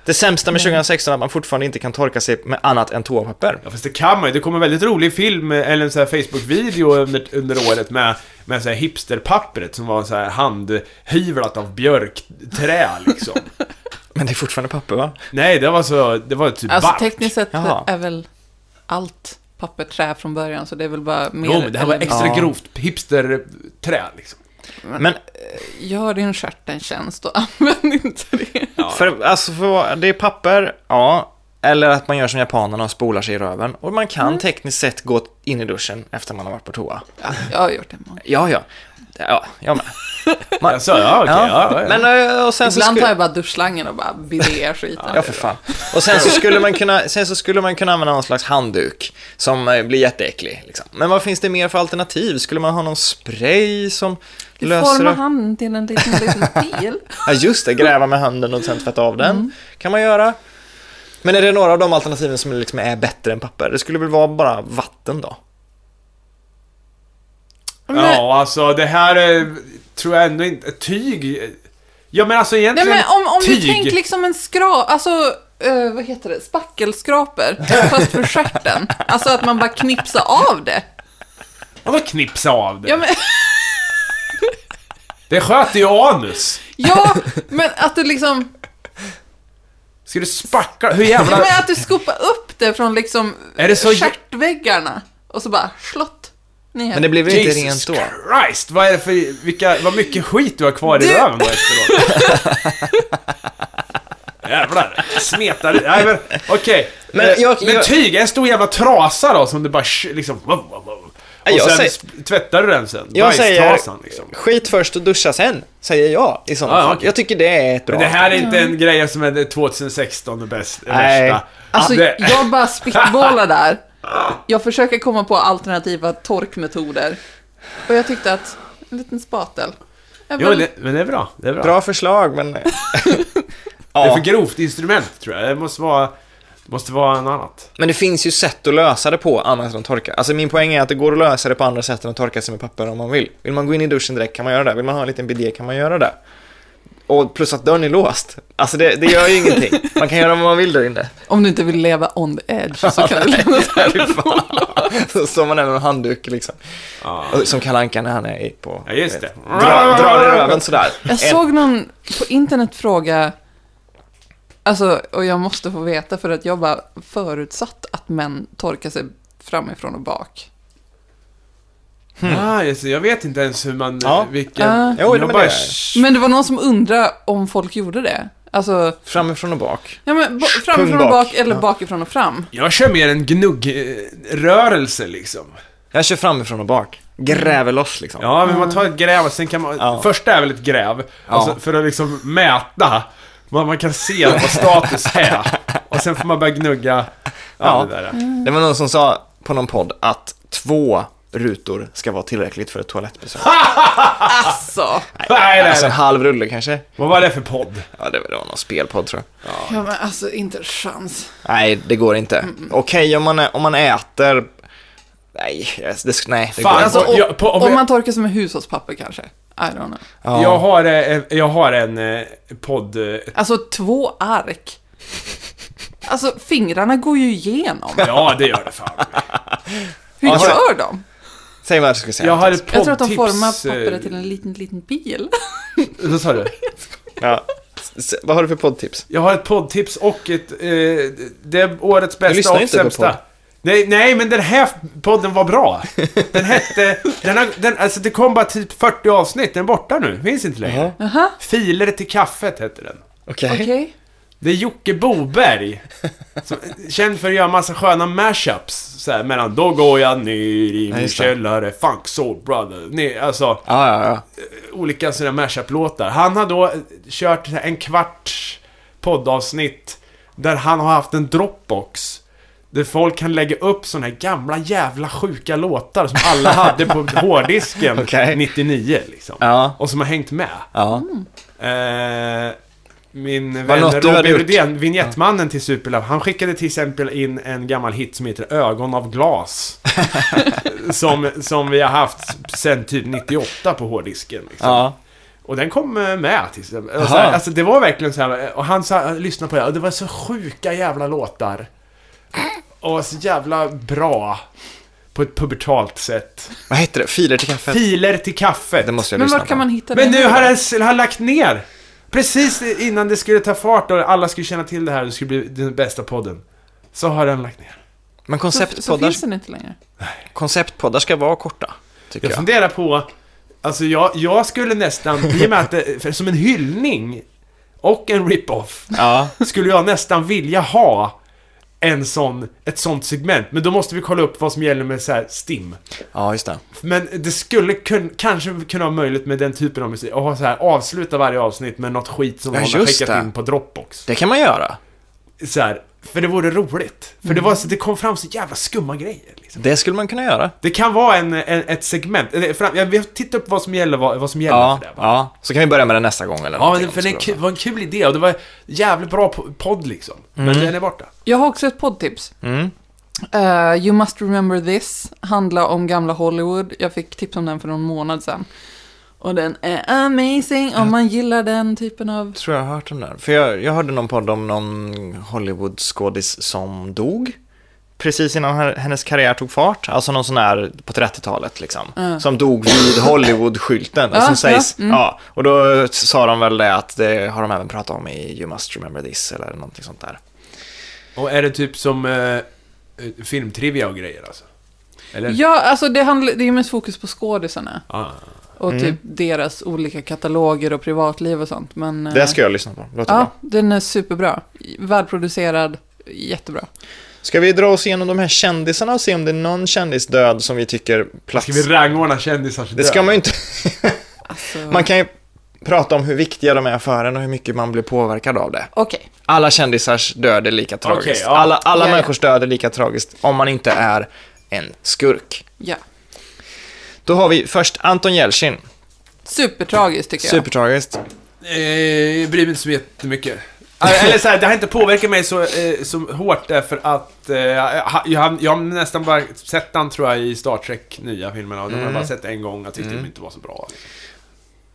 [SPEAKER 2] Det sämsta med 2016 är att man fortfarande inte kan torka sig med annat än toapapper.
[SPEAKER 3] Ja fast det kan man ju, det kommer en väldigt rolig film, eh, eller en sån här Facebook-video under, under året med, med så här hipsterpappret som var så här handhyvlat av björkträ liksom.
[SPEAKER 2] <laughs> Men det är fortfarande papper va?
[SPEAKER 3] Nej, det var så, det var typ
[SPEAKER 1] Alltså
[SPEAKER 3] bark.
[SPEAKER 1] tekniskt sett
[SPEAKER 2] Jaha.
[SPEAKER 1] är väl allt papper trä från början, så det är väl bara mer...
[SPEAKER 3] Jo men det här var
[SPEAKER 1] eller-
[SPEAKER 3] extra
[SPEAKER 2] Ja.
[SPEAKER 3] grovt hipsterträ liksom.
[SPEAKER 2] Men
[SPEAKER 1] Gör din stjärt en tjänst och <laughs> använd inte det.
[SPEAKER 3] Ja.
[SPEAKER 2] För, alltså, för, vad- det är papper, ja. Eller att man gör som japanerna och spolar sig i röven. Och man kan
[SPEAKER 3] Mm.
[SPEAKER 2] tekniskt sett gå in i duschen efter man har varit på toa.
[SPEAKER 1] Ja, jag har gjort det många
[SPEAKER 2] Ja, ja. Ja, jag med.
[SPEAKER 3] Alltså, ja okej,
[SPEAKER 2] Ja.
[SPEAKER 3] ja, ja, ja.
[SPEAKER 2] Men, eh, och
[SPEAKER 3] Alltså,
[SPEAKER 2] sen så
[SPEAKER 1] Ibland
[SPEAKER 2] skulle...
[SPEAKER 1] tar jag bara duschslangen och bara bidéar skiten.
[SPEAKER 2] Ja, för fan. Och sen så, skulle man kunna, sen så skulle man kunna använda någon slags handduk som eh, blir jätteäcklig. Liksom. Men vad finns det mer för alternativ? Skulle man ha någon spray som
[SPEAKER 1] Du
[SPEAKER 2] löser
[SPEAKER 1] formar
[SPEAKER 2] upp?
[SPEAKER 1] handen till en liten, liten
[SPEAKER 3] <laughs>
[SPEAKER 1] del.
[SPEAKER 2] Ja, just det. Gräva med handen och sen tvätta av den.
[SPEAKER 3] Mm.
[SPEAKER 2] Kan man göra. Men är det några av de alternativen som liksom är bättre än papper? Det skulle väl vara bara vatten då?
[SPEAKER 1] Men-
[SPEAKER 3] ja alltså det här eh, tror jag ändå inte, tyg... eh, Ja men alltså
[SPEAKER 1] Nej
[SPEAKER 3] egentligen
[SPEAKER 1] men om, om du
[SPEAKER 3] tyg.
[SPEAKER 1] tänker liksom en skrap, alltså eh, vad heter det, spackelskraper, fast för stjärten. Alltså att man bara knipsar av det.
[SPEAKER 3] Vadå knipsa av det?
[SPEAKER 1] Ja men, <laughs>
[SPEAKER 3] Det sköter ju anus.
[SPEAKER 1] ja, men att du liksom,
[SPEAKER 3] Ska du spackla? Hur
[SPEAKER 1] ja,
[SPEAKER 3] jävla...
[SPEAKER 1] men att du skopar upp det från liksom
[SPEAKER 3] Är det så-
[SPEAKER 1] stjärtväggarna och så bara slott ner.
[SPEAKER 2] Men det blir väl inte rent då?
[SPEAKER 3] Christ, vad är det för, vilka, vad mycket skit du har kvar i
[SPEAKER 1] Du-
[SPEAKER 3] röven
[SPEAKER 1] <laughs>
[SPEAKER 3] bara efteråt. Jävlar, smetar du? Nej men okej.
[SPEAKER 2] Men
[SPEAKER 3] Men,
[SPEAKER 2] jag-
[SPEAKER 3] men
[SPEAKER 2] jag-
[SPEAKER 3] tyg, en stor jävla trasa då som du bara sh- liksom... Wow, wow, wow. Och
[SPEAKER 2] Jag
[SPEAKER 3] sen
[SPEAKER 2] säger-
[SPEAKER 3] sp- tvättar du den sen.
[SPEAKER 2] Jag säger
[SPEAKER 3] Bajstrasan, liksom.
[SPEAKER 2] skit först och duscha sen, säger jag i sådana
[SPEAKER 3] Ja,
[SPEAKER 2] fall.
[SPEAKER 3] okej.
[SPEAKER 2] Jag tycker det är ett bra
[SPEAKER 3] Men det här är inte en grej som är 2016 och bäst,
[SPEAKER 2] Nej.
[SPEAKER 3] värsta.
[SPEAKER 1] Alltså
[SPEAKER 3] det,
[SPEAKER 1] jag bara spittbollar där. Jag försöker komma på alternativa torkmetoder. Och jag tyckte att en liten spatel. är
[SPEAKER 3] jo,
[SPEAKER 1] väl-
[SPEAKER 3] det, men det är bra. Det är bra.
[SPEAKER 2] Bra förslag,
[SPEAKER 3] <laughs>
[SPEAKER 2] men...
[SPEAKER 3] Det är
[SPEAKER 2] ja,
[SPEAKER 3] för grovt instrument tror jag. Det måste vara... Det måste vara något
[SPEAKER 2] <laughs>
[SPEAKER 3] annat.
[SPEAKER 2] men det finns ju sätt att lösa det på annat än att torka. Alltså min poäng är att det går att lösa det på andra sätt än att torka sig med papper om man vill. Vill man gå in i duschen direkt kan man göra det. Vill man ha en liten bidé kan man göra det. Och plus att dörren är låst. Alltså det, det gör ju ingenting. Man kan göra vad man vill där inne. <laughs>
[SPEAKER 1] Om du inte vill leva on the edge så kan du lämna
[SPEAKER 3] <laughs>
[SPEAKER 2] Fy fan. Så står man där med en handduk liksom.
[SPEAKER 3] Ja.
[SPEAKER 2] Och Som Kalle Anka när han är i- på...
[SPEAKER 3] Ja, just det.
[SPEAKER 2] Dra, drar i röven sådär.
[SPEAKER 1] Jag såg någon på internet fråga, alltså, och jag måste få veta för att jag bara förutsatt att män torkar sig framifrån och bak.
[SPEAKER 3] Ah, just, det. jag vet inte ens hur man...
[SPEAKER 2] Ja.
[SPEAKER 3] Vilken...
[SPEAKER 1] Ah.
[SPEAKER 2] Jo,
[SPEAKER 3] jag
[SPEAKER 2] men det
[SPEAKER 3] bara,
[SPEAKER 2] är-
[SPEAKER 3] sh-
[SPEAKER 1] Men det var någon som undrade om folk gjorde det. Alltså,
[SPEAKER 2] Framifrån och bak.
[SPEAKER 1] ja, men, ba- framifrån och
[SPEAKER 2] Pung bak.
[SPEAKER 1] bak eller
[SPEAKER 2] Ja.
[SPEAKER 1] bakifrån och fram.
[SPEAKER 3] jag kör mer en gnuggrörelse liksom.
[SPEAKER 2] Jag kör framifrån och bak. Gräver loss liksom.
[SPEAKER 3] Ja, men man tar ett gräv och sen kan man...
[SPEAKER 2] Ja.
[SPEAKER 3] Första är väl ett gräv.
[SPEAKER 2] Ja.
[SPEAKER 3] Alltså, för att liksom mäta. Man, man kan se vad status
[SPEAKER 2] <laughs>
[SPEAKER 3] är. Och sen får man börja gnugga. Ja,
[SPEAKER 2] Ja.
[SPEAKER 3] Det där.
[SPEAKER 2] Det var någon som sa på någon podd att två rutor ska vara tillräckligt för ett toalettbesök.
[SPEAKER 1] Alltså!
[SPEAKER 3] <laughs> Nej, nej,
[SPEAKER 2] Alltså en
[SPEAKER 3] nej.
[SPEAKER 2] halv rulle kanske?
[SPEAKER 3] Vad var det för podd?
[SPEAKER 2] Ja, det var det var någon spelpodd tror jag.
[SPEAKER 1] Ja, men alltså inte en chans.
[SPEAKER 2] Nej, det går inte.
[SPEAKER 3] Mm,
[SPEAKER 2] Okej, om, man, ä- om man äter... Nej, yes, det, nej, det
[SPEAKER 3] Fan,
[SPEAKER 2] går
[SPEAKER 1] Alltså,
[SPEAKER 2] inte.
[SPEAKER 3] Och
[SPEAKER 1] om,
[SPEAKER 3] jag- på- om
[SPEAKER 1] om
[SPEAKER 3] jag-
[SPEAKER 1] man torkar sig med hushållspapper kanske. I don't know.
[SPEAKER 2] Ja.
[SPEAKER 3] Jag har, eh, en- jag har en eh, podd... eh,
[SPEAKER 1] Alltså två ark. Alltså fingrarna går ju igenom.
[SPEAKER 3] Ja, det gör
[SPEAKER 2] <laughs>
[SPEAKER 3] det fan.
[SPEAKER 1] Hur
[SPEAKER 2] Alltså-
[SPEAKER 1] gör de?
[SPEAKER 2] Säg vad jag ska säga.
[SPEAKER 3] Jag har ett poddtips.
[SPEAKER 1] Jag tror att de formar
[SPEAKER 3] eh,
[SPEAKER 1] papperet till en liten, liten <laughs> bil.
[SPEAKER 3] Vad sa du?
[SPEAKER 2] Ja. S- Vad har du för poddtips?
[SPEAKER 3] Jag har ett poddtips och ett... Eh, det är årets bästa
[SPEAKER 2] lyssnar
[SPEAKER 3] och
[SPEAKER 2] inte på
[SPEAKER 3] sämsta.
[SPEAKER 2] podd.
[SPEAKER 3] Nej, nej, men den här podden var bra.
[SPEAKER 2] <laughs>
[SPEAKER 3] Den hette... Den har, den, alltså det kom bara typ 40 avsnitt, den är borta nu. Finns inte längre.
[SPEAKER 2] Jaha.
[SPEAKER 1] Jaha,
[SPEAKER 3] Filer till kaffet hette den.
[SPEAKER 2] Okej.
[SPEAKER 1] okej.
[SPEAKER 3] Det är Jocke Boberg.
[SPEAKER 2] <laughs>
[SPEAKER 3] Som, känd för att göra massa sköna mashups. Så här, mellan Då går jag ner i
[SPEAKER 2] Ja,
[SPEAKER 3] min
[SPEAKER 2] just det.
[SPEAKER 3] källare, Funk Soul Brother. Ner, alltså,
[SPEAKER 2] Ja, ja, ja.
[SPEAKER 3] olika sådana mashup-låtar. Han har då eh, kört en kvarts poddavsnitt där han har haft en Dropbox. Där folk kan lägga upp sådana här gamla jävla sjuka låtar som
[SPEAKER 2] <laughs>
[SPEAKER 3] alla hade på hårddisken
[SPEAKER 2] Okej.
[SPEAKER 3] 99 liksom.
[SPEAKER 2] ja.
[SPEAKER 3] Och som har hängt med.
[SPEAKER 2] ja.
[SPEAKER 3] Mm, Eh, min
[SPEAKER 2] något
[SPEAKER 3] vän
[SPEAKER 2] du hade
[SPEAKER 3] Robin
[SPEAKER 2] gjort?
[SPEAKER 3] Rydén, vignettmannen till Superlove, han skickade till exempel in en gammal hit som heter Ögon
[SPEAKER 2] <laughs>
[SPEAKER 3] av glas. som, som vi har haft sen typ 98 på hårddisken. Liksom.
[SPEAKER 2] ja.
[SPEAKER 3] Och den kom eh, med till exempel. Alltså,
[SPEAKER 2] Jaha.
[SPEAKER 3] alltså det var verkligen så här, och han sa, eh, lyssnade på det, och det var så sjuka jävla låtar. Och så jävla bra. På ett pubertalt sätt.
[SPEAKER 2] Vad heter det? Filer till kaffet?
[SPEAKER 3] Filer till kaffet.
[SPEAKER 2] Det måste jag
[SPEAKER 1] Men
[SPEAKER 2] lyssna
[SPEAKER 1] var kan
[SPEAKER 2] på.
[SPEAKER 1] man hitta det?
[SPEAKER 3] Men nu har han, han har lagt ner! Precis innan det skulle ta fart och alla skulle känna till det här och det skulle bli den bästa podden. Så har den lagt ner.
[SPEAKER 2] Men
[SPEAKER 1] så, så
[SPEAKER 2] konceptpoddar,
[SPEAKER 1] finns den inte längre.
[SPEAKER 2] konceptpoddar ska vara korta, tycker
[SPEAKER 3] Jag
[SPEAKER 2] jag.
[SPEAKER 3] funderar på, alltså jag, jag skulle nästan, i och med att det, för, som en hyllning och en rip-off,
[SPEAKER 2] Ja.
[SPEAKER 3] skulle jag nästan vilja ha en sån, ett sånt segment. Men då måste vi kolla upp vad som gäller med så här STIM.
[SPEAKER 2] ja, just det.
[SPEAKER 3] Men det skulle kun, kanske kunna vara möjligt med den typen av musik, att ha så här, avsluta varje avsnitt med något skit som
[SPEAKER 2] Ja,
[SPEAKER 3] någon har
[SPEAKER 2] just
[SPEAKER 3] skickat
[SPEAKER 2] det.
[SPEAKER 3] in på Dropbox.
[SPEAKER 2] Det kan man göra.
[SPEAKER 3] så här, för det vore roligt. För det, var, så- det kom fram så jävla skumma grejer. Liksom.
[SPEAKER 2] Det skulle man kunna göra.
[SPEAKER 3] Det kan vara en, en, ett segment. Eller, fram, jag vill titta upp vad som gäller, vad, vad som gäller
[SPEAKER 2] Ja,
[SPEAKER 3] för det. va?
[SPEAKER 2] ja. Så kan vi börja med det nästa gång eller
[SPEAKER 3] Ja, men
[SPEAKER 2] någonting,
[SPEAKER 3] det,
[SPEAKER 2] om
[SPEAKER 3] för det är
[SPEAKER 2] skulle
[SPEAKER 3] en kul- var en kul idé och det var en jävligt bra po- podd liksom. Men den är borta.
[SPEAKER 1] Jag har också ett poddtips.
[SPEAKER 2] Mm.
[SPEAKER 1] Eh, you must remember this handlar om gamla Hollywood. Jag fick tips om den för någon månad sedan. Och den är amazing om man gillar den typen av...
[SPEAKER 2] Jag tror jag har hört den där. För jag, jag hörde någon podd om någon Hollywood-skådis som dog. Precis innan he- hennes karriär tog fart. Alltså någon sån här på 30-talet liksom. Som dog vid Hollywood-skylten.
[SPEAKER 1] Ja,
[SPEAKER 2] som sägs,
[SPEAKER 1] ja,
[SPEAKER 2] ja,
[SPEAKER 1] mm.
[SPEAKER 2] Och då sa de väl det att det har de även pratat om i You Must Remember This eller någonting sånt där.
[SPEAKER 3] Och är det typ som eh, eh, filmtrivia och grejer alltså? Eller?
[SPEAKER 1] Ja, alltså det, handlar, det är mest fokus på skådisarna.
[SPEAKER 3] Ah.
[SPEAKER 1] Och
[SPEAKER 2] Mm.
[SPEAKER 1] typ deras olika kataloger och privatliv och sånt. Men, eh,
[SPEAKER 2] Det ska jag lyssna på. Det Låter
[SPEAKER 1] Ja,
[SPEAKER 2] bra.
[SPEAKER 1] den är superbra. Välproducerad, jättebra.
[SPEAKER 2] Ska vi dra oss igenom de här kändisarna och se om det är någon kändisdöd som vi tycker plats...
[SPEAKER 3] Ska vi rangordna kändisars
[SPEAKER 2] Det ska
[SPEAKER 3] död?
[SPEAKER 2] man ju inte...
[SPEAKER 1] Alltså...
[SPEAKER 2] Man kan ju prata om hur viktiga de är för en och hur mycket man blir påverkad av det.
[SPEAKER 1] Okej.
[SPEAKER 2] Alla kändisars död är lika tragiskt.
[SPEAKER 3] ja.
[SPEAKER 2] Alla, alla
[SPEAKER 1] Ja, ja.
[SPEAKER 2] människors död är lika tragiskt om man inte är en skurk.
[SPEAKER 1] Ja.
[SPEAKER 2] Då har vi först Anton Jeltsin.
[SPEAKER 1] Supertragiskt tycker jag.
[SPEAKER 2] Supertragiskt.
[SPEAKER 3] Eh, jag bryr mig inte så jättemycket. Eller så här, det har inte påverkat mig så, eh, så hårt därför att eh, jag, jag, jag har nästan bara sett den tror jag i Star Trek nya filmerna och de har jag
[SPEAKER 2] Mm.
[SPEAKER 3] bara sett en gång och tyckte de inte var så bra.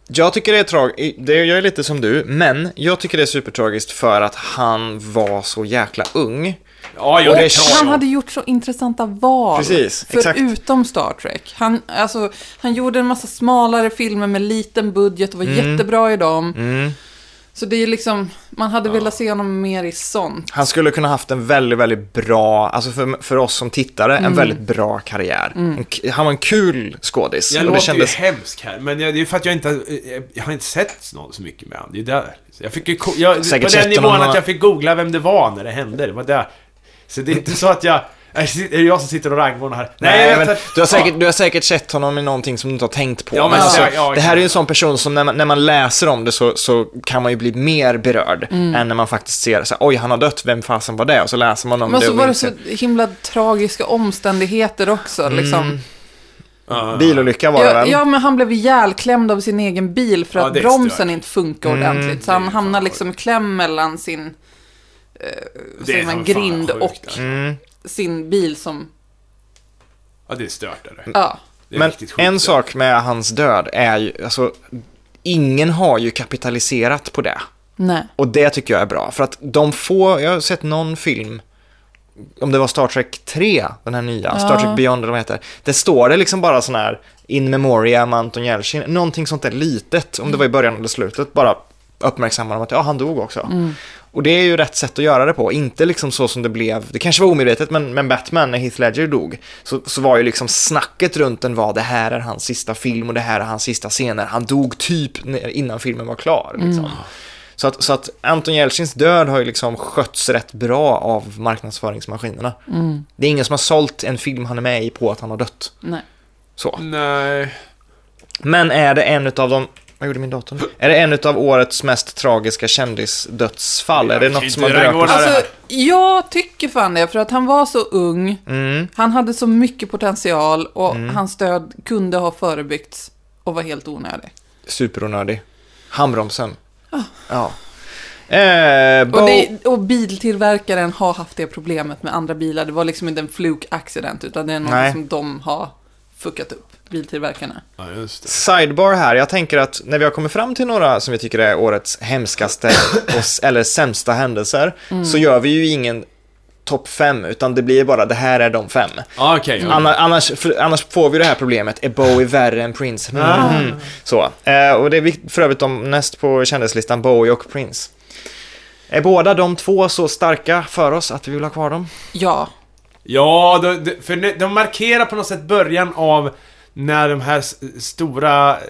[SPEAKER 2] Jag tycker det är tragiskt, jag är lite som du, men jag tycker det är supertragiskt för att han var så jäkla ung.
[SPEAKER 3] Ja,
[SPEAKER 2] Och
[SPEAKER 3] jag
[SPEAKER 2] det
[SPEAKER 3] det
[SPEAKER 2] är-
[SPEAKER 3] kan
[SPEAKER 1] Han
[SPEAKER 3] ju.
[SPEAKER 1] hade gjort så intressanta val.
[SPEAKER 2] Precis, exakt.
[SPEAKER 1] Förutom Star Trek. Han, alltså, han gjorde en massa smalare filmer med liten budget och var
[SPEAKER 2] Mm.
[SPEAKER 1] jättebra i dem. Så det är liksom, man hade velat se honom mer i sånt.
[SPEAKER 2] Han skulle kunna haft en väldigt, väldigt bra, alltså för, för oss som tittare,
[SPEAKER 3] Mm.
[SPEAKER 2] en väldigt bra karriär. En k- han var en kul skådis.
[SPEAKER 3] Jag
[SPEAKER 2] och
[SPEAKER 3] låter
[SPEAKER 2] det kändes...
[SPEAKER 3] ju hemsk här, men jag, det är för att jag inte jag, jag har inte sett någon så mycket med honom. Det är där. Så jag fick ju, ko- jag,
[SPEAKER 2] Säkert
[SPEAKER 3] på den
[SPEAKER 2] sett honom
[SPEAKER 3] nivån
[SPEAKER 2] någon-
[SPEAKER 3] att jag fick googla vem det var när det hände. Det var där. Så det är inte så att jag Äh, si- Är det jag som sitter och rangordnar här?
[SPEAKER 2] Nej,
[SPEAKER 3] vänta.
[SPEAKER 2] men du har, säkert, du har säkert sett honom i någonting som du inte har tänkt på.
[SPEAKER 3] Ja, men
[SPEAKER 2] alltså,
[SPEAKER 3] ja, ja,
[SPEAKER 2] det här är ju en sån person som när man, när man läser om det så, så kan man ju bli mer berörd
[SPEAKER 1] Mm.
[SPEAKER 2] än när man faktiskt ser så här, oj han har dött, vem fasen var det? Och så läser man om
[SPEAKER 1] Men
[SPEAKER 2] det
[SPEAKER 1] så
[SPEAKER 2] och
[SPEAKER 1] var det
[SPEAKER 2] inser-
[SPEAKER 1] så himla tragiska omständigheter också,
[SPEAKER 3] Mm.
[SPEAKER 1] liksom.
[SPEAKER 3] Ja.
[SPEAKER 2] Bilolycka var det
[SPEAKER 1] Ja,
[SPEAKER 2] väl?
[SPEAKER 1] ja, men han blev ihjälklämd av sin egen bil för
[SPEAKER 3] Ja,
[SPEAKER 1] att
[SPEAKER 3] det är
[SPEAKER 1] bromsen
[SPEAKER 3] stört. Mm,
[SPEAKER 1] inte funkar ordentligt. Så han hamnar liksom i kläm mellan sin, eh, vad
[SPEAKER 3] Det är
[SPEAKER 1] säger man,
[SPEAKER 3] fan
[SPEAKER 1] grind
[SPEAKER 3] sjukt,
[SPEAKER 1] och
[SPEAKER 3] alltså.
[SPEAKER 2] Mm.
[SPEAKER 1] sin bil som,
[SPEAKER 3] Ja, det är stört. Är det.
[SPEAKER 1] ja.
[SPEAKER 3] Det är
[SPEAKER 2] Men
[SPEAKER 3] riktigt sjukt,
[SPEAKER 2] en
[SPEAKER 3] det.
[SPEAKER 2] sak med hans död är ju, alltså, ingen har ju kapitaliserat på det.
[SPEAKER 1] Nej.
[SPEAKER 2] Och det tycker jag är bra, för att de få, jag har sett någon film, om det var Star Trek 3, den här nya, Star Trek Beyond eller vad det heter, det står det liksom bara sån här In Memoria med Anton Jeltsin, någonting sånt där litet, om det var i början eller slutet, bara uppmärksammar dem att ja, han dog också. Och det är ju rätt sätt att göra det på, inte liksom så som det blev, det kanske var omedvetet, men, men Batman när Heath Ledger dog, så, så var ju liksom snacket runt den var det här är hans sista film och det här är hans sista scener, han dog typ när- innan filmen var klar. Liksom. Så att, så att Anton Jeltsins död har ju liksom skötts rätt bra av marknadsföringsmaskinerna. Det är ingen som har sålt en film han är med i på att han har dött.
[SPEAKER 1] Mm, Nej.
[SPEAKER 2] Så.
[SPEAKER 3] Nej.
[SPEAKER 2] Men är det en utav de... Vad gjorde min dator nu? Är det en utav årets mest tragiska kändisdödsfall? Är det
[SPEAKER 3] Jag kan
[SPEAKER 2] något som har
[SPEAKER 3] inte
[SPEAKER 2] drökt
[SPEAKER 3] rangordna
[SPEAKER 2] oss?
[SPEAKER 3] det här.
[SPEAKER 1] Alltså, jag tycker fan det, för att han var så ung,
[SPEAKER 2] Mm.
[SPEAKER 1] han hade så mycket potential och
[SPEAKER 3] Mm.
[SPEAKER 1] hans död kunde ha förebyggts och var helt onödig.
[SPEAKER 2] Superonödig. Handbromsen. Ja. Eh, Bo...
[SPEAKER 1] Ah. Och, det, och biltillverkaren har haft det problemet med andra bilar. Det var liksom inte en fluk-accident, utan det är något
[SPEAKER 2] Nej.
[SPEAKER 1] som de har fuckat upp, biltillverkarna.
[SPEAKER 3] Ja, just det.
[SPEAKER 2] Sidebar här, jag tänker att när vi har kommit fram till några som vi tycker är årets hemskaste och, s- eller sämsta händelser så gör vi ju ingen topp fem utan det blir bara det här är de fem.
[SPEAKER 3] Ah, okej. ja.
[SPEAKER 2] Anna- Annars, för, annars får vi det här problemet, är Bowie värre än Prince? Mhm. Så, eh, och det är vi- för övrigt de näst på kändislistan, Bowie och Prince. Är båda de två så starka för oss att vi vill ha kvar dem?
[SPEAKER 1] Ja,
[SPEAKER 3] Ja, de, de, för ne- de markerar på något sätt början av när de här s- stora eh,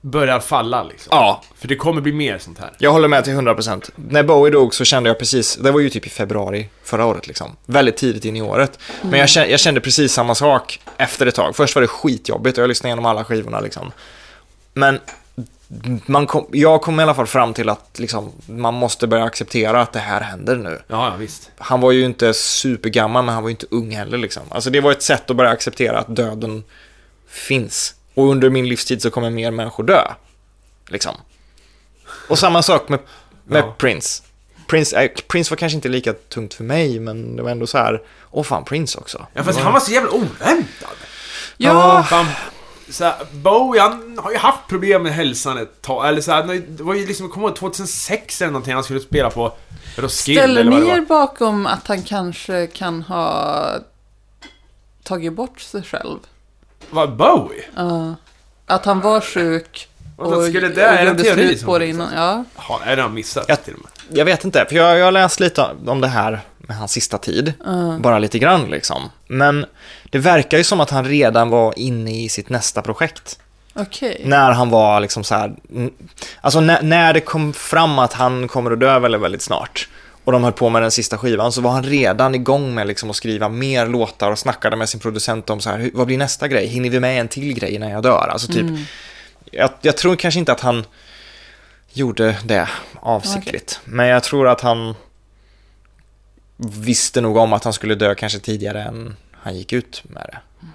[SPEAKER 3] börjar falla liksom.
[SPEAKER 2] Ja,
[SPEAKER 3] För det kommer bli mer sånt här.
[SPEAKER 2] Jag håller med till 100%. När Bowie dog så kände jag precis, det var ju typ i februari förra året liksom. Väldigt tidigt in i året. Men jag kände, jag kände precis samma sak efter ett tag. Först var det skitjobbigt och jag lyssnade igenom alla skivorna liksom. Men man kom, jag kom i alla fall fram till att liksom, man måste börja acceptera att det här händer nu.
[SPEAKER 3] Ja, ja visst.
[SPEAKER 2] Han var ju inte supergammal men han var ju inte ung heller liksom. Alltså det var ett sätt att börja acceptera att döden finns. Och under min livstid så kommer mer människor dö. Liksom. Och samma sak med, med
[SPEAKER 3] Ja.
[SPEAKER 2] Prince. Prince, eh, Prince var kanske inte lika tungt för mig men det var ändå så här, åh fan Prince också.
[SPEAKER 3] Ja, fast han var så jävla oväntad.
[SPEAKER 1] ja,
[SPEAKER 3] Fan, så här, Bowie, han har ju haft problem med hälsan ett tag. Eller så här, han har ju- det var ju liksom, jag kommer ihåg 2006 eller någonting han skulle spela på Roskilde
[SPEAKER 1] ställer
[SPEAKER 3] eller vad det
[SPEAKER 1] ni er
[SPEAKER 3] var.
[SPEAKER 1] bakom att han kanske kan ha tagit bort sig själv?
[SPEAKER 3] Var Bowie?
[SPEAKER 1] Ja. att han var sjuk och,
[SPEAKER 3] Och att skulle det- är
[SPEAKER 1] och
[SPEAKER 3] det en
[SPEAKER 1] gjorde
[SPEAKER 3] teori
[SPEAKER 1] slut
[SPEAKER 3] som
[SPEAKER 1] på det
[SPEAKER 3] finns alltså?
[SPEAKER 1] innan. Ja.
[SPEAKER 3] Ja, det har jag missat
[SPEAKER 2] Ja.
[SPEAKER 3] till och med.
[SPEAKER 2] Jag vet inte, för jag, jag har läst lite om det här med hans sista tid. Bara lite grann liksom. Men det verkar ju som att han redan var inne i sitt nästa projekt.
[SPEAKER 1] Okej.
[SPEAKER 3] Mm.
[SPEAKER 2] När han var liksom så här, n- alltså när, när det kom fram att han kommer att dö väldigt, väldigt snart och de höll på med den sista skivan så var han redan igång med liksom att skriva mer låtar och snackade med sin producent om så här, "Hur- vad blir nästa grej? Hinner vi med en till grej innan jag dör? Alltså typ, jag, jag tror kanske inte att han gjorde det avsiktligt, men jag tror att han visste nog om att han skulle dö kanske tidigare än han gick ut med det.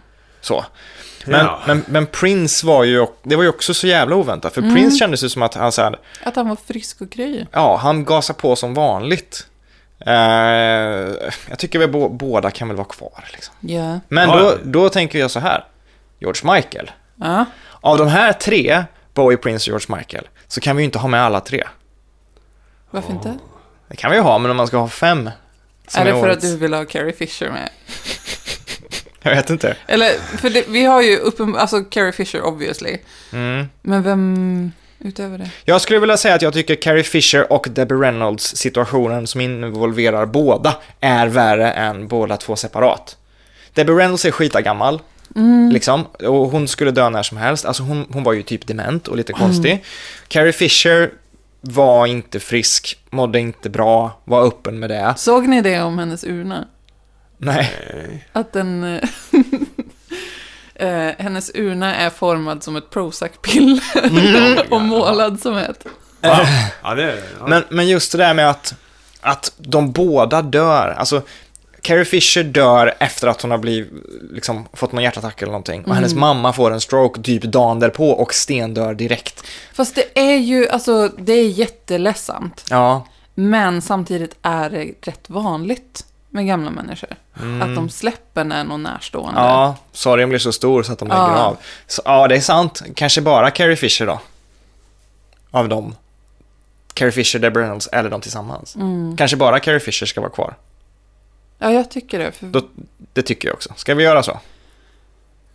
[SPEAKER 2] Så. Men,
[SPEAKER 3] Ja.
[SPEAKER 2] men, men Prince var ju, det var ju också så jävla oväntat, för
[SPEAKER 1] Mm.
[SPEAKER 2] Prince kändes ju som att han så här,
[SPEAKER 1] Att han var frisk och kry.
[SPEAKER 2] ja, han gasar på som vanligt. Eh, jag tycker väl bå- båda kan väl vara kvar liksom.
[SPEAKER 1] Ja.
[SPEAKER 2] Men
[SPEAKER 3] Ja.
[SPEAKER 2] då, då tänker jag så här, George Michael.
[SPEAKER 1] ja.
[SPEAKER 2] Av de här tre, Bowie, Prince och George Michael, så kan vi ju inte ha med alla tre.
[SPEAKER 1] Varför inte?
[SPEAKER 2] Det kan vi ju ha, men om man ska ha fem. som
[SPEAKER 1] Är det för
[SPEAKER 2] årets-
[SPEAKER 1] att du vill ha Carrie Fisher med?
[SPEAKER 2] Jag vet inte.
[SPEAKER 1] Eller, för det, vi har ju uppenbarligen, alltså Carrie Fisher obviously.
[SPEAKER 2] Mm.
[SPEAKER 1] Men vem utöver det?
[SPEAKER 2] Jag skulle vilja säga att jag tycker Carrie Fisher och Debbie Reynolds situationen som involverar båda är värre än båda två separat. Debbie Reynolds är skitagammal,
[SPEAKER 1] Mm.
[SPEAKER 2] liksom, och hon skulle dö när som helst. Alltså hon, hon var ju typ dement och lite konstig. Carrie Fisher var inte frisk, mådde inte bra, var öppen med det.
[SPEAKER 1] Såg ni det om hennes urna?
[SPEAKER 2] Nej.
[SPEAKER 1] Att den... eh, <laughs> eh, hennes urna är formad som ett Prozac-piller <laughs> och målad som ett.
[SPEAKER 3] Ja, ja det är ja.
[SPEAKER 2] Eh. Men, men just det där med att, att de båda dör. Alltså, Carrie Fisher dör efter att hon har blivit, liksom, fått någon hjärtattack eller någonting.
[SPEAKER 1] Mm.
[SPEAKER 2] Och hennes mamma får en stroke typ dagen därpå och stendör direkt.
[SPEAKER 1] Fast det är ju, alltså, det är jätteledsamt.
[SPEAKER 2] Ja,
[SPEAKER 1] Men samtidigt är det rätt vanligt med gamla människor. Att de släpper när någon närstående.
[SPEAKER 2] Mm. ja sorgen blir så stor så att de lägger
[SPEAKER 1] Ja.
[SPEAKER 2] av. Så, ja, det är sant. Kanske bara Carrie Fisher då. Av dem. Carrie Fisher, Deborah Reynolds eller de
[SPEAKER 1] Mm.
[SPEAKER 2] tillsammans. Kanske bara Carrie Fisher ska vara kvar.
[SPEAKER 1] Ja, jag tycker det. För...
[SPEAKER 2] Då- Det tycker jag också. Ska vi göra så?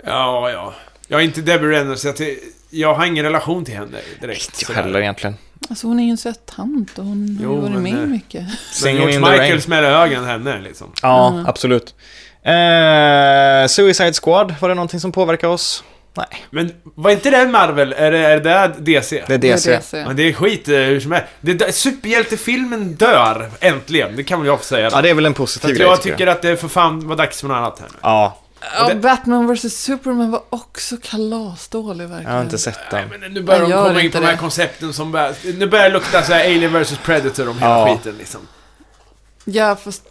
[SPEAKER 3] ja, ja. Jag är inte Debbie Reynolds, jag, ty- jag har ingen relation till henne direkt.
[SPEAKER 2] Inte jag
[SPEAKER 3] sådär.
[SPEAKER 2] heller egentligen.
[SPEAKER 1] Alltså, hon är ju en söt tant och hon har
[SPEAKER 3] Jo,
[SPEAKER 1] ju varit
[SPEAKER 3] men,
[SPEAKER 1] med
[SPEAKER 3] eh,
[SPEAKER 1] mycket.
[SPEAKER 3] Men
[SPEAKER 2] Singing
[SPEAKER 3] George
[SPEAKER 2] in the rain.
[SPEAKER 3] Michael smäller ögonen henne liksom.
[SPEAKER 2] Ja,
[SPEAKER 1] Mm.
[SPEAKER 2] absolut. Eh, Suicide Squad, var det någonting som påverkade oss? Nej,
[SPEAKER 3] Men var inte det Marvel? Är det, är det DC?
[SPEAKER 2] det är DC.
[SPEAKER 1] Det är DC.
[SPEAKER 3] Men det är skit eh, hur som helst. Det, där- superhjältefilmen dör, äntligen. Det kan väl jag få säga.
[SPEAKER 2] Ja, det är väl en
[SPEAKER 3] För
[SPEAKER 2] positiv
[SPEAKER 3] att
[SPEAKER 2] grej
[SPEAKER 3] jag tycker att det för fan var dags för något annat här nu.
[SPEAKER 2] Ja,
[SPEAKER 1] Ja, Batman vs. Superman var också kalasdålig
[SPEAKER 2] jag
[SPEAKER 1] verkligen.
[SPEAKER 2] har inte sett den.
[SPEAKER 3] Nej, men nu börjar
[SPEAKER 1] Jag
[SPEAKER 3] de
[SPEAKER 1] gör
[SPEAKER 3] komma in
[SPEAKER 1] inte
[SPEAKER 3] på de här
[SPEAKER 1] det.
[SPEAKER 3] koncepten som börjar, Nu börjar det lukta så här Alien vs Predator om hela
[SPEAKER 2] Ja.
[SPEAKER 3] skiten liksom.
[SPEAKER 1] Ja, fast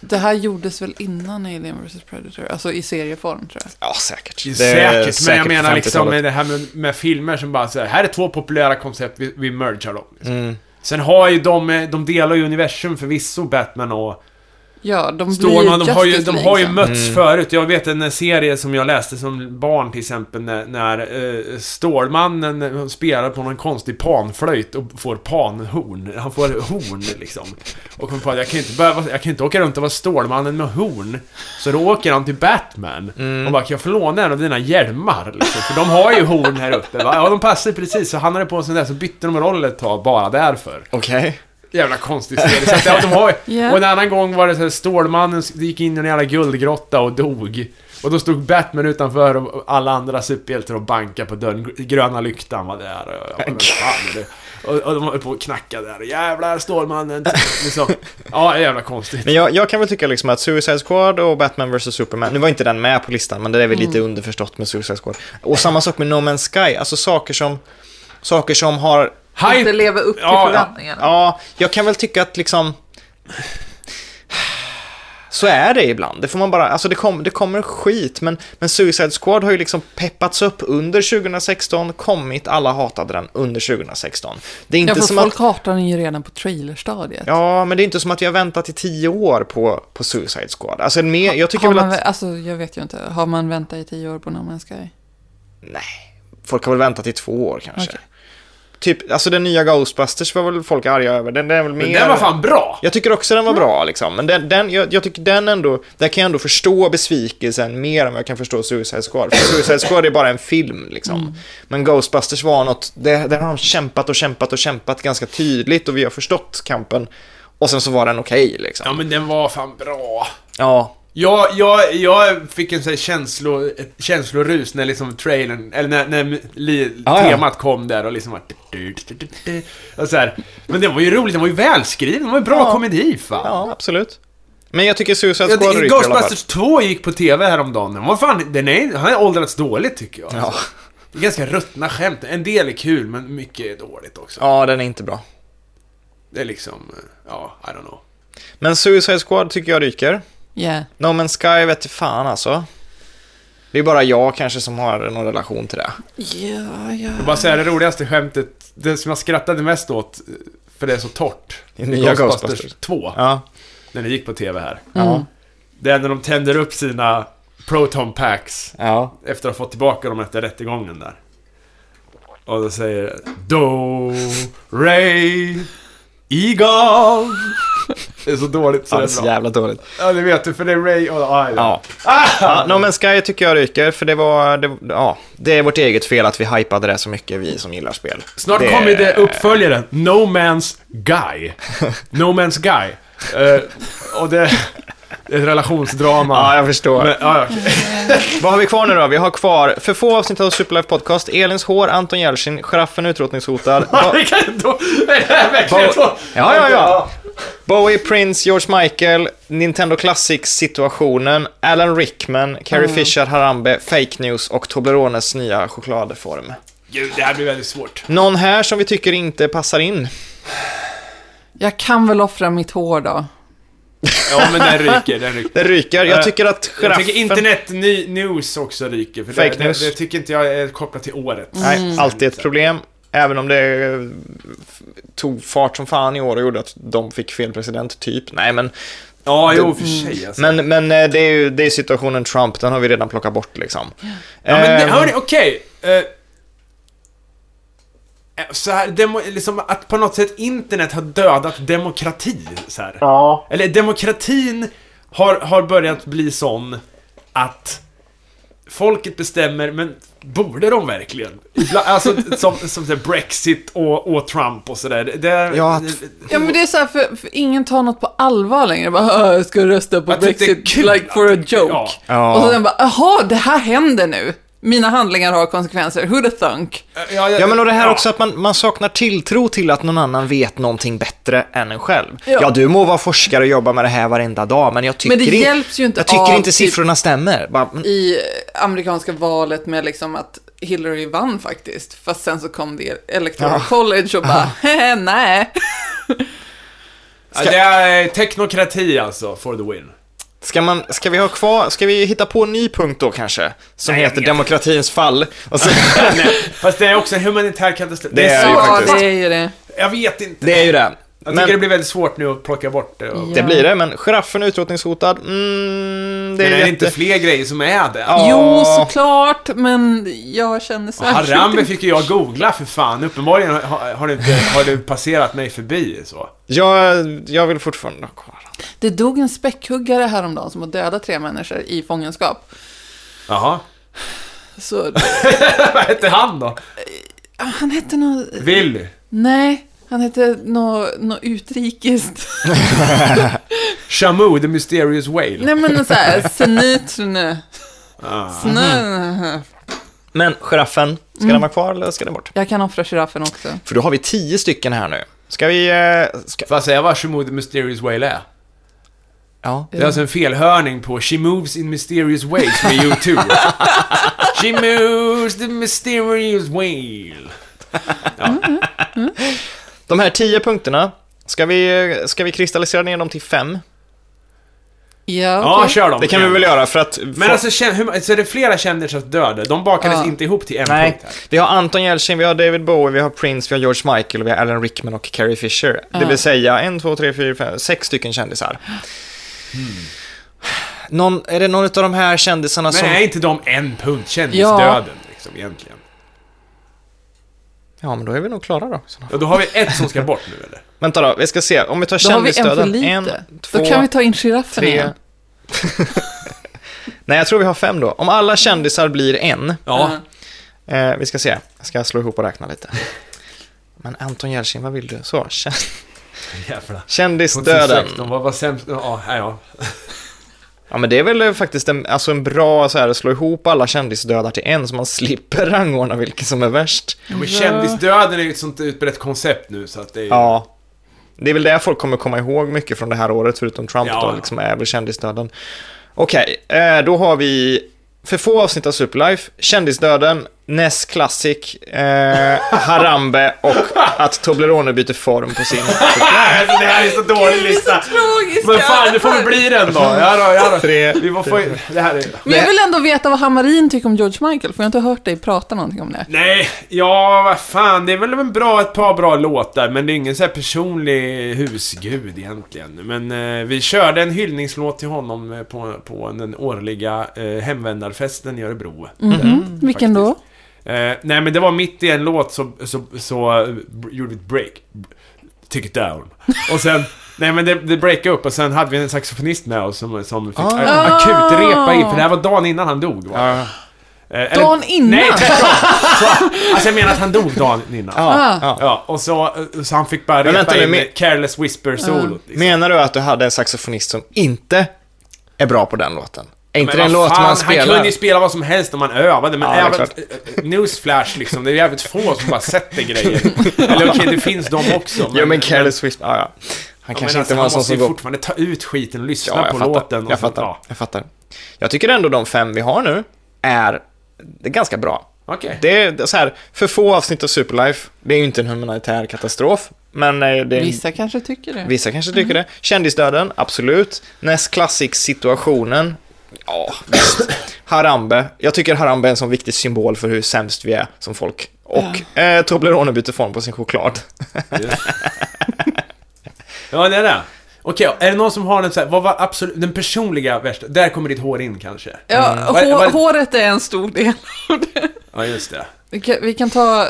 [SPEAKER 1] det här gjordes väl innan Alien vs Predator? Alltså i serieform tror jag.
[SPEAKER 2] Ja, säkert.
[SPEAKER 3] Säkert,
[SPEAKER 2] Det är
[SPEAKER 3] men jag
[SPEAKER 2] på
[SPEAKER 3] menar liksom
[SPEAKER 2] 50-talet.
[SPEAKER 3] med det här med, med filmer som bara så här, här är två populära koncept, vi, vi mergar dem. Liksom.
[SPEAKER 2] Mm.
[SPEAKER 3] Sen har ju de, eh, de delar ju universum förvisso, Batman och
[SPEAKER 1] Ja, de
[SPEAKER 3] Stålman,
[SPEAKER 1] blir
[SPEAKER 3] de har ju, de har ju
[SPEAKER 1] League sen.
[SPEAKER 3] mötts förut. Jag vet en serie som jag läste som barn till exempel när, när eh, Stålmannen eh, spelar på någon konstig panflöjt och får panhorn. Han får horn liksom. Och kommer på att jag kan ju inte, behöva, jag kan ju inte åka runt och vara Stålmannen med horn. Så då åker han till Batman och bara kan jag få låna en av dina hjälmar? Liksom? För de har ju horn här uppe va? Ja, de passar ju precis. Så han hade på en sån där så bytte de roll ett tag bara därför.
[SPEAKER 2] Okej.
[SPEAKER 3] Jävla konstig serie. Så
[SPEAKER 1] <laughs>
[SPEAKER 3] att, ja, de har,
[SPEAKER 1] Ja.
[SPEAKER 3] Och en annan gång var det så här, Stålmannen gick in i en jävla guldgrotta och dog. Och då stod Batman utanför och alla andra superhjältar och bankade på dörren. Gr- Gröna lyktan var där och jag bara, "Vad fan är det? Och, och de höll på och knackade där. Jävlar Stålmannen. Liksom. Ja, jävla konstigt.
[SPEAKER 2] Men jag, jag kan väl tycka liksom att Suicide Squad och Batman vs. Superman, nu var inte den med på listan, men det är väl lite underförstått med Suicide Squad. Och samma sak med No Man's Sky, alltså saker som, saker som har
[SPEAKER 1] Inte
[SPEAKER 3] Hype!
[SPEAKER 1] leva upp till
[SPEAKER 3] Ja, ja.
[SPEAKER 1] förväntningarna.
[SPEAKER 2] Ja, jag kan väl tycka att liksom... Så är det ibland. Det får man bara, alltså det, kom, det kommer skit, men, men Suicide Squad har ju liksom peppats upp under 2016, kommit, alla hatade den under 2016. Det är
[SPEAKER 1] Ja,
[SPEAKER 2] inte
[SPEAKER 1] för
[SPEAKER 2] som
[SPEAKER 1] folk
[SPEAKER 2] att...
[SPEAKER 1] hatar den ju redan på trailerstadiet.
[SPEAKER 2] Ja, men det är inte som att vi har väntat i tio år på, på Suicide Squad. Alltså, mer, jag tycker
[SPEAKER 1] har
[SPEAKER 2] väl
[SPEAKER 1] man,
[SPEAKER 2] att...
[SPEAKER 1] vä- Alltså, jag vet ju inte. Har man väntat i tio år på No Man's Sky?
[SPEAKER 2] Nej, folk har väl väntat i två år kanske.
[SPEAKER 1] Okej.
[SPEAKER 2] Typ, alltså den nya Ghostbusters var väl folk arga över, den, den är väl mer...
[SPEAKER 3] Men den var fan bra!
[SPEAKER 2] Jag tycker också
[SPEAKER 3] Mm.
[SPEAKER 2] den var bra liksom, men den, den, jag, jag tycker den ändå, där kan jag ändå förstå besvikelsen mer än vad jag kan förstå Suicide Squad. För Suicide Squad är bara en film liksom.
[SPEAKER 3] Mm.
[SPEAKER 2] Men Ghostbusters var något, det, där har de kämpat och kämpat och kämpat ganska tydligt och vi har förstått kampen. Och sen så var den okej liksom.
[SPEAKER 3] Ja
[SPEAKER 2] Ja.
[SPEAKER 3] men den var fan bra.
[SPEAKER 2] ja.
[SPEAKER 3] Jag, jag, jag fick en sån här känslo, ett känslorus när liksom trailern, eller när, när li,
[SPEAKER 2] Ah, Ja, ja.
[SPEAKER 3] temat kom där och liksom var... Och så här. Men det var ju roligt, den var ju välskriven, den var ju bra
[SPEAKER 2] Ja.
[SPEAKER 3] komedi fan.
[SPEAKER 2] absolut. Men jag tycker Suicide
[SPEAKER 3] Ja,
[SPEAKER 2] Squad
[SPEAKER 3] det,
[SPEAKER 2] ryker i alla fall.
[SPEAKER 3] Ghostbusters 2 gick på TV häromdagen. Den var fan, den är, han är åldrats dåligt tycker jag.
[SPEAKER 2] Ja.
[SPEAKER 3] Det är ganska ruttna skämt. En del är kul, men mycket är dåligt också.
[SPEAKER 2] ja, den är inte bra.
[SPEAKER 3] Det är liksom, ja, I don't know.
[SPEAKER 2] Men Suicide Squad tycker jag ryker.
[SPEAKER 1] Yeah.
[SPEAKER 2] No Man's Sky vet fan alltså. Det är bara jag kanske som har någon relation till det.
[SPEAKER 1] Ja, ja.
[SPEAKER 3] Jag bara säga det roligaste skämtet, det som jag skrattade mest åt, för det är så torrt.
[SPEAKER 2] I nya Ghostbusters.
[SPEAKER 3] 2,
[SPEAKER 2] Ja.
[SPEAKER 3] när det gick på TV här.
[SPEAKER 2] Ja.
[SPEAKER 3] Det är när de tänder upp sina proton packs
[SPEAKER 2] Ja.
[SPEAKER 3] efter att ha fått tillbaka dem efter rättegången där. Och då säger Do, Ray, Eagle. Alltså, Det är så dåligt så
[SPEAKER 2] Ja,
[SPEAKER 3] det
[SPEAKER 2] det är
[SPEAKER 3] är
[SPEAKER 2] så
[SPEAKER 3] bra. Ah!
[SPEAKER 2] jävla dåligt.
[SPEAKER 3] Ja, det vet du, för det är Ray och Island.
[SPEAKER 2] Ja. ja no Man's Sky tycker jag ryker, för det var... Det, ja, det är vårt eget fel att vi hypade det så mycket, vi som gillar spel.
[SPEAKER 3] Snart
[SPEAKER 2] det...
[SPEAKER 3] kommer det uppföljaren, No Man's Guy. No Man's Guy. Eh, och det... det är Ett relationsdrama.
[SPEAKER 2] Ja, jag förstår.
[SPEAKER 3] Men, ja, okej.
[SPEAKER 2] Vad har vi kvar nu då? Vi har kvar för få avsnitt av Superlife Podcast, Elins hår, Anton
[SPEAKER 3] <laughs>
[SPEAKER 2] Jeltsin, giraffen utrotningshotad. Va-
[SPEAKER 3] Det kan ju då... Det är verkligen
[SPEAKER 2] Ja,
[SPEAKER 3] så-
[SPEAKER 2] ja, ja. Bowie, Prince, George Michael, Nintendo Classics-situationen, Alan Rickman, Carrie
[SPEAKER 3] Mm.
[SPEAKER 2] Fisher, Harambe, Fake News och Toblerones nya chokladform.
[SPEAKER 3] Gud, det här blir väldigt svårt.
[SPEAKER 2] Någon här som vi tycker inte passar in?
[SPEAKER 1] Jag kan väl offra mitt hår då.
[SPEAKER 3] Ja, men den ryker, den ryker.
[SPEAKER 2] Det ryker.
[SPEAKER 3] Eh,
[SPEAKER 2] Jag tycker att
[SPEAKER 3] Jag
[SPEAKER 2] giraffen...
[SPEAKER 3] tycker internet ny- news också ryker, för
[SPEAKER 2] Fake
[SPEAKER 3] det,
[SPEAKER 2] news.
[SPEAKER 3] Det, det tycker inte jag är kopplat till året.
[SPEAKER 1] Mm.
[SPEAKER 2] Nej, alltid ett problem. Även om det eh, f- tog fart som fan i år och gjorde att de fick fel president, typ. Nej, men,
[SPEAKER 3] Ja, jo, för sig alltså.
[SPEAKER 2] men, men eh, det är ju det är situationen Trump, den har vi redan plockat bort liksom.
[SPEAKER 3] Ja, men
[SPEAKER 2] Ehm,
[SPEAKER 3] nej, hörni, okej. Eh, så här, demo, liksom att på något sätt internet har dödat demokrati. Så här.
[SPEAKER 2] ja.
[SPEAKER 3] Eller demokratin har, har börjat bli sån att folket bestämmer, men borde de verkligen? Ibland, alltså som, som så här Brexit och, och Trump och sådär. Det, det,
[SPEAKER 2] Ja, att-
[SPEAKER 1] Ja men det är så här, för, för ingen tar något på allvar längre. Bara, "Ah, jag ska rösta på
[SPEAKER 3] Att det är
[SPEAKER 1] Brexit,
[SPEAKER 3] kul
[SPEAKER 1] like for a
[SPEAKER 3] att-
[SPEAKER 1] joke.
[SPEAKER 3] ja.
[SPEAKER 2] Ja.
[SPEAKER 1] Och så sen bara, jaha, det här händer nu. Mina handlingar har konsekvenser, who the thunk?
[SPEAKER 3] ja,
[SPEAKER 2] Ja, men och det här också att man, man saknar tilltro till att någon annan vet någonting bättre än en själv. Ja,
[SPEAKER 1] Ja.
[SPEAKER 2] du må vara forskare och jobba med det här varenda dag, men jag tycker,
[SPEAKER 1] det
[SPEAKER 2] in-
[SPEAKER 1] hjälps ju inte
[SPEAKER 2] jag tycker
[SPEAKER 1] av
[SPEAKER 2] inte
[SPEAKER 1] typ-
[SPEAKER 2] siffrorna stämmer. Bara, mm, men-
[SPEAKER 1] I amerikanska valet med liksom att Hillary vann faktiskt. Fast sen så kom det Electoral College och bara, "Hehe, nej.
[SPEAKER 3] Ja, det är teknokrati alltså, for the win.
[SPEAKER 2] Ska, man, ska vi ha kvar, ska vi hitta på en ny punkt då kanske? Som heter demokratins fall. Och så,
[SPEAKER 1] <laughs>
[SPEAKER 2] <laughs>
[SPEAKER 3] Fast det är också en humanitär katastrof.
[SPEAKER 2] Det är
[SPEAKER 1] Så,
[SPEAKER 2] ju
[SPEAKER 3] svårt.
[SPEAKER 1] ja,
[SPEAKER 2] faktiskt-
[SPEAKER 1] det är ju det.
[SPEAKER 3] Jag vet inte.
[SPEAKER 2] det är ju det.
[SPEAKER 3] Jag
[SPEAKER 2] men,
[SPEAKER 3] tycker det blir väldigt svårt nu att plocka bort det. Och...
[SPEAKER 1] Ja.
[SPEAKER 2] det blir det, men giraffen är utrotningshotad. Mm, det
[SPEAKER 3] Men
[SPEAKER 2] är,
[SPEAKER 3] är
[SPEAKER 2] jätte...
[SPEAKER 3] det inte fler grejer som är det?
[SPEAKER 2] Ja.
[SPEAKER 1] Jo, såklart, men jag känner så här. <laughs>
[SPEAKER 3] Harambe fick ju jag googla för fan. Uppenbarligen har, har, det inte, har det passerat mig förbi så.
[SPEAKER 2] jag, jag vill fortfarande ha kvar
[SPEAKER 1] Det dog en späckhuggare häromdagen som har dödat tre människor i fångenskap.
[SPEAKER 3] Jaha. <laughs>
[SPEAKER 1] Så, ah,
[SPEAKER 3] Vad hette han då?
[SPEAKER 1] han hette nog...
[SPEAKER 3] Willy.
[SPEAKER 1] Nej, han hette något nå utrikiskt.
[SPEAKER 3] Shamu, the mysterious whale.
[SPEAKER 1] <laughs> Nej men så här, snitne.
[SPEAKER 3] Ah.
[SPEAKER 1] Snö.
[SPEAKER 2] Men giraffen, ska den vara kvar eller ska den bort?
[SPEAKER 1] Jag kan offra giraffen också.
[SPEAKER 2] För då har vi tio stycken här nu. Ska vi... eh, Ska,
[SPEAKER 3] Får jag säga vad Shamu, the mysterious whale är?
[SPEAKER 2] ja.
[SPEAKER 3] Det är alltså en felhörning på She moves in mysterious ways
[SPEAKER 1] <laughs>
[SPEAKER 3] med U2. She moves the mysterious whale.
[SPEAKER 2] De här tio punkterna, ska vi, eh, ska vi kristallisera ner dem till fem?
[SPEAKER 1] Ja,
[SPEAKER 3] Ja,
[SPEAKER 1] okej.
[SPEAKER 3] kör dem.
[SPEAKER 2] Det kan vi väl göra för att...
[SPEAKER 3] Men alltså, känn- hur, så är det flera kändisars död? De bakades
[SPEAKER 1] Ja.
[SPEAKER 3] inte ihop till en
[SPEAKER 2] Nej.
[SPEAKER 3] punkt här.
[SPEAKER 2] Vi har Anton Jeltsin, vi har David Bowie, vi har Prince, vi har George Michael, vi har Alan Rickman och Carrie Fisher. Det vill säga en, två, tre, fyra, fem, sex stycken kändisar.
[SPEAKER 1] Hmm.
[SPEAKER 2] Någon, är det någon av de här kändisarna
[SPEAKER 3] Men
[SPEAKER 2] som...
[SPEAKER 3] är inte de en punkt
[SPEAKER 1] Ja.
[SPEAKER 3] kändisdöden liksom egentligen?
[SPEAKER 2] Ja, men då är vi nog klara då.
[SPEAKER 3] Ja, då har vi ett som ska bort nu eller?
[SPEAKER 2] Vänta då, vi ska se. Om vi tar
[SPEAKER 1] Då har vi en för
[SPEAKER 2] kändisdöden.
[SPEAKER 1] lite.
[SPEAKER 2] två,
[SPEAKER 1] Då kan vi ta in giraffen
[SPEAKER 2] tre...
[SPEAKER 1] igen.
[SPEAKER 2] <laughs> Nej, jag tror vi har fem då. Om alla kändisar blir en,
[SPEAKER 3] Ja.
[SPEAKER 2] eh, vi ska se. Jag ska slå ihop och räkna lite. Men Anton Jeltsin, vad vill du? Så, kä-
[SPEAKER 3] Jävlar.
[SPEAKER 2] kändisdöden.
[SPEAKER 3] De var, var sämst. Ja, ja, ja.
[SPEAKER 2] Ja men det är väl eh, faktiskt en, alltså en bra så här, slå ihop alla kändisdödar till en så man <laughs> slipper rangordna vilken som är värst.
[SPEAKER 3] Ja, Men kändisdöden är ju ett sånt utbrett koncept nu så att det är
[SPEAKER 2] Ja. Det är väl det folk kommer komma ihåg mycket från det här året, förutom Trump
[SPEAKER 3] Ja,
[SPEAKER 2] då,
[SPEAKER 3] ja.
[SPEAKER 2] liksom är väl kändisdöden. Okej, eh, då har vi för få avsnitt av Superlife, kändisdöden, Ness Classic, eh, Harambe och att Toblerone byter form på <laughs> sin...
[SPEAKER 3] Alltså, det här är så dålig
[SPEAKER 1] Det är så
[SPEAKER 3] lista.
[SPEAKER 1] tragiska.
[SPEAKER 3] Men fan, det får väl bli den då. Ja, då, ja, då.
[SPEAKER 2] Tre.
[SPEAKER 3] Vi får få in... Det här är...
[SPEAKER 1] Men jag vill ändå veta vad Hammarin tycker om George Michael, för jag har inte hört dig prata någonting om det.
[SPEAKER 3] Nej, ja vad fan. Det är väl en bra, ett par bra låtar men det är ingen så här personlig husgud egentligen. Men eh, vi körde en hyllningslåt till honom eh, på, på den årliga eh, hemvändarfesten i Örebro.
[SPEAKER 1] Mhm. Vilken då?
[SPEAKER 3] Eh, nej men det var mitt i en låt så, så, så eh, gjorde vi ett break. Take it down. Och sen,
[SPEAKER 2] <laughs>
[SPEAKER 3] nej men det, det breakade upp och sen hade vi en saxofonist med oss som, som fick
[SPEAKER 2] Ah.
[SPEAKER 3] ah. akutrepa i, för det här var dagen innan han dog va?
[SPEAKER 2] Ja,
[SPEAKER 3] Eh, eller-
[SPEAKER 1] Dagen innan?
[SPEAKER 3] Nej, tvärtom! <laughs> Så- Alltså jag menar att han dog dagen innan.
[SPEAKER 2] ja, ja.
[SPEAKER 3] Ja, och så, eh, så han fick bara
[SPEAKER 2] Men vänta
[SPEAKER 3] repa
[SPEAKER 2] nu,
[SPEAKER 3] in
[SPEAKER 2] men-
[SPEAKER 3] Careless Whisper-solot. liksom.
[SPEAKER 2] Menar du att du hade en saxofonist som inte är bra på den låten? Är inte
[SPEAKER 3] Men
[SPEAKER 2] det en
[SPEAKER 3] vad
[SPEAKER 2] låt
[SPEAKER 3] fan,
[SPEAKER 2] man spelar?
[SPEAKER 3] Han kunde ju spela vad som helst om man övade, men
[SPEAKER 2] Ja, det är
[SPEAKER 3] även
[SPEAKER 2] klart.
[SPEAKER 3] eh, newsflash liksom, det
[SPEAKER 2] <laughs>
[SPEAKER 3] är jävligt få som bara sätter grejer. Eller okej, det finns de också.
[SPEAKER 2] Jo men Careless Whisper, ah, ja. Han
[SPEAKER 3] Ja,
[SPEAKER 2] kanske
[SPEAKER 3] men
[SPEAKER 2] inte var
[SPEAKER 3] alltså,
[SPEAKER 2] en
[SPEAKER 3] han
[SPEAKER 2] sån
[SPEAKER 3] måste
[SPEAKER 2] som
[SPEAKER 3] ju
[SPEAKER 2] går...
[SPEAKER 3] fortfarande ta ut skiten och lyssna
[SPEAKER 2] Ja, jag
[SPEAKER 3] på
[SPEAKER 2] fattar.
[SPEAKER 3] låten. Och
[SPEAKER 2] jag,
[SPEAKER 3] så-
[SPEAKER 2] fattar.
[SPEAKER 3] Ja.
[SPEAKER 2] jag fattar. Jag tycker ändå de fem vi har nu är, det är ganska bra.
[SPEAKER 3] Okej.
[SPEAKER 2] Det är det är så här, för få avsnitt av Superlife. Det är ju inte en humanitär katastrof, men eh, det är
[SPEAKER 1] Vissa kanske tycker det.
[SPEAKER 2] Vissa kanske tycker det. Kändisdöden, absolut. Näst Classic-situationen, ja, visst. Harambe. Jag tycker Harambe är en sån viktig symbol för hur sämst vi är som folk. Och eh, Toblerone byter form på sin choklad.
[SPEAKER 3] Ja, det är det. Okej, är det någon som har den, så här, vad var absolut, den personliga värsta? Där kommer ditt hår in kanske?
[SPEAKER 1] Ja,
[SPEAKER 3] Vad är- vad
[SPEAKER 1] hår,
[SPEAKER 3] är-
[SPEAKER 1] håret är en stor del.
[SPEAKER 3] Ja, just det.
[SPEAKER 1] Vi kan, vi kan ta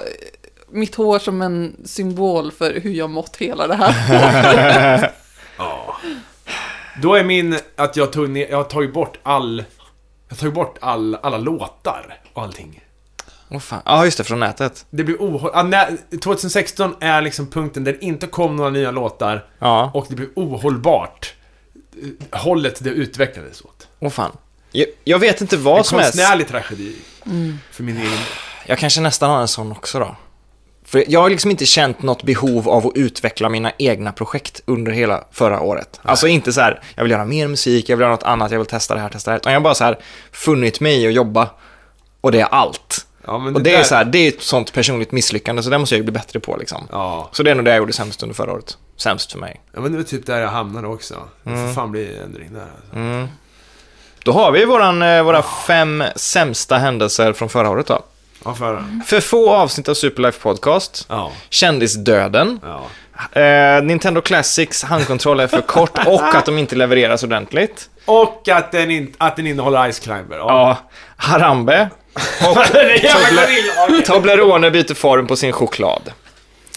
[SPEAKER 1] mitt hår som en symbol för hur jag mått hela
[SPEAKER 3] <laughs>
[SPEAKER 1] det här.
[SPEAKER 3] Då är min att jag, tog ner, jag har tagit bort all... Jag har tagit bort all, alla låtar och allting.
[SPEAKER 2] Åh fan. Ja, just det, från nätet.
[SPEAKER 3] Det blir ohållbart. Ah, nej, 2016 är liksom punkten där det inte kom några nya låtar
[SPEAKER 2] Ja,
[SPEAKER 3] och det blev ohållbart. eh, Hållet det utvecklades åt.
[SPEAKER 2] åh fan. Jag, jag vet inte
[SPEAKER 3] En
[SPEAKER 2] vad som Mm. är...
[SPEAKER 3] konstnärlig tragedi. För min egen...
[SPEAKER 2] Jag kanske nästan har en sån också då. För jag har liksom inte känt något behov av att utveckla mina egna projekt under hela förra året. Alltså inte så här, jag vill göra mer musik, jag vill göra något annat, jag vill testa det här, testa det här. Utan jag har bara så här funnit mig i att jobba och det är allt.
[SPEAKER 3] Ja, men
[SPEAKER 2] och det är
[SPEAKER 3] där-
[SPEAKER 2] så här, det är ett sånt personligt misslyckande så det måste jag ju bli bättre på liksom.
[SPEAKER 3] Ja.
[SPEAKER 2] Så det är nog det jag gjorde sämst under förra året. Sämst för mig.
[SPEAKER 3] ja, men det var typ där jag hamnade också. Det
[SPEAKER 2] Mm.
[SPEAKER 3] får fan bli ändring där. Alltså.
[SPEAKER 2] Då har vi våran, eh, våra fem sämsta händelser från förra året då.
[SPEAKER 3] Ja, för...
[SPEAKER 2] För få avsnitt av Superlife Podcast.
[SPEAKER 3] Ja.
[SPEAKER 2] Kändisdöden.
[SPEAKER 3] Ja.
[SPEAKER 2] Eh, Nintendo Classics handkontroll är för kort <laughs> och att de inte levereras ordentligt.
[SPEAKER 3] Och att den, in, att den innehåller Ice Climber. <laughs> Ja.
[SPEAKER 2] Ja, Harambe. <laughs> Och Tobler- Toblerone byter form på sin choklad.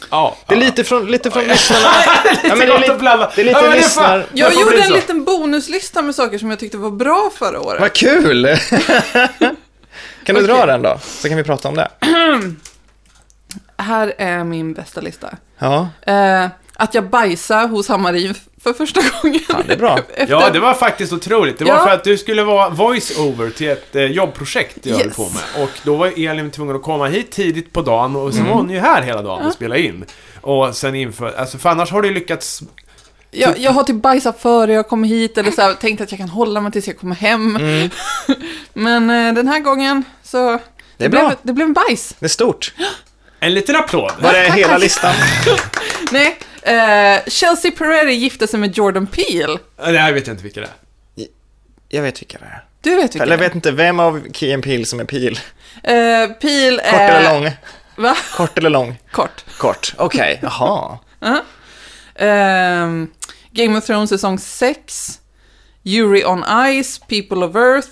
[SPEAKER 3] ja.
[SPEAKER 2] Det är lite från, <laughs> lite från lyssnarna. Ja, men det är
[SPEAKER 3] gott att blanda.
[SPEAKER 2] lite, det är lite
[SPEAKER 3] Ja, men det är fan-
[SPEAKER 2] lyssnar...
[SPEAKER 1] Jag
[SPEAKER 3] Varför
[SPEAKER 1] gjorde
[SPEAKER 3] blir det
[SPEAKER 1] en
[SPEAKER 3] så?
[SPEAKER 1] liten bonuslista med saker som jag tyckte var bra förra året.
[SPEAKER 2] Vad <laughs> kul! Kan du dra
[SPEAKER 1] Okej.
[SPEAKER 2] den då? Så kan vi prata om det.
[SPEAKER 1] Här är min bästa lista.
[SPEAKER 2] Ja,
[SPEAKER 1] Eh, att jag bajsade hos Hammarin för första gången.
[SPEAKER 2] fan, det är bra.
[SPEAKER 1] <laughs> Efter...
[SPEAKER 3] Ja, det var faktiskt otroligt. Det var
[SPEAKER 1] Ja.
[SPEAKER 3] för att du skulle vara voice-over till ett eh, jobbprojekt jag höll
[SPEAKER 1] Yes.
[SPEAKER 3] på med. Och då var Elin tvungen att komma hit tidigt på dagen och sen
[SPEAKER 1] Mm.
[SPEAKER 3] var hon ju här hela dagen och spelade in. Och sen inför, alltså för annars har du lyckats...
[SPEAKER 1] jag, jag har typ bajsat före jag kom hit eller så här, tänkt att jag kan hålla mig tills jag kommer hem.
[SPEAKER 3] Mm.
[SPEAKER 1] <laughs> Men eh, den här gången så... Det,
[SPEAKER 2] bra.
[SPEAKER 1] blev, det blev en bajs.
[SPEAKER 2] Det är stort.
[SPEAKER 3] En liten applåd!
[SPEAKER 2] Var det hela listan?
[SPEAKER 1] Nej, eh, Chelsea Peretti gifte sig med Jordan Peele.
[SPEAKER 3] Nej, jag vet inte vilka det är.
[SPEAKER 2] Jag vet vilka det är.
[SPEAKER 1] Du vet vilken
[SPEAKER 2] Eller jag vet inte vem av Key and Peel som är Peel.
[SPEAKER 1] Eh, Peele
[SPEAKER 2] Kort
[SPEAKER 1] är...
[SPEAKER 2] eller lång?
[SPEAKER 1] Va? <laughs>
[SPEAKER 2] Kort eller lång?
[SPEAKER 1] Kort.
[SPEAKER 2] Kort. Okej, jaha.
[SPEAKER 1] Ehm, Game of Thrones säsong 6, Yuri on Ice, People of Earth,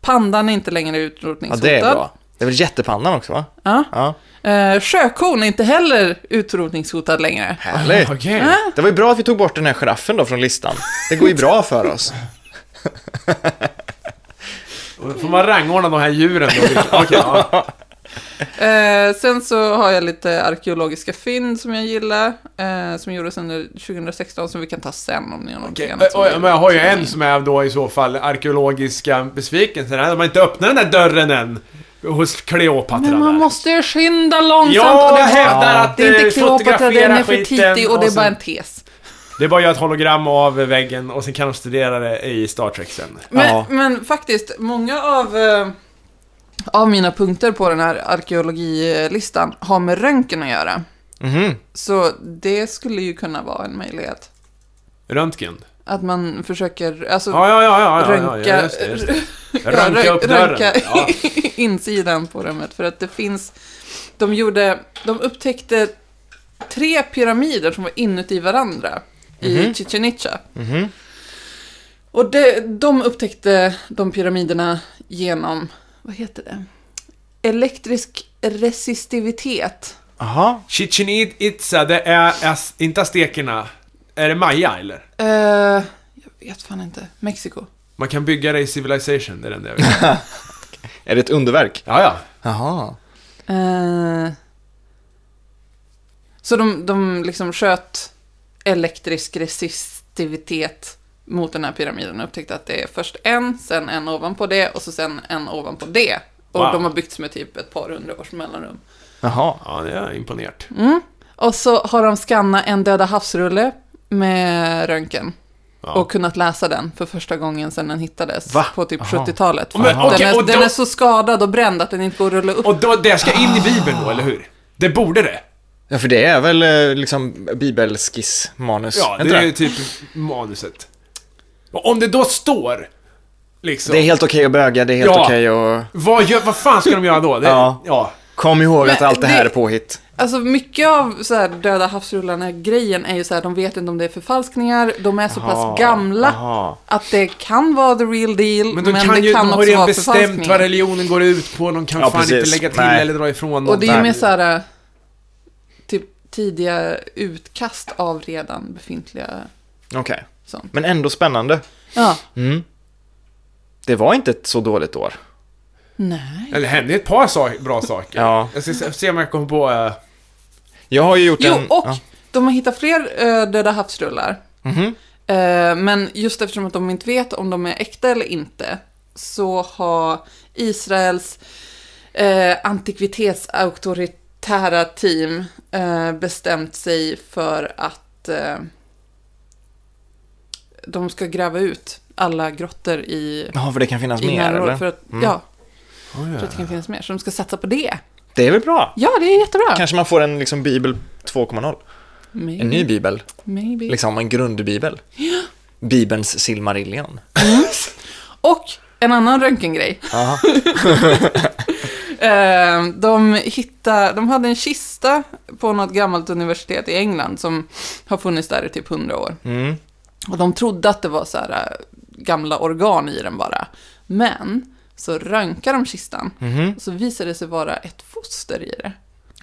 [SPEAKER 1] Pandan är inte längre
[SPEAKER 2] Ja,
[SPEAKER 1] utrotningshotad.
[SPEAKER 2] det är bra. Det är väl jättepandan också, va?
[SPEAKER 1] Ja.
[SPEAKER 2] Ja.
[SPEAKER 1] Eh, sjökon är inte heller utrotningshotad längre.
[SPEAKER 2] Härligt.
[SPEAKER 3] Okej.
[SPEAKER 2] Det var ju bra att vi tog bort den här giraffen då från listan. Det går ju bra för oss.
[SPEAKER 1] Äh?
[SPEAKER 3] Får man rangordna de här djuren då? Okej, <laughs> ja.
[SPEAKER 1] Eh, sen så har jag lite arkeologiska fynd som jag gillar, eh, som gjordes under 2016, som vi kan ta sen om ni har något
[SPEAKER 3] Okej,
[SPEAKER 1] annat. som
[SPEAKER 3] oj,
[SPEAKER 1] ni-
[SPEAKER 3] Men jag har ju
[SPEAKER 1] som ni-
[SPEAKER 3] en som är då i så fall arkeologiska besvikelser. De har inte öppnat den där dörren än. Hos Kleopatra
[SPEAKER 1] Men man
[SPEAKER 3] där.
[SPEAKER 1] måste ju skynda långsamt.
[SPEAKER 3] Ja,
[SPEAKER 1] och
[SPEAKER 3] jag
[SPEAKER 1] det,
[SPEAKER 3] hävdar
[SPEAKER 1] Ja.
[SPEAKER 3] att,
[SPEAKER 1] det är
[SPEAKER 3] eh,
[SPEAKER 1] inte Kleopatra,
[SPEAKER 3] fotografera
[SPEAKER 1] den är för
[SPEAKER 3] skiten
[SPEAKER 1] titig och det
[SPEAKER 3] och
[SPEAKER 1] är bara
[SPEAKER 3] sen-
[SPEAKER 1] en tes.
[SPEAKER 3] Det är bara att göra ett hologram av väggen och sen kan de studera det i Star Trek sen.
[SPEAKER 1] Men,
[SPEAKER 2] Ja.
[SPEAKER 1] men faktiskt, många av, eh, av mina punkter på den här arkeologilistan har med röntgen att göra.
[SPEAKER 2] Mhm.
[SPEAKER 1] Så det skulle ju kunna vara en möjlighet.
[SPEAKER 3] Röntgen.
[SPEAKER 1] Att man försöker, alltså,
[SPEAKER 3] Ja, ja, ja, ja, ja, ja,
[SPEAKER 1] röntga,
[SPEAKER 3] ja just det, just det.
[SPEAKER 1] <laughs> ja,
[SPEAKER 3] Röntga
[SPEAKER 1] rö-
[SPEAKER 3] upp dörren.
[SPEAKER 1] röntga
[SPEAKER 3] Ja.
[SPEAKER 1] insidan på rummet. För att det finns, de gjorde, de upptäckte tre pyramider som var inuti varandra i Chichen Itza.
[SPEAKER 2] Mhm.
[SPEAKER 1] Och det, de upptäckte de pyramiderna genom, vad heter det? Elektrisk resistivitet.
[SPEAKER 2] Aha.
[SPEAKER 3] Chichen Itza, det är as- inte aztekerna. Är det maya eller?
[SPEAKER 1] Eh, jag vet fan inte. Mexiko.
[SPEAKER 3] Man kan bygga det i Civilization, det är
[SPEAKER 1] <laughs>
[SPEAKER 3] den där jag vet.
[SPEAKER 2] Är det ett underverk?
[SPEAKER 3] Ja, ja.
[SPEAKER 2] Jaha.
[SPEAKER 1] Eh, så de, de liksom sköt elektrisk resistivitet mot den här pyramiden och upptäckte att det är först en, sen en ovanpå det och så sen en ovanpå det. Och
[SPEAKER 3] Wow.
[SPEAKER 1] de har byggts med typ ett par hundra års mellanrum.
[SPEAKER 2] Jaha.
[SPEAKER 3] Ja, det är imponerat.
[SPEAKER 1] Och så har de skannat en döda havsrulle med röntgen.
[SPEAKER 3] Ja.
[SPEAKER 1] Och kunnat läsa den för första gången sedan den hittades.
[SPEAKER 2] Va?
[SPEAKER 1] På typ
[SPEAKER 2] Aha.
[SPEAKER 1] 70-talet.
[SPEAKER 3] Men,
[SPEAKER 1] den,
[SPEAKER 3] okej,
[SPEAKER 1] är,
[SPEAKER 3] och
[SPEAKER 1] den
[SPEAKER 3] då-
[SPEAKER 1] är så skadad och bränd att den inte går att rulla upp.
[SPEAKER 3] Och då, det ska in i Bibeln då, eller hur? Det borde det.
[SPEAKER 2] Ja, för det är väl eh, liksom bibelskissmanus?
[SPEAKER 3] Ja,
[SPEAKER 2] inte
[SPEAKER 3] det är ju typ manuset. Och om det då står, liksom.
[SPEAKER 2] det är helt okej att böga, det är helt
[SPEAKER 3] Ja.
[SPEAKER 2] okej att...
[SPEAKER 3] Vad, gör, vad fan ska de göra då? Det,
[SPEAKER 2] Ja.
[SPEAKER 3] ja.
[SPEAKER 2] Kom ihåg
[SPEAKER 1] Men
[SPEAKER 2] att allt det här
[SPEAKER 1] det-
[SPEAKER 2] är påhitt.
[SPEAKER 1] Alltså mycket av så här, döda havsrullarna-grejen är ju så här, de vet inte om det är förfalskningar, de är så
[SPEAKER 3] Aha,
[SPEAKER 1] pass gamla
[SPEAKER 3] aha.
[SPEAKER 1] att det kan vara the real deal,
[SPEAKER 3] Men
[SPEAKER 1] men,
[SPEAKER 3] de kan
[SPEAKER 1] det
[SPEAKER 3] ju,
[SPEAKER 1] kan
[SPEAKER 3] de har
[SPEAKER 1] också
[SPEAKER 3] redan
[SPEAKER 1] vara
[SPEAKER 3] bestämt vad
[SPEAKER 1] förfalskningar.
[SPEAKER 3] religionen går ut på, de kan
[SPEAKER 2] Ja,
[SPEAKER 3] fan
[SPEAKER 2] precis.
[SPEAKER 3] inte lägga till
[SPEAKER 2] Nej.
[SPEAKER 3] eller dra ifrån
[SPEAKER 1] Och det är ju
[SPEAKER 3] någonting.
[SPEAKER 1] mer så här, eh, typ tidiga utkast av redan befintliga
[SPEAKER 2] Okej.
[SPEAKER 1] sånt.
[SPEAKER 2] Men ändå spännande.
[SPEAKER 1] Ja,
[SPEAKER 2] Mm. Det var inte ett så dåligt år.
[SPEAKER 1] nej.
[SPEAKER 3] Eller det hände ett par sak, bra saker.
[SPEAKER 2] Ja.
[SPEAKER 3] Jag ska se- se om jag kommer på... eh,
[SPEAKER 2] Jag har ju gjort
[SPEAKER 1] Jo,
[SPEAKER 2] en...
[SPEAKER 1] och
[SPEAKER 2] Ja.
[SPEAKER 1] de har hittat fler eh, döda havsrullar.
[SPEAKER 2] Mhm.
[SPEAKER 1] Eh, Men just eftersom att de inte vet om de är äkta eller inte så har Israels eh, antikvitetsauktoritära team eh, bestämt sig för att eh, de ska gräva ut alla grottor i,
[SPEAKER 2] Ja, för det kan finnas
[SPEAKER 1] i
[SPEAKER 2] mer,
[SPEAKER 1] närområdet.
[SPEAKER 2] eller? Mm.
[SPEAKER 1] För att, Ja,
[SPEAKER 3] oj,
[SPEAKER 1] för att det kan finnas mer. Så de ska satsa på det.
[SPEAKER 2] Det är väl bra?
[SPEAKER 1] Ja, det är jättebra.
[SPEAKER 2] Kanske man får en liksom bibel 2.0.
[SPEAKER 1] Maybe,
[SPEAKER 2] En ny bibel.
[SPEAKER 1] Maybe.
[SPEAKER 2] Liksom en grundbibel. Bibelns Silmarillion.
[SPEAKER 1] Och en annan röntgengrej.
[SPEAKER 2] Aha.
[SPEAKER 1] <laughs> Eh, de, hittade, de hade en kista på något gammalt universitet i England som har funnits där i typ hundra år.
[SPEAKER 2] Mm.
[SPEAKER 1] Och de trodde att det var så här eh, gamla organ i den bara. Men så röntgade de kistan
[SPEAKER 2] Mhm.
[SPEAKER 1] och så visade det sig vara ett foster i det.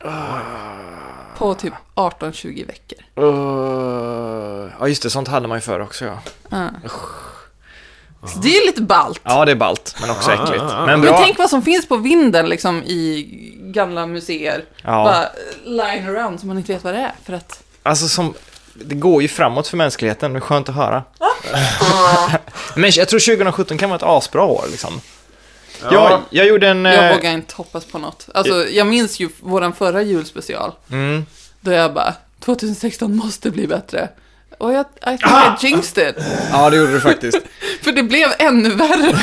[SPEAKER 2] Ah.
[SPEAKER 1] På typ 18-20 veckor.
[SPEAKER 2] Uh, ja, just det. Sånt hade man ju förr också, ja.
[SPEAKER 1] Ja. Så det är ju lite ballt.
[SPEAKER 2] Ja, det är ballt, men också äckligt.
[SPEAKER 3] Ah, ah, ah.
[SPEAKER 2] Men
[SPEAKER 1] Men
[SPEAKER 2] bra.
[SPEAKER 1] tänk vad som finns på vinden liksom i gamla museer. Bara
[SPEAKER 2] Ja.
[SPEAKER 1] eh, lying around som man inte vet vad det är. För att
[SPEAKER 2] Alltså, som, det går ju framåt för mänskligheten, men skönt att höra. <laughs> men jag tror 2017 kan vara ett asbra år, liksom. Ja. Jag, jag gjorde en... eh,
[SPEAKER 1] Jag vågar inte hoppas på något. Alltså, jag minns ju våran förra julspecial.
[SPEAKER 2] Mm.
[SPEAKER 1] Då jag bara, 2016 måste bli bättre. Och jag, I think
[SPEAKER 2] Ah!
[SPEAKER 1] I jinxed it.
[SPEAKER 2] Ja, det gjorde du faktiskt.
[SPEAKER 1] För det blev ännu
[SPEAKER 2] <laughs>
[SPEAKER 1] värre.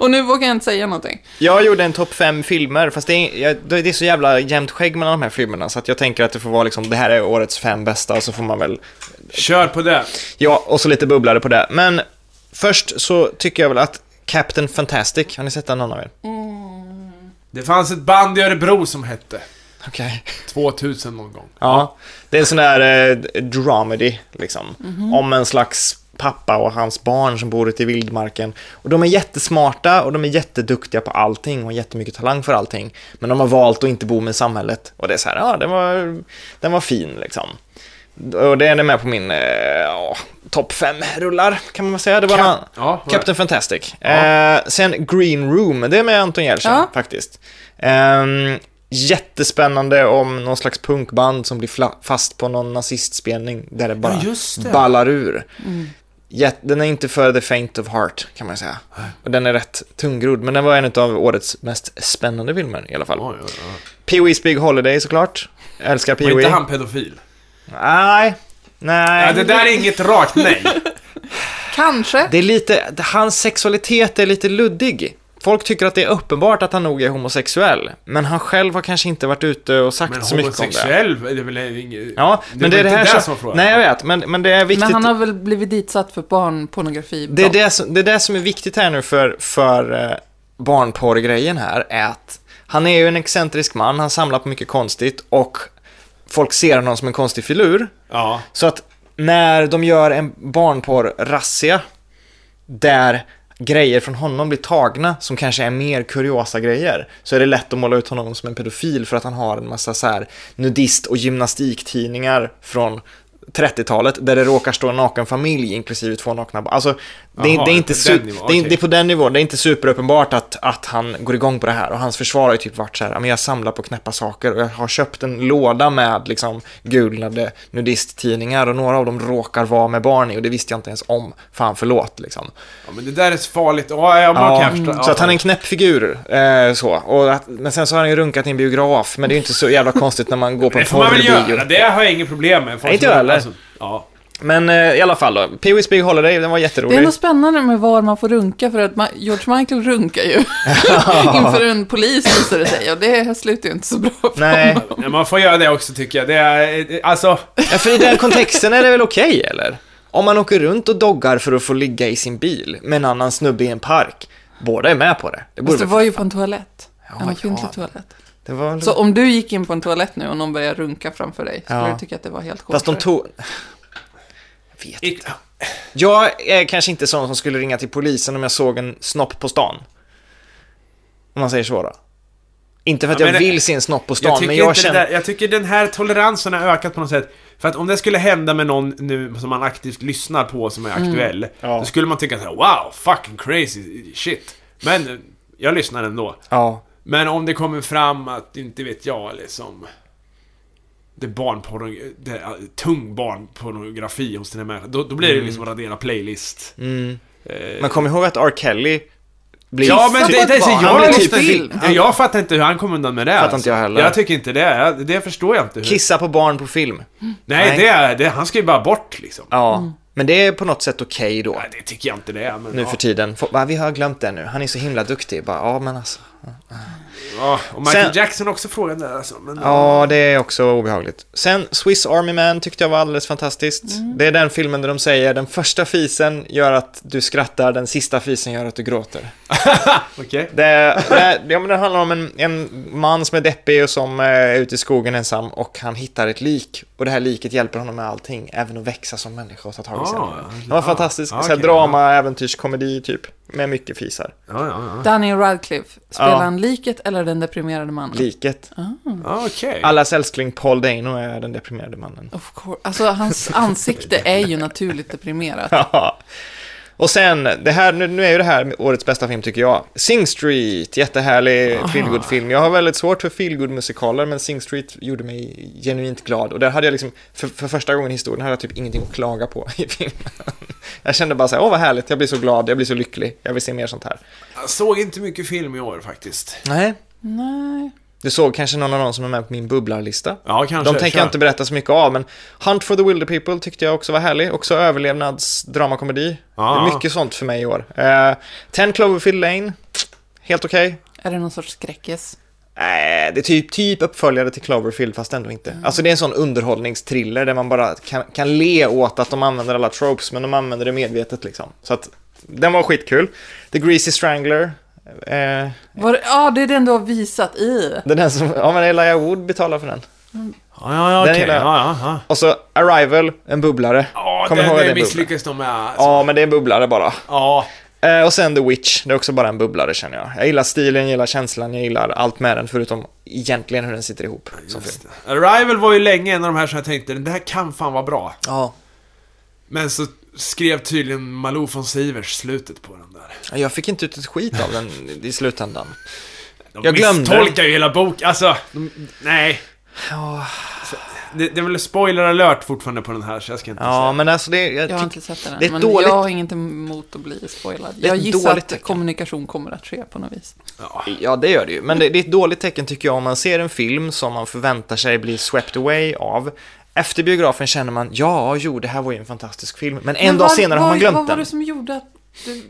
[SPEAKER 1] Och nu vågar jag inte säga någonting.
[SPEAKER 2] Jag gjorde en topp fem filmer, fast det är, jag, det är så jävla jämnt skägg mellan de här filmerna, så att jag tänker att det får vara liksom, det här är årets fem bästa, och så får man väl
[SPEAKER 3] Kör på det.
[SPEAKER 2] Ja, och så lite bubblare på det. Men först så tycker jag väl att Captain Fantastic, har ni sett den någon av er?
[SPEAKER 3] Det fanns ett band i Örebro som hette
[SPEAKER 2] Okej.
[SPEAKER 3] 2000 någon gång.
[SPEAKER 2] Ja. Det är en sån där eh, dramedy, liksom. Om en slags pappa och hans barn som bor ute i vildmarken. Och de är jättesmarta och de är jätteduktiga på allting och har jättemycket talang för allting. Men de har valt att inte bo med samhället. Och det är så här, ja, den var, den var fin liksom. Och det är den med på min, eh, ja, topp fem rullar, kan man väl säga. Det var en-
[SPEAKER 3] Ja, vad-
[SPEAKER 2] Captain Fantastic. Eh, sen Green Room, det är med Anton Jeltsin
[SPEAKER 1] Ja.
[SPEAKER 2] faktiskt. Ehm, jättespännande om någon slags punkband som blir fla- fast på någon nazistspelning där det bara
[SPEAKER 3] Ja, just det. Mm.
[SPEAKER 2] ballar ur. Jätte- den är inte för the faint of heart kan man säga. Och den är rätt tungrodd, men den var en av årets mest spännande filmer i alla fall.
[SPEAKER 3] Oj, oj, oj.
[SPEAKER 2] Pee Wee's Big Holiday såklart. Jag älskar Pee
[SPEAKER 3] Var inte
[SPEAKER 2] Wee.
[SPEAKER 3] han pedofil?
[SPEAKER 2] Nej, nej.
[SPEAKER 3] Ja, det där är inget
[SPEAKER 2] <laughs>
[SPEAKER 3] rakt nej.
[SPEAKER 1] Kanske.
[SPEAKER 2] Det är lite, hans sexualitet är lite luddig. Folk tycker att det är uppenbart att han nog är homosexuell, men han själv har kanske inte varit ute och sagt
[SPEAKER 3] Men
[SPEAKER 2] så mycket om det.
[SPEAKER 3] homosexuell, är det väl inget...
[SPEAKER 2] Ja, men det,
[SPEAKER 3] var
[SPEAKER 2] är det
[SPEAKER 3] inte
[SPEAKER 2] här
[SPEAKER 3] det
[SPEAKER 2] som...
[SPEAKER 3] som var frågan.
[SPEAKER 2] Nej, jag vet, men, men det är viktigt.
[SPEAKER 1] Men han har väl blivit ditsatt för barnpornografi.
[SPEAKER 2] det, är det, som, det är det som är viktigt här nu för, för eh, barnporrgrejen här, är att han är ju en excentrisk man, han samlar på mycket konstigt och folk ser honom som en konstig filur.
[SPEAKER 3] Ja.
[SPEAKER 2] Så att när de gör en barnporr-razzia där grejer från honom blir tagna som kanske är mer kuriosa grejer så är det lätt att måla ut honom som en pedofil för att han har en massa så här nudist och gymnastiktidningar från 30-talet där det råkar stå en naken familj inklusive två nakna barn. Alltså, det,
[SPEAKER 3] Jaha,
[SPEAKER 2] det, är inte
[SPEAKER 3] på
[SPEAKER 2] su-
[SPEAKER 3] den nivån,
[SPEAKER 2] det, är,
[SPEAKER 3] okej.
[SPEAKER 2] det är på den nivån. Det är inte superuppenbart att, att han går igång på det här. Och hans försvar har ju typ varit så här, "Ja, men jag samlar på knäppa saker och jag har köpt en låda med liksom gulnade nudisttidningar och några av dem råkar vara med barn i och det visste jag inte ens om. Fan, förlåt liksom.
[SPEAKER 3] ja, men det där är så farligt. Ja, ja, man
[SPEAKER 2] Ja, mm.
[SPEAKER 3] kan förstå. Ja.
[SPEAKER 2] så att han är en knäpp figur. Eh, så. Och att, men sen så har han ju runkat i en biograf, men det är ju inte så jävla konstigt när man går på
[SPEAKER 3] <laughs> Det
[SPEAKER 2] en
[SPEAKER 3] får man väl
[SPEAKER 2] porrbio.
[SPEAKER 3] göra, det har jag inget problem med. Folk
[SPEAKER 2] Nej, inte
[SPEAKER 3] som-
[SPEAKER 2] jag heller.
[SPEAKER 3] ja.
[SPEAKER 2] Men eh, i alla fall då, Pee-Wee's Big Holiday, den var
[SPEAKER 1] Det
[SPEAKER 2] jätterolig.
[SPEAKER 1] är nog spännande med var man får runka för att Ma- George Michael runkar
[SPEAKER 2] <laughs>
[SPEAKER 1] ju inför en polis visar det sig och det slutar ju inte så bra för
[SPEAKER 2] Nej,
[SPEAKER 1] honom.
[SPEAKER 3] Ja, man får göra det också tycker jag. Det är, alltså,
[SPEAKER 2] Ja, för i den kontexten är det väl okej eller? Om man åker runt och doggar för att få ligga i sin bil med en annan snubbe i en park, båda är med på det. Det, borde
[SPEAKER 1] Fast det
[SPEAKER 2] väl-
[SPEAKER 1] var ju på en toalett.
[SPEAKER 2] Ja,
[SPEAKER 1] en offentlig
[SPEAKER 2] ja.
[SPEAKER 1] toalett.
[SPEAKER 2] det var väl...
[SPEAKER 1] Så om du gick in på en toalett nu och någon började runka framför dig, skulle
[SPEAKER 2] Ja.
[SPEAKER 1] du tycka att det var helt sjukt?
[SPEAKER 2] Fast de tog... Jag vet inte. Jag är kanske inte sån som skulle ringa till polisen om jag såg en snopp på stan. Om man säger så då. Inte för att
[SPEAKER 3] Ja,
[SPEAKER 2] jag
[SPEAKER 3] men det-
[SPEAKER 2] vill se en snopp på stan,
[SPEAKER 3] jag tycker,
[SPEAKER 2] men jag
[SPEAKER 3] inte det
[SPEAKER 2] känner...
[SPEAKER 3] där, jag tycker den här toleransen har ökat på något sätt. För att om det skulle hända med någon nu som man aktivt lyssnar på som är aktuell,
[SPEAKER 2] Mm. Ja.
[SPEAKER 3] då skulle man tycka så här: wow, fucking crazy shit. Men eh, jag lyssnar ändå.
[SPEAKER 2] Ja.
[SPEAKER 3] Men om det kommer fram att, inte vet jag, liksom... Det är barnpornografi, det är äh, tung barnpornografi hos den här människan. Då, då blir det
[SPEAKER 2] Mm.
[SPEAKER 3] liksom radera playlist.
[SPEAKER 2] Men kom ihåg att R. Kelly blir...
[SPEAKER 3] Ja men
[SPEAKER 1] Fattar
[SPEAKER 3] det, det är så
[SPEAKER 1] vad?
[SPEAKER 2] Han
[SPEAKER 3] jag
[SPEAKER 2] blir
[SPEAKER 3] lyssnar
[SPEAKER 2] typ
[SPEAKER 1] film.
[SPEAKER 3] till- Ja, Jag fattar inte hur han kom undan med det.
[SPEAKER 2] Fattar inte jag heller.
[SPEAKER 3] Jag tycker inte det. Jag, det förstår jag inte. Hur.
[SPEAKER 2] Kissa på barn på film.
[SPEAKER 3] Nej,
[SPEAKER 2] Nej.
[SPEAKER 3] Det, är- det, han ska ju bara bort liksom.
[SPEAKER 2] Ja. Men det är på något sätt okej då.
[SPEAKER 3] Nej, det tycker jag inte det är. Men,
[SPEAKER 2] nu
[SPEAKER 3] ja.
[SPEAKER 2] för tiden. Få- Va, vi har glömt det nu. Han är så himla duktig. Bara, ja, men alltså.
[SPEAKER 3] Ja, och Michael
[SPEAKER 2] Sen-
[SPEAKER 3] Jackson också frågan där alltså. Men,
[SPEAKER 2] Ja, det är också obehagligt. Sen Swiss Army Man tyckte jag var alldeles fantastiskt. Det är den filmen där de säger den första fisen gör att du skrattar, den sista fisen gör att du gråter.
[SPEAKER 3] Okej.
[SPEAKER 2] Det, det, ja, men det handlar om en, en man som är deppig och som eh, är ute i skogen ensam och han hittar ett lik. Och det här liket hjälper honom med allting, även att växa som människa och ta tag i sig.
[SPEAKER 3] Ah,
[SPEAKER 2] Det var
[SPEAKER 3] ah,
[SPEAKER 2] fantastiskt.
[SPEAKER 3] ah,
[SPEAKER 2] Så här
[SPEAKER 3] okej,
[SPEAKER 2] drama, äventyrskomedi typ, med mycket fisar.
[SPEAKER 3] Ja, ja, ja.
[SPEAKER 1] Daniel Radcliffe, spelar
[SPEAKER 2] Ja.
[SPEAKER 1] han liket eller den deprimerade mannen?
[SPEAKER 2] Liket.
[SPEAKER 3] ja okej.
[SPEAKER 2] Allas älskling Paul Dano är den deprimerade mannen.
[SPEAKER 1] Of course. Alltså, hans
[SPEAKER 2] <laughs>
[SPEAKER 1] ansikte är ju naturligt deprimerat.
[SPEAKER 2] Ja. Och sen, det här, nu, nu är ju det här årets bästa film tycker jag. Sing Street, jättehärlig feelgood-film. Jag har väldigt svårt för feelgood-musikaler, men Sing Street gjorde mig genuint glad. Och där hade jag liksom, för, för första gången i historien hade jag typ ingenting att klaga på <laughs> i filmen. Jag kände bara så här, åh vad härligt, jag blir så glad, jag blir så lycklig, jag vill se mer sånt här.
[SPEAKER 3] Jag såg inte mycket film i år faktiskt.
[SPEAKER 2] Nej.
[SPEAKER 1] Nej.
[SPEAKER 2] Du såg kanske någon av dem som är med på min bubblarlista?
[SPEAKER 3] Ja, kanske.
[SPEAKER 2] De tänker jag inte berätta så mycket av, men Hunt for the Wilder People tyckte jag också var härlig. Också överlevnadsdramakomedi.
[SPEAKER 3] Ja.
[SPEAKER 2] Det är mycket sånt för mig i år. Eh, Ten Cloverfield Lane, helt okej.
[SPEAKER 1] Är det någon sorts skräckis?
[SPEAKER 2] Nej, det är typ, typ uppföljare till Cloverfield, fast ändå inte. Alltså det är en sån underhållningsthriller där man bara kan, kan le åt att de använder alla tropes, men de använder det medvetet liksom. Så att, den var skitkul. The Greasy Strangler. Eh,
[SPEAKER 1] Var, ja, det är den du har visat i.
[SPEAKER 2] den här som, ja men Elijah Wood betalar för den.
[SPEAKER 3] Ja, ja, ja,
[SPEAKER 2] Den
[SPEAKER 3] okej.
[SPEAKER 2] gillar jag.
[SPEAKER 3] Ja, ja, ja.
[SPEAKER 2] Och så Arrival, en bubblare.
[SPEAKER 3] Ja,
[SPEAKER 2] Kommer
[SPEAKER 3] det,
[SPEAKER 2] ihåg att det är
[SPEAKER 3] det
[SPEAKER 2] en bubblare.
[SPEAKER 3] misslyckades de med. Alltså.
[SPEAKER 2] Ja, men det är en bubblare bara.
[SPEAKER 3] Ja.
[SPEAKER 2] Eh, och sen The Witch, det är också bara en bubblare känner jag. Jag gillar stilen, jag gillar känslan, jag gillar allt med den, förutom egentligen hur den sitter ihop som film.
[SPEAKER 3] Just det. Arrival var ju länge en av de här som jag tänkte, den där kan fan vara bra.
[SPEAKER 2] Ja,
[SPEAKER 3] Men så skrev tydligen Malou von Sivers slutet på den där.
[SPEAKER 2] jag fick inte ut ett skit av den i slutändan.
[SPEAKER 3] De
[SPEAKER 2] Jag glömde.
[SPEAKER 3] misstolkar ju hela boken, alltså. De, nej.
[SPEAKER 2] Ja,
[SPEAKER 3] Det, det är väl spoiler alert fortfarande på den här, så jag ska inte
[SPEAKER 2] ja men alltså det, jag,
[SPEAKER 1] Jag har
[SPEAKER 2] tyck,
[SPEAKER 1] inte sett den
[SPEAKER 2] det är
[SPEAKER 1] än, men
[SPEAKER 2] dåligt-
[SPEAKER 1] jag har inget emot att bli spoilad.
[SPEAKER 2] är
[SPEAKER 1] Jag
[SPEAKER 2] ett
[SPEAKER 1] gissar
[SPEAKER 2] dåligt
[SPEAKER 1] att
[SPEAKER 2] tecken.
[SPEAKER 1] kommunikation kommer att ske på något vis.
[SPEAKER 3] säga. Ja.
[SPEAKER 2] ja det gör det ju. Men det, det är ett dåligt tecken tycker jag om man ser en film som man förväntar sig blir swept away av. Efter biografen känner man, ja, jo, det här var ju en fantastisk film. Men en
[SPEAKER 1] Men
[SPEAKER 2] dag
[SPEAKER 1] vad-
[SPEAKER 2] senare har
[SPEAKER 1] vad-
[SPEAKER 2] man glömt
[SPEAKER 1] Vad var
[SPEAKER 2] den.
[SPEAKER 1] det som gjorde att du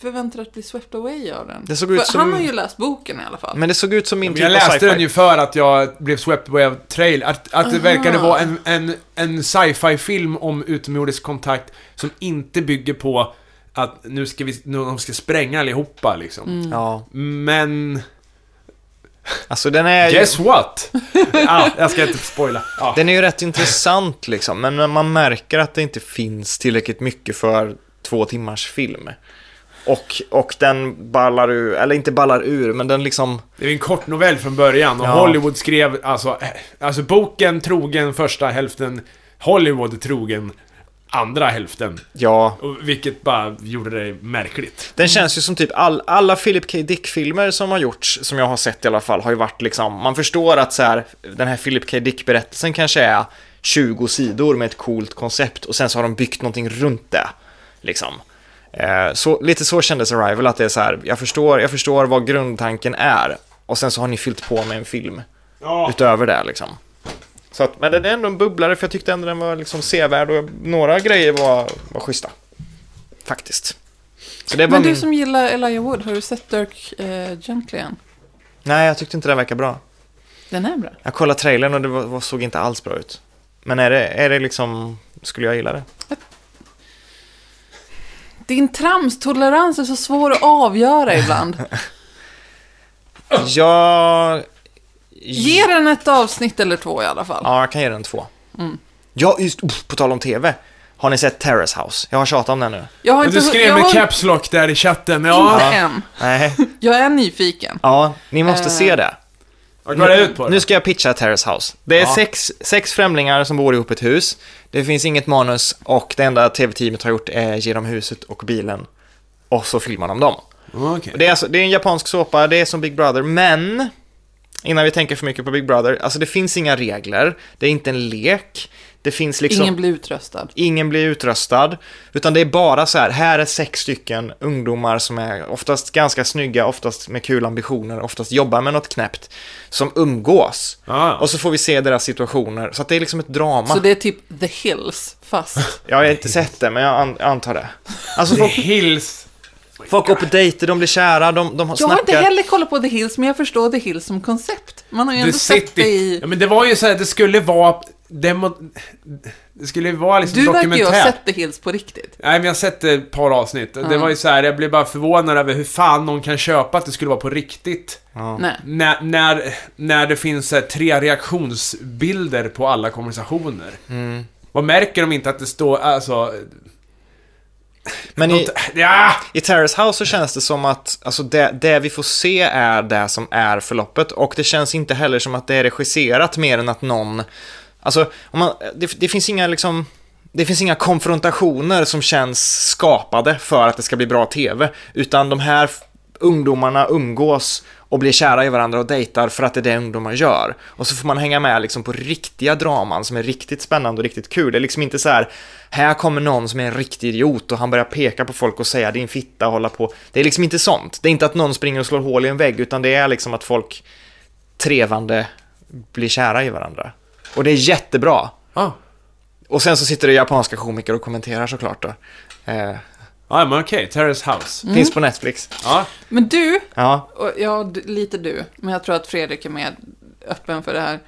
[SPEAKER 1] förväntade dig att bli swept away av den?
[SPEAKER 2] Det såg ut
[SPEAKER 1] För
[SPEAKER 2] som-
[SPEAKER 1] Han har ju läst boken i alla fall.
[SPEAKER 2] Men det såg ut som min
[SPEAKER 3] Men jag
[SPEAKER 2] typ av
[SPEAKER 3] läste
[SPEAKER 2] sci-fi.
[SPEAKER 3] den ju för att jag blev swept away av trail. Att, att det
[SPEAKER 2] Ah.
[SPEAKER 3] verkade vara en, en, en sci-fi film om utomjordisk kontakt som inte bygger på att nu ska vi, nu de ska spränga allihopa liksom.
[SPEAKER 2] Mm. Ja,
[SPEAKER 3] Men...
[SPEAKER 2] alltså den är ju...
[SPEAKER 3] Guess <laughs> what? ah, jag ska inte spoila. Ah.
[SPEAKER 2] Den är ju rätt intressant liksom, men när man märker att det inte finns tillräckligt mycket för två timmars film. Och, och den ballar ur, eller inte ballar ur, men den liksom...
[SPEAKER 3] Det är en kort novell från början och
[SPEAKER 2] Ja.
[SPEAKER 3] Hollywood skrev, alltså, eh, alltså boken trogen första hälften, Hollywood trogen andra hälften.
[SPEAKER 2] Ja,
[SPEAKER 3] Och vilket bara gjorde det märkligt.
[SPEAKER 2] den känns ju som typ all, alla Philip K. Dick-filmer som har gjorts, som jag har sett i alla fall, har ju varit liksom, man förstår att så här, den här Philip K. Dick-berättelsen kanske är 20 sidor med ett coolt koncept och sen så har de byggt någonting runt det. Liksom. Eh, så, lite så kändes Arrival, att det är så här, jag förstår, jag förstår vad grundtanken är och sen så har ni fyllt på med en film
[SPEAKER 3] Ja.
[SPEAKER 2] utöver det liksom. Så att, men den är ändå en bubblare för jag tyckte ändå den var liksom sevärd och några grejer var, var schyssta. Faktiskt. Så det var
[SPEAKER 1] Men du
[SPEAKER 2] min-
[SPEAKER 1] som gillar Elijah Wood, har du sett Dirk eh, Gentleman?
[SPEAKER 2] Nej, jag tyckte inte den verkade bra.
[SPEAKER 1] Den är bra.
[SPEAKER 2] Jag kollade trailern och det var, var- såg inte alls bra ut. Men är det, är det liksom, skulle jag gilla det?
[SPEAKER 1] Din tramstolerans är så svår att avgöra
[SPEAKER 2] <laughs>
[SPEAKER 1] ibland.
[SPEAKER 2] Jag...
[SPEAKER 1] Ge den ett avsnitt eller två i alla fall.
[SPEAKER 2] Ja, jag kan ge den två. Ja, just, uff, på tal om TV. Har ni sett Terrace House? Jag har tjatat om den nu.
[SPEAKER 1] Jag har
[SPEAKER 3] Men
[SPEAKER 1] inte
[SPEAKER 3] du skrev
[SPEAKER 1] jag
[SPEAKER 3] med
[SPEAKER 1] har
[SPEAKER 3] caps lock där i chatten, ja.
[SPEAKER 1] Inte än.
[SPEAKER 2] Nej.
[SPEAKER 1] Jag är nyfiken.
[SPEAKER 2] Ja, ni måste
[SPEAKER 1] Eh,
[SPEAKER 2] se det.
[SPEAKER 3] Vad Eh, går det ut på
[SPEAKER 2] Nu
[SPEAKER 3] då?
[SPEAKER 2] ska jag pitcha Terrace House. Det är
[SPEAKER 3] Ja.
[SPEAKER 2] sex, sex främlingar som bor ihop ett hus. Det finns inget manus och det enda TV-teamet har gjort är ge dem huset och bilen. Och så filmar de dem.
[SPEAKER 3] Okej.
[SPEAKER 2] Det är, alltså, det är en japansk såpa, det är som Big Brother, men innan vi tänker för mycket på Big Brother, alltså det finns inga regler, det är inte en lek, det finns liksom...
[SPEAKER 1] Ingen blir utröstad.
[SPEAKER 2] Ingen blir utröstad, utan det är bara så här, här är sex stycken ungdomar som är oftast ganska snygga, oftast med kul ambitioner, oftast jobbar med något knäppt, som umgås.
[SPEAKER 3] Ja, ja.
[SPEAKER 2] Och så får vi se deras situationer, så att det är liksom ett drama.
[SPEAKER 1] Så det är typ The Hills, fast...
[SPEAKER 2] Jag har inte sett det, men jag an- antar det. Alltså folk,
[SPEAKER 3] Hills.
[SPEAKER 2] folk går på dejter, de blir kära, de, de
[SPEAKER 1] Jag har inte
[SPEAKER 2] snackar.
[SPEAKER 1] heller kollat på The Hills, men jag förstår The Hills som koncept. Man har ju
[SPEAKER 3] The
[SPEAKER 1] ändå sett
[SPEAKER 3] City.
[SPEAKER 1] det i...
[SPEAKER 3] Ja, men det var ju så här, det skulle vara... Demo... Det skulle ju vara liksom
[SPEAKER 1] Du verkar ju ha
[SPEAKER 3] dokumentärt.
[SPEAKER 1] sett The Hills på riktigt.
[SPEAKER 3] Nej, men jag har sett ett par avsnitt. Det var ju så här, jag blev bara förvånad över hur fan någon kan köpa att det skulle vara på riktigt.
[SPEAKER 2] Ja.
[SPEAKER 1] Nej.
[SPEAKER 3] När, när, när det finns så här, tre reaktionsbilder på alla konversationer.
[SPEAKER 2] Mm.
[SPEAKER 3] Vad märker de inte att det står, alltså...
[SPEAKER 2] Men i,
[SPEAKER 3] Något, ja!
[SPEAKER 2] I Terrace House så känns det som att alltså det, det vi får se är det som är förloppet och det känns inte heller som att det är regisserat mer än att någon... Alltså, om man, det, det finns inga liksom... Det finns inga konfrontationer som känns skapade för att det ska bli bra TV, utan de här f- ungdomarna umgås och blir kära i varandra och dejtar för att det är det ungdomar gör. Och så får man hänga med liksom på riktiga draman som är riktigt spännande och riktigt kul. Det är liksom inte så här, här kommer någon som är en riktig idiot och han börjar peka på folk och säga din fitta och hålla på. Det är liksom inte sånt. Det är inte att någon springer och slår hål i en vägg, utan det är liksom att folk trevande blir kära i varandra. Och det är jättebra.
[SPEAKER 3] Ah.
[SPEAKER 2] Och sen så sitter det japanska komiker och kommenterar såklart då. Eh,
[SPEAKER 3] Ja, men okej. Terrace House.
[SPEAKER 2] Finns på Netflix.
[SPEAKER 3] Ja.
[SPEAKER 1] Men du,
[SPEAKER 2] Ja.
[SPEAKER 1] och ja, d- lite du, men jag tror att Fredrik är mer öppen för det här,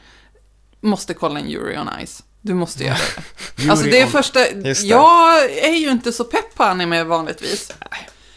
[SPEAKER 1] måste kolla en Jury on Ice. Du måste göra
[SPEAKER 2] <laughs>
[SPEAKER 1] det. Alltså det är första,
[SPEAKER 2] Just det.
[SPEAKER 1] jag är ju inte så pepp på anime vanligtvis.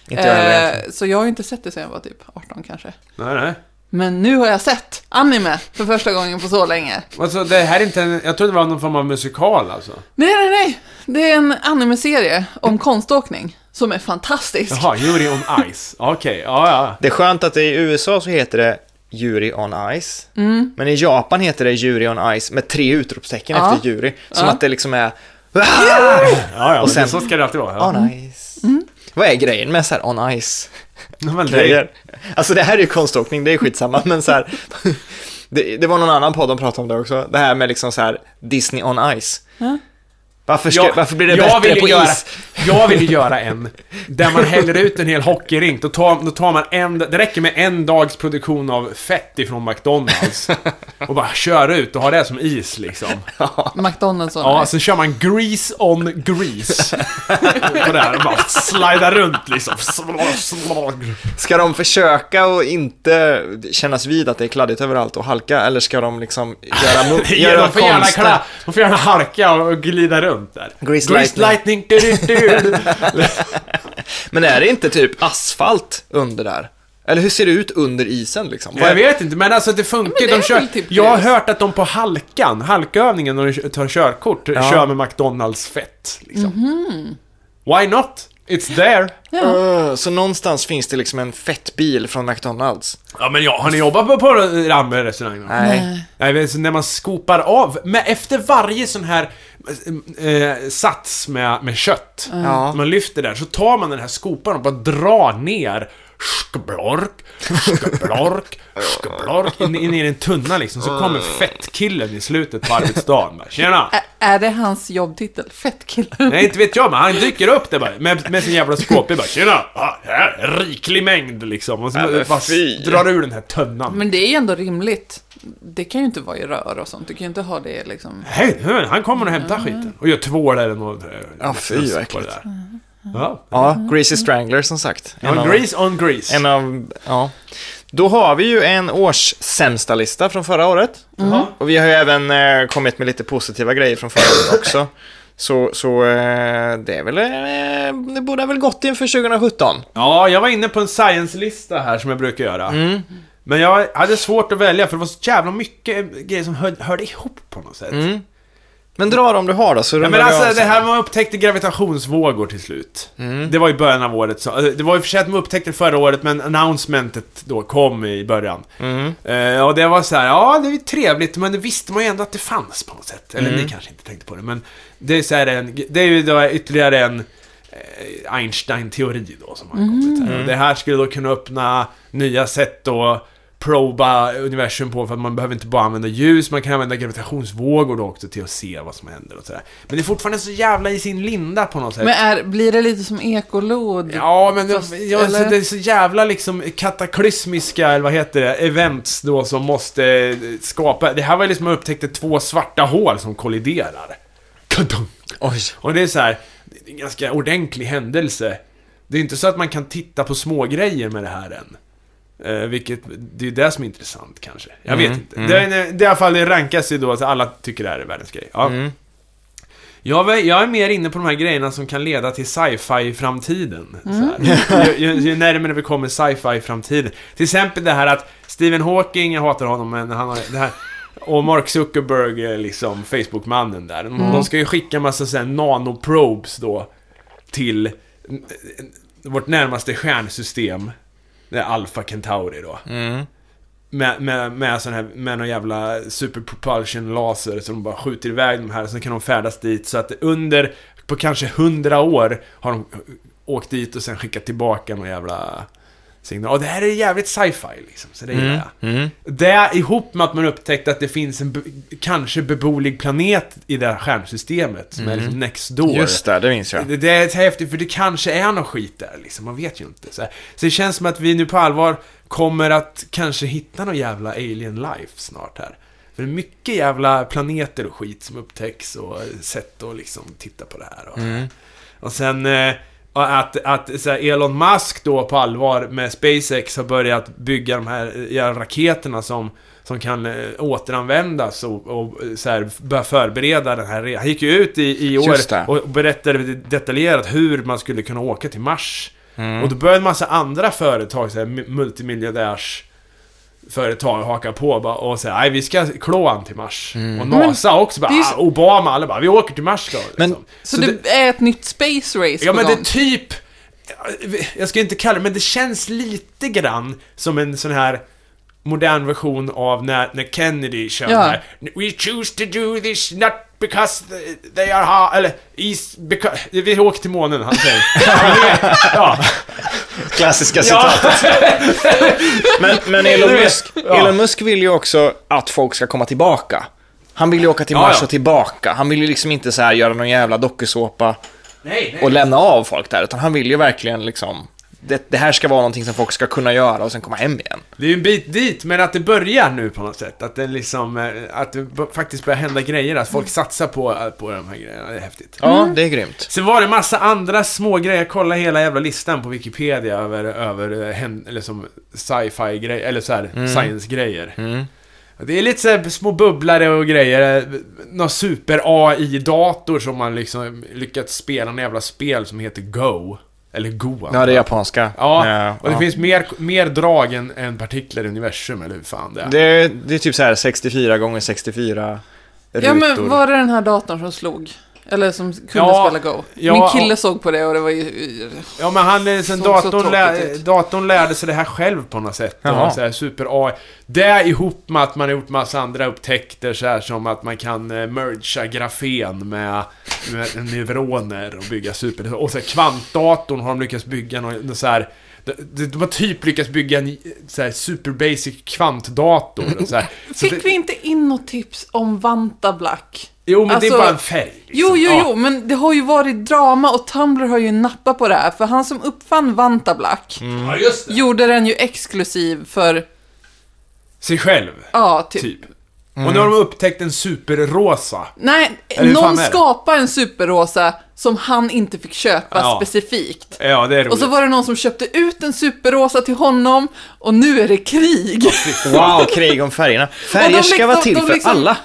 [SPEAKER 2] Inte jag
[SPEAKER 1] Eh,
[SPEAKER 2] heller egentligen.
[SPEAKER 1] så jag har ju inte sett det sedan jag var typ 18 kanske.
[SPEAKER 3] Nej, nej.
[SPEAKER 1] Men nu har jag sett anime för första gången på så länge.
[SPEAKER 3] Alltså, det här är inte en, Jag trodde det var någon form av musikal, alltså.
[SPEAKER 1] Nej, nej, nej. Det är en anime-serie om
[SPEAKER 3] Mm.
[SPEAKER 1] konståkning som är fantastisk.
[SPEAKER 3] Jaha, Jury on Ice. Okej, ja, ja.
[SPEAKER 2] Det är skönt att det i USA så heter det Jury on Ice. Men i Japan heter det Jury on Ice med tre utropstecken
[SPEAKER 1] Mm. Ja.
[SPEAKER 2] efter jury. Som
[SPEAKER 1] Ja.
[SPEAKER 2] att det liksom är
[SPEAKER 3] Ja, ja,
[SPEAKER 2] Och
[SPEAKER 3] och
[SPEAKER 2] sen-
[SPEAKER 3] sen, så ska det alltid vara. Ja.
[SPEAKER 2] on ice.
[SPEAKER 1] Mm.
[SPEAKER 2] Vad är grejen med så här on ice
[SPEAKER 3] Ja, men det,
[SPEAKER 2] grejer? <laughs> Alltså det här är ju konståkning, det är skitsamma, men så här. <laughs> Det, det var någon annan podd de pratade om det också. Det här med liksom så här Disney on ice.
[SPEAKER 1] Ja.
[SPEAKER 2] Varför, ska,
[SPEAKER 3] Jag-
[SPEAKER 2] varför blir det
[SPEAKER 3] jag
[SPEAKER 2] bättre
[SPEAKER 3] vill
[SPEAKER 2] på
[SPEAKER 3] göra,
[SPEAKER 2] is?
[SPEAKER 3] Jag vill ju göra en där man häller ut en hel hockeyrink. Då tar, då tar man en... Det räcker med en dags produktion av fett ifrån McDonalds. Och bara köra ut och ha det som is, liksom.
[SPEAKER 1] McDonalds och
[SPEAKER 3] Ja, alltså-
[SPEAKER 1] nice.
[SPEAKER 3] sen kör man grease on grease. På det här och bara slidar runt liksom.
[SPEAKER 2] Ska de försöka och inte kännas vid att det är kladdigt överallt och halka eller ska de
[SPEAKER 3] <laughs>
[SPEAKER 2] liksom göra, mo- göra
[SPEAKER 3] De får, gärna
[SPEAKER 2] konsten?
[SPEAKER 3] kla, de får gärna harka och glida runt där.
[SPEAKER 2] Grease
[SPEAKER 3] lightning. du, du, du.
[SPEAKER 2] Men är det inte typ asfalt under där? Eller hur ser det ut under isen liksom?
[SPEAKER 3] Jag vet inte, men alltså det
[SPEAKER 1] Ja,
[SPEAKER 3] funkar.
[SPEAKER 1] men det
[SPEAKER 3] de
[SPEAKER 1] är
[SPEAKER 3] kör,
[SPEAKER 1] väl typ
[SPEAKER 3] jag har
[SPEAKER 1] grus.
[SPEAKER 3] hört att de på halkan, halkövningen när de tar körkort,
[SPEAKER 2] Ja.
[SPEAKER 3] kör med McDonalds fett. Liksom.
[SPEAKER 1] Mhm.
[SPEAKER 3] Why not? It's there.
[SPEAKER 1] Ja.
[SPEAKER 2] Öh, så någonstans finns det liksom en fettbil från McDonalds?
[SPEAKER 3] Ja men ja, har ni jobbat på, på Ramberg-restaurang? då?
[SPEAKER 2] Nej.
[SPEAKER 3] Nej, men så när man skopar av, men efter varje sån här eh, sats med, med kött,
[SPEAKER 2] Ja.
[SPEAKER 3] när man lyfter där, så tar man den här skopan och bara drar ner skblork, skblork, skblork. In, in i en tunna liksom, så kommer fettkillen i slutet på arbetsdagen. Bara, Tjena!
[SPEAKER 1] Ä- är det hans jobbtitel? Fettkillen?
[SPEAKER 3] Nej, inte vet jag, men han dyker upp där bara, med, med sin jävla skåpbil bara Tjena! Ah, här, riklig mängd liksom. Och så
[SPEAKER 2] men
[SPEAKER 3] bara
[SPEAKER 2] fy.
[SPEAKER 3] drar ur den här tunnan.
[SPEAKER 1] Men det är ju ändå rimligt. Det kan ju inte vara i rör och sånt. Du kan ju inte ha det liksom.
[SPEAKER 3] Hej, nu, han kommer och hämtar skiten. Och jag tvålar den och...
[SPEAKER 2] Ja, fy, vad
[SPEAKER 3] Eh, på det
[SPEAKER 2] äckligt.
[SPEAKER 3] där. Ja.
[SPEAKER 2] Ja, Greasy Strangler som sagt. En
[SPEAKER 3] On
[SPEAKER 2] av-
[SPEAKER 3] grease, on grease.
[SPEAKER 2] En av, ja. Då har vi ju en års sämsta lista från förra året.
[SPEAKER 3] Mm.
[SPEAKER 2] Och vi har ju även eh, kommit med lite positiva grejer från förra året
[SPEAKER 3] <laughs>
[SPEAKER 2] också. Så, så eh, det är väl, eh, det borde väl gått inför 2017.
[SPEAKER 3] Ja, jag var inne på en science-lista här som jag brukar göra.
[SPEAKER 2] Mm.
[SPEAKER 3] Men jag hade svårt att välja för det var så jävla mycket grejer som hör, hörde ihop på något sätt.
[SPEAKER 2] Mm. Men dra dem du har då, så
[SPEAKER 3] Ja,
[SPEAKER 2] rundar
[SPEAKER 3] men
[SPEAKER 2] vi av
[SPEAKER 3] alltså det
[SPEAKER 2] sen.
[SPEAKER 3] här man upptäckte gravitationsvågor till slut. Det var i början av året. Så, eh, det var i och för sig att man upptäckte det förra året men announcementet då kom i början.
[SPEAKER 2] Mm.
[SPEAKER 3] Eh, och det var så här, ja det är ju trevligt men det visste man ju ändå att det fanns på något sätt. Eller ni kanske inte tänkte på det men det är, så här en, det är ju då ytterligare en eh, Einstein-teori då som har
[SPEAKER 1] Mm.
[SPEAKER 3] kommit här. Och det här skulle då kunna öppna nya sätt att proba universum på för att man behöver inte bara använda ljus, man kan använda gravitationsvågor då också till att se vad som händer och sådär. Men det är fortfarande så jävla i sin linda på något sätt.
[SPEAKER 1] Men är, blir det lite som ekolod?
[SPEAKER 3] Ja, men
[SPEAKER 1] Fast-
[SPEAKER 3] det, ja,
[SPEAKER 1] eller?
[SPEAKER 3] så det är så jävla liksom kataklysmiska, eller vad heter det, events då som måste eh, skapa. Det här var ju liksom man upptäckte två svarta hål som kolliderar. Kadunk.
[SPEAKER 2] Oj.
[SPEAKER 3] Och det är så här, det är en ganska ordentlig händelse. Det är inte så att man kan titta på små grejer med det här än. Eh, vilket, det är ju det som är intressant kanske. Jag vet inte. Det, är, det är i alla fall, det rankas ju då, så alla tycker det här är världens grej. Ja. Jag, var- jag är mer inne på de här grejerna som kan leda till sci-fi-framtiden. Så här. Ju, ju, ju närmare vi kommer sci-fi-framtiden. Till exempel det här att Stephen Hawking, jag hatar honom, men han har det här... Och Mark Zuckerberg, eh, liksom Facebook-mannen där. De- De ska ju skicka massa såhär nanoprobes då till eh, vårt närmaste stjärnsystem. Det är Alpha Centauri då.
[SPEAKER 2] Mm.
[SPEAKER 3] Med, med, med sån här, med någon jävla superpropulsion laser som de bara skjuter iväg de här, sen kan de färdas dit så att under, på kanske hundra år har de åkt dit och sen skickat tillbaka någon jävla signal. Och det här är jävligt sci-fi liksom, så det
[SPEAKER 2] Mm.
[SPEAKER 3] gillar jag. Det ihop med att man upptäckte att det finns en be, kanske beboelig planet i det här stjärnsystemet som är liksom next door.
[SPEAKER 2] Just det, det minns jag.
[SPEAKER 3] Det, det är så häftigt för det kanske är någon skit där liksom, man vet ju inte. Så, här. så det känns som att vi nu på allvar kommer att kanske hitta någon jävla alien life snart här. För det är mycket jävla planeter och skit som upptäcks och sätt att liksom titta på det här. Och, och sen eh, att, att så här, Elon Musk då på allvar med SpaceX har börjat bygga de här eh, jävla raketerna som som kan eh, återanvändas och, och eh, så här, börja förbereda den här re- Han gick ju ut i, i år
[SPEAKER 2] Just det.
[SPEAKER 3] och berättade detaljerat hur man skulle kunna åka till Mars.
[SPEAKER 1] Mm.
[SPEAKER 3] Och då började en massa andra företag, så här, mu- multimiljardärs företag haka på och bara- och säga nej vi ska klå han till Mars. Och NASA också bara,
[SPEAKER 1] Mm. det är ju så-
[SPEAKER 3] ah, Obama, alla bara, vi åker till Mars då. Liksom.
[SPEAKER 2] Men-
[SPEAKER 1] Så, det, är ett nytt space race
[SPEAKER 3] Ja
[SPEAKER 1] på
[SPEAKER 3] men det
[SPEAKER 1] gång.
[SPEAKER 3] är typ, jag ska inte kalla det, men det känns lite grann som en sån här modern version av när, när Kennedy kör
[SPEAKER 1] Ja.
[SPEAKER 3] den här We choose to do this not because they are ha eller is because, vi åker till månen, han säger. ja,
[SPEAKER 2] Klassiska
[SPEAKER 3] ja.
[SPEAKER 2] citatet.
[SPEAKER 3] <laughs>
[SPEAKER 2] Men, men Elon,
[SPEAKER 3] Du vet,
[SPEAKER 2] Musk,
[SPEAKER 3] ja.
[SPEAKER 2] Elon Musk vill ju också att folk ska komma tillbaka. Han vill ju åka till
[SPEAKER 3] Ja,
[SPEAKER 2] Mars
[SPEAKER 3] ja.
[SPEAKER 2] och tillbaka. Han vill ju liksom inte så här göra någon jävla dokusåpa
[SPEAKER 3] Nej, nej.
[SPEAKER 2] och lämna av folk där, utan han vill ju verkligen liksom... Det, det här ska vara någonting som folk ska kunna göra och sen komma hem igen.
[SPEAKER 3] Det är ju en bit dit, men att det börjar nu på något sätt. Att det liksom, eh, att det b- faktiskt börjar hända grejer. Att folk satsar på, på de här grejerna. Det är häftigt.
[SPEAKER 2] Ja, det är grymt.
[SPEAKER 3] Sen var det massa andra små grejer. Jag kollade hela jävla listan på Wikipedia över, över eh, hän- eller som sci-fi grejer, eller så här,
[SPEAKER 2] Mm.
[SPEAKER 3] science-grejer. Det är lite så här små bubblare och grejer. Eh, Någon super-AI-dator som man liksom lyckats spela något jävla spel som heter Go. Eller Go.
[SPEAKER 2] Ja, det är japanska. Eh,
[SPEAKER 3] Ja, och det
[SPEAKER 2] ja.
[SPEAKER 3] finns mer, mer drag än, än partiklar i universum, eller hur fan det är.
[SPEAKER 2] Det, är- det är typ så här 64 gånger 64 rutor.
[SPEAKER 1] Ja, men var det den här datorn som slog? Eller som kunde
[SPEAKER 3] Ja,
[SPEAKER 1] spela Go?
[SPEAKER 3] ja,
[SPEAKER 1] Min kille
[SPEAKER 3] ja.
[SPEAKER 1] såg på det och det var ju...
[SPEAKER 3] Ja, men han, eh, sen
[SPEAKER 1] Såg så
[SPEAKER 3] datorn,
[SPEAKER 1] tråkigt
[SPEAKER 3] lär,
[SPEAKER 1] ut.
[SPEAKER 3] datorn lärde sig det här själv på något sätt.
[SPEAKER 2] Jaha.
[SPEAKER 3] Och så här, super AI. Det ihop med att man har gjort massa andra upptäckter så här som att man kan eh, mergea grafen med, med neuroner och bygga super... Och så här, kvantdatorn har de lyckats bygga någon, någon så här... De, de, de har typ lyckats bygga en så här, super basic kvantdator. Och så här. Så
[SPEAKER 1] Fick
[SPEAKER 3] det,
[SPEAKER 1] vi inte in något tips om Vanta Black?
[SPEAKER 3] Jo, men det
[SPEAKER 1] Alltså-
[SPEAKER 3] är bara en färg. liksom.
[SPEAKER 1] Jo, jo,
[SPEAKER 3] Ja.
[SPEAKER 1] jo, men det har ju varit drama och Tumblr har ju nappat på det här, för han som uppfann Vanta Black
[SPEAKER 3] Ja, just det.
[SPEAKER 1] gjorde den ju exklusiv för,
[SPEAKER 3] Sig själv.
[SPEAKER 1] ja, typ.
[SPEAKER 3] Typ. Och nu har de upptäckt en superrosa.
[SPEAKER 1] Nej,
[SPEAKER 3] hur fan
[SPEAKER 1] någon
[SPEAKER 3] är det?
[SPEAKER 1] skapade en superrosa som han inte fick köpa
[SPEAKER 3] Ja. Eh,
[SPEAKER 1] specifikt.
[SPEAKER 3] Ja, det är roligt.
[SPEAKER 1] Och så var det någon som köpte ut en superrosa till honom och nu är det krig.
[SPEAKER 2] Wow, krig om färgerna.
[SPEAKER 1] Och
[SPEAKER 2] Färger
[SPEAKER 1] de
[SPEAKER 2] ska
[SPEAKER 1] liksom-
[SPEAKER 2] vara till
[SPEAKER 1] de
[SPEAKER 2] för
[SPEAKER 1] liksom-
[SPEAKER 2] alla.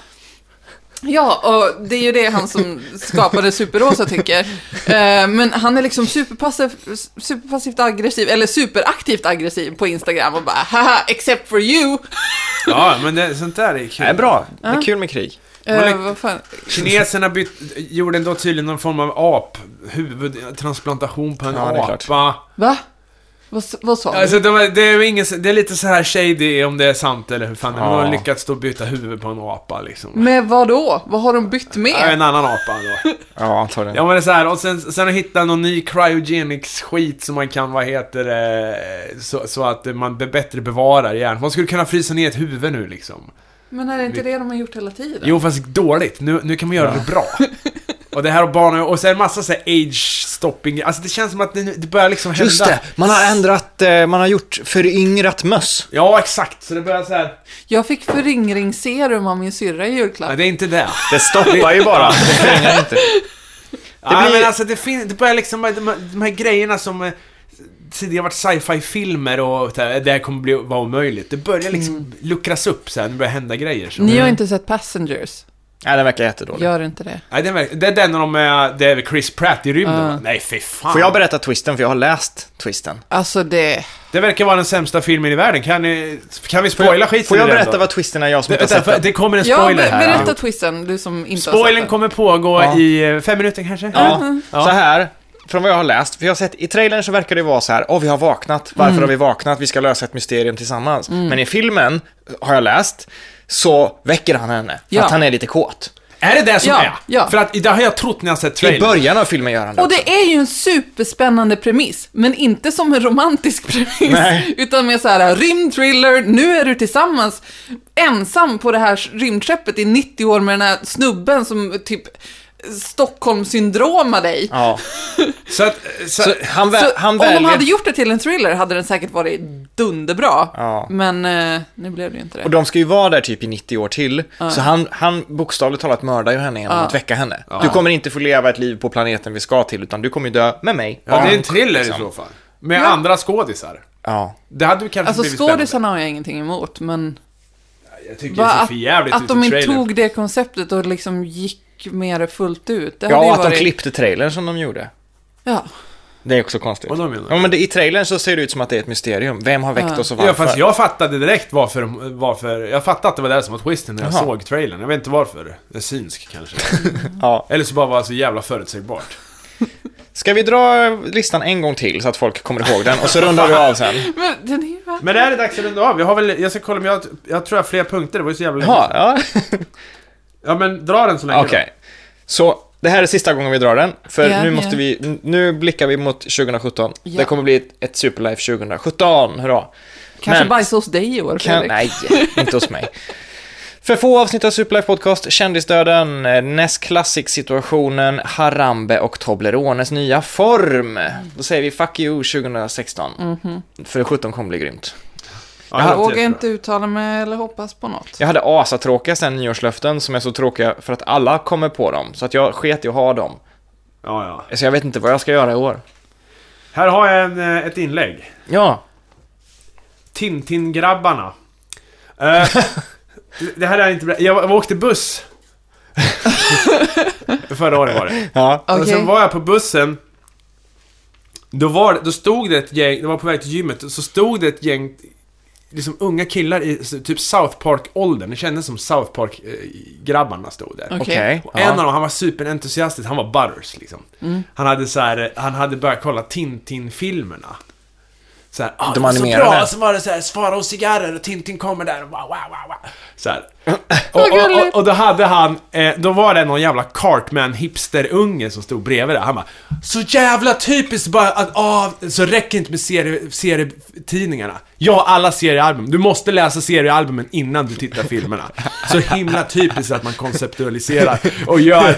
[SPEAKER 1] Ja, och det är ju det han som skapade Superrosa tycker. Eh, Men han är liksom superpassiv, superpassivt aggressiv, eller superaktivt aggressiv på Instagram och bara haha, except for you.
[SPEAKER 3] Ja, men det, sånt där är kul.
[SPEAKER 2] Det är bra. Det är kul med krig.
[SPEAKER 1] Eh,
[SPEAKER 3] Like-
[SPEAKER 1] vad fan?
[SPEAKER 3] Kineserna byt, gjorde då tydligen någon form av ap, huvudtransplantation på en
[SPEAKER 2] Ja, det är
[SPEAKER 3] apa.
[SPEAKER 2] klart.
[SPEAKER 1] Va? Vad, s- vad sa han?
[SPEAKER 3] Alltså, de, är- det, är ju ingen, det är lite så här shady om det är sant eller hur fan det är. Men
[SPEAKER 2] Ja.
[SPEAKER 3] de har lyckats då byta huvud på en apa liksom.
[SPEAKER 1] Med vad då? Vad har de bytt
[SPEAKER 3] Ja,
[SPEAKER 1] med?
[SPEAKER 3] en annan apa då.
[SPEAKER 2] Ja, antagligen.
[SPEAKER 3] Ja men det är så här, och sen, sen har de hittat någon ny cryogenics-skit som man kan, vad heter det, eh, så, så att man be, bättre bevarar hjärnan. Man skulle kunna frysa ner ett huvud nu liksom.
[SPEAKER 1] Men är det inte det de har gjort hela tiden?
[SPEAKER 3] Jo, fast dåligt. Nu, nu kan man göra
[SPEAKER 2] <laughs>
[SPEAKER 3] det bra. Och det här och barn och sen massa så här age-stopping. Alltså det känns som att det, nu- det börjar liksom hända.
[SPEAKER 2] Just det, man har ändrat, eh, man har gjort föryngrat möss.
[SPEAKER 3] Ja, exakt. Så det börjar så här.
[SPEAKER 1] Jag fick förringringsserum av min syrra i julklapp.
[SPEAKER 3] Nej, det är inte det.
[SPEAKER 2] Det stoppar ju bara. <laughs> Det föryngrar inte.
[SPEAKER 3] Det, blir...
[SPEAKER 2] blir-
[SPEAKER 3] men alltså, det, fin- det börjar liksom, de, här- de här grejerna som eh, tidigare varit sci-fi-filmer och så här, det här kommer bli, vara omöjligt. Det börjar liksom
[SPEAKER 2] Mm.
[SPEAKER 3] luckras upp så här, det börjar hända grejer. Så.
[SPEAKER 1] Ni har inte sett Passengers.
[SPEAKER 2] Nej, den verkar jättedålig.
[SPEAKER 1] Gör inte det.
[SPEAKER 3] Nej, det, är, verk- det är den när de är, det är Chris Pratt i rymden
[SPEAKER 1] Ja.
[SPEAKER 3] va? Nej, fy fan.
[SPEAKER 2] Får jag berätta twisten? För jag har läst twisten.
[SPEAKER 1] Alltså det...
[SPEAKER 3] Det verkar vara den sämsta filmen i världen. Kan, ni, kan vi spoila skiten
[SPEAKER 2] Får jag
[SPEAKER 3] i den då?
[SPEAKER 2] berätta vad twisten är, jag som inte har
[SPEAKER 3] Vänta,
[SPEAKER 2] sett
[SPEAKER 3] för
[SPEAKER 2] den?
[SPEAKER 3] det kommer en
[SPEAKER 1] Ja,
[SPEAKER 3] spoiler
[SPEAKER 1] be-
[SPEAKER 3] här.
[SPEAKER 1] berätta twisten, du som inte har
[SPEAKER 3] Spoilern
[SPEAKER 1] sett den.
[SPEAKER 3] kommer pågå
[SPEAKER 2] Ja.
[SPEAKER 3] i eh, fem minuter kanske?
[SPEAKER 2] Ja,
[SPEAKER 3] Ja.
[SPEAKER 2] så här. Från vad jag har läst, för jag har sett i trailern så verkar det vara så här, åh vi har vaknat, varför har vi vaknat, vi ska lösa ett mysterium tillsammans. Men i filmen, eh, har jag läst, så väcker han henne, för
[SPEAKER 1] Ja.
[SPEAKER 2] att han är lite kåt.
[SPEAKER 3] Är det det som
[SPEAKER 1] Ja,
[SPEAKER 3] är?
[SPEAKER 1] ja.
[SPEAKER 3] För att det har jag trott när jag sett
[SPEAKER 2] I
[SPEAKER 3] trailern.
[SPEAKER 2] början av filmen gör han det
[SPEAKER 1] Och
[SPEAKER 2] också.
[SPEAKER 1] det är ju en superspännande premiss, men inte som en romantisk <laughs> premiss.
[SPEAKER 2] Nej.
[SPEAKER 1] Utan mer så här rymdthriller, nu är du tillsammans, ensam på det här rymdskeppet i 90 år med den här snubben som typ Stockholmssyndromar dig.
[SPEAKER 2] Ja.
[SPEAKER 3] Så att, eh, så,
[SPEAKER 2] Så han, vä-
[SPEAKER 1] Så
[SPEAKER 2] han
[SPEAKER 1] om de
[SPEAKER 2] väljer...
[SPEAKER 1] hade gjort det till en thriller hade den säkert varit dunderbra.
[SPEAKER 2] Ja.
[SPEAKER 1] Men eh, nu blev det ju inte det.
[SPEAKER 2] Och de ska ju vara där typ i 90 år till. Så han, han bokstavligt talat mördar ju henne genom att väcka henne. Du kommer inte få leva ett liv på planeten vi ska till, utan du kommer ju dö med mig.
[SPEAKER 3] ja, det är en
[SPEAKER 2] Bonk,
[SPEAKER 3] thriller
[SPEAKER 2] liksom.
[SPEAKER 3] i så fall. Med
[SPEAKER 1] Ja.
[SPEAKER 3] andra skådisar.
[SPEAKER 2] Ja.
[SPEAKER 3] Det hade ju kanske
[SPEAKER 1] Alltså
[SPEAKER 3] blivit spännande.
[SPEAKER 1] skådisarna har jag ingenting emot, men
[SPEAKER 3] Jag tycker
[SPEAKER 1] bara
[SPEAKER 3] det ser
[SPEAKER 1] att,
[SPEAKER 3] för jävligt
[SPEAKER 1] att
[SPEAKER 3] ut i
[SPEAKER 1] de inte
[SPEAKER 3] trailern.
[SPEAKER 1] tog det konceptet och liksom gick med det fullt ut. Det hade ju
[SPEAKER 2] Ja, att de
[SPEAKER 1] varit...
[SPEAKER 2] klippte trailern som de gjorde.
[SPEAKER 1] Ja.
[SPEAKER 2] Det är också konstigt.
[SPEAKER 3] Vadå menar du?
[SPEAKER 2] Ja, men det, i trailern så ser det ut som att det är ett mysterium. Vem har väckt
[SPEAKER 1] Ja.
[SPEAKER 2] oss och varför?
[SPEAKER 3] Ja, fast jag fattade direkt varför, de- varför... Jag fattade att det var det som var twisten när jag
[SPEAKER 2] Jaha.
[SPEAKER 3] såg trailern. Jag vet inte varför. Det är synsk kanske. <laughs>
[SPEAKER 2] Ja.
[SPEAKER 3] Eller så bara var det så jävla förutsägbart.
[SPEAKER 2] Ska vi dra listan en gång till så att folk kommer ihåg den och så rundar vi av
[SPEAKER 3] <laughs>
[SPEAKER 2] sen?
[SPEAKER 1] Men den är ju värd-
[SPEAKER 3] Men det här är dags att runda av. Jag har väl... Jag ska kolla om jag... Jag tror jag har fler punkter. Det var ju så jävla länge
[SPEAKER 2] Jaha,
[SPEAKER 3] sedan.
[SPEAKER 2] ja.
[SPEAKER 3] Ja, men dra den så länge
[SPEAKER 2] Okej.
[SPEAKER 3] då.
[SPEAKER 2] Så det här är sista gången vi drar den, för
[SPEAKER 1] Ja,
[SPEAKER 2] nu måste
[SPEAKER 1] ja.
[SPEAKER 2] vi, nu blickar vi mot 2017.
[SPEAKER 1] Ja.
[SPEAKER 2] Det kommer bli ett, ett superlife 2017, hurra!
[SPEAKER 1] Kanske
[SPEAKER 2] Men-
[SPEAKER 1] bajsa hos dig i år,
[SPEAKER 2] Kan,
[SPEAKER 1] Fredrik.
[SPEAKER 2] nej, inte
[SPEAKER 1] <laughs>
[SPEAKER 2] hos mig. För få avsnitt av Superlife Podcast, Kändisdöden, eh, Ness Classic-situationen, Harambe och Toblerones nya form. Då säger vi fuck you 2016.
[SPEAKER 1] Mhm.
[SPEAKER 2] För 17 kommer bli grymt.
[SPEAKER 3] Ja,
[SPEAKER 1] Jag
[SPEAKER 3] helt
[SPEAKER 1] vågar
[SPEAKER 3] jättebra.
[SPEAKER 1] inte uttala mig eller hoppas på något.
[SPEAKER 2] Jag hade asatråkiga sen nyårslöften som är så tråkiga för att alla kommer på dem. Så att jag sket i att ha dem.
[SPEAKER 3] Ja, ja.
[SPEAKER 2] Så jag vet inte vad jag ska göra i år.
[SPEAKER 3] Här har jag en, eh, ett inlägg.
[SPEAKER 2] Ja.
[SPEAKER 3] Tintin-grabbarna.
[SPEAKER 1] <laughs>
[SPEAKER 3] Eh, det här är inte bra. Jag, var- jag åkte buss. Förra året var det.
[SPEAKER 2] Ja.
[SPEAKER 3] Och
[SPEAKER 1] Okej.
[SPEAKER 3] sen var jag på bussen. Då, var, det- då stod det ett gäng, det var på väg till gymmet, så stod det ett gäng liksom unga killar i så- typ South Park-åldern. Det kändes som South Park-grabbarna stod där.
[SPEAKER 2] Okej.
[SPEAKER 3] Och en av
[SPEAKER 2] Ja. Mm.
[SPEAKER 3] dem, han var superentusiastisk, han var Butters liksom. Han hade så här, han hade börjat kolla Tintin-filmerna. Så här, ah,
[SPEAKER 2] De
[SPEAKER 3] de var så alltså,
[SPEAKER 2] animerade.
[SPEAKER 3] bra, så var det så här, svara och cigarrer och Tintin kommer där och wow, wow, wow, wow. Så här. Och, och,
[SPEAKER 1] gulligt.
[SPEAKER 3] och, och då hade han, eh, då var det någon jävla Cartman-hipsterunge som stod bredvid det. Han bara Så jävla typiskt bara att, ah, så räcker inte med serie- serietidningarna. Ja, alla seriealbum. Du måste läsa seriealbumen innan du tittar filmerna. Så himla typiskt att man konceptualiserar och gör,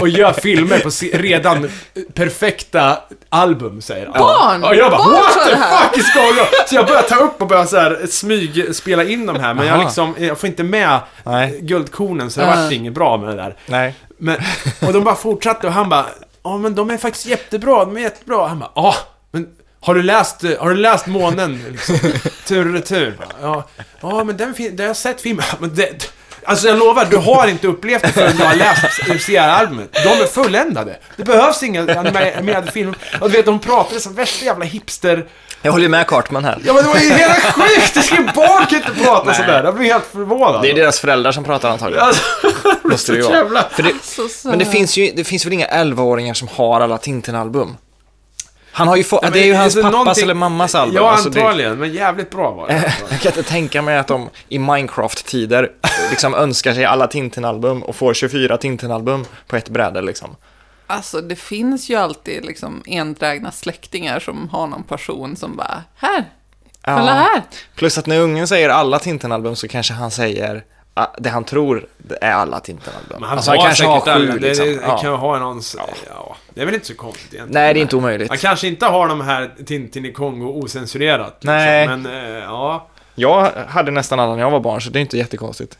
[SPEAKER 3] och gör filmer på se- redan perfekta album, säger han.
[SPEAKER 1] Barn!
[SPEAKER 3] Och jag bara,
[SPEAKER 1] Barn
[SPEAKER 3] what
[SPEAKER 1] sa
[SPEAKER 3] the
[SPEAKER 1] det här."
[SPEAKER 3] fuck is going on? Så jag börjar ta upp och börjar så här smyg spela in de här, men jag,
[SPEAKER 2] Aha.
[SPEAKER 3] liksom, jag får inte med
[SPEAKER 2] Nej.
[SPEAKER 3] guldkornen så det vart inget bra med det där.
[SPEAKER 2] Nej.
[SPEAKER 3] Men, och de bara fortsatte och han bara, ja men de är faktiskt jättebra, de är jättebra. Han bara, ja men har du läst, eh, har du läst månen liksom? Tur och retur. Bara, Ja, ja men den fin- det har jag sett filmen. <laughs> Ja, Men det, alltså jag lovar, du har inte upplevt det förrän du har läst CR-albumet. De är fulländade. Det behövs inga animerade filmer. Och du vet, de pratade som värsta jävla hipster...
[SPEAKER 2] Jag håller ju med Cartman här.
[SPEAKER 3] Ja men det var ju helt sjukt! Det ska ju barn kan inte prata sådär. Jag blev helt förvånad.
[SPEAKER 2] Det är deras föräldrar som pratar antagligen.
[SPEAKER 3] Alltså, <laughs>
[SPEAKER 2] Måste det ju vara.
[SPEAKER 3] jävla-
[SPEAKER 2] För det,
[SPEAKER 1] Så söt.
[SPEAKER 2] men det finns ju det finns väl inga 11-åringar som har alla Tintin-album? Han har ju fått, det är ju hans
[SPEAKER 3] Alltså,
[SPEAKER 2] pappas
[SPEAKER 3] någonting-
[SPEAKER 2] eller mammas album.
[SPEAKER 3] Ja,
[SPEAKER 2] Alltså, det- Eh,
[SPEAKER 3] antagligen. Men jävligt bra var det.
[SPEAKER 2] <laughs> Jag kan inte tänka mig att de i Minecraft-tider liksom önskar sig alla Tintin-album och får 24 Tintin-album på ett bräde liksom.
[SPEAKER 1] Alltså det finns ju alltid liksom enträgna släktingar som har någon person som bara, här, kolla här.
[SPEAKER 2] Plus att när ungen säger alla Tintin-album så kanske han säger ah, det han tror är alla Tintin-album.
[SPEAKER 3] Men han
[SPEAKER 2] Alltså,
[SPEAKER 3] har säkert alla. Det,
[SPEAKER 2] liksom.
[SPEAKER 3] det,
[SPEAKER 2] Ja.
[SPEAKER 3] kan ju ha någons... Ja. Det är väl inte så konstigt egentligen.
[SPEAKER 2] Nej, det är inte omöjligt.
[SPEAKER 3] Han kanske inte har de här Tintin i Kongo ocensurerat. liksom.
[SPEAKER 2] Nej.
[SPEAKER 3] Men, eh, ja.
[SPEAKER 2] Jag hade nästan alla när jag var barn så det är inte jättekonstigt.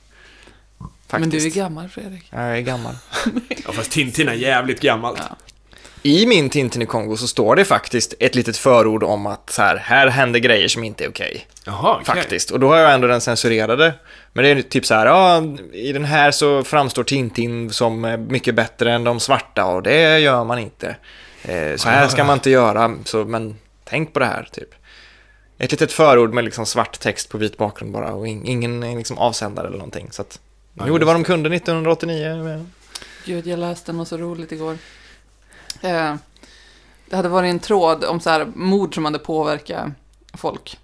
[SPEAKER 1] Men
[SPEAKER 2] Faktiskt.
[SPEAKER 1] du är gammal Fredrik.
[SPEAKER 2] Jag är gammal.
[SPEAKER 3] ja, fast Tintin är jävligt gammalt.
[SPEAKER 1] Ja.
[SPEAKER 2] I min Tintin i Kongo så står det faktiskt ett litet förord om att så här, här händer grejer som inte är okej.
[SPEAKER 3] Jaha, okej.
[SPEAKER 2] Faktiskt. Och då har jag ändå den censurerade. Men det är typ så här, ja, i den här så framstår Tintin som eh, mycket bättre än de svarta och det gör man inte. Eh, Så här ska man inte göra, så, men tänk på det här typ. Ett litet förord med liksom svart text på vit bakgrund bara och in- ingen eh, liksom avsändare eller någonting. Så att de gjorde vad de kunde 1989. men-
[SPEAKER 1] Gud, jag läste något så roligt igår. Eh, det hade varit en tråd om så här mord som hade påverkat folk.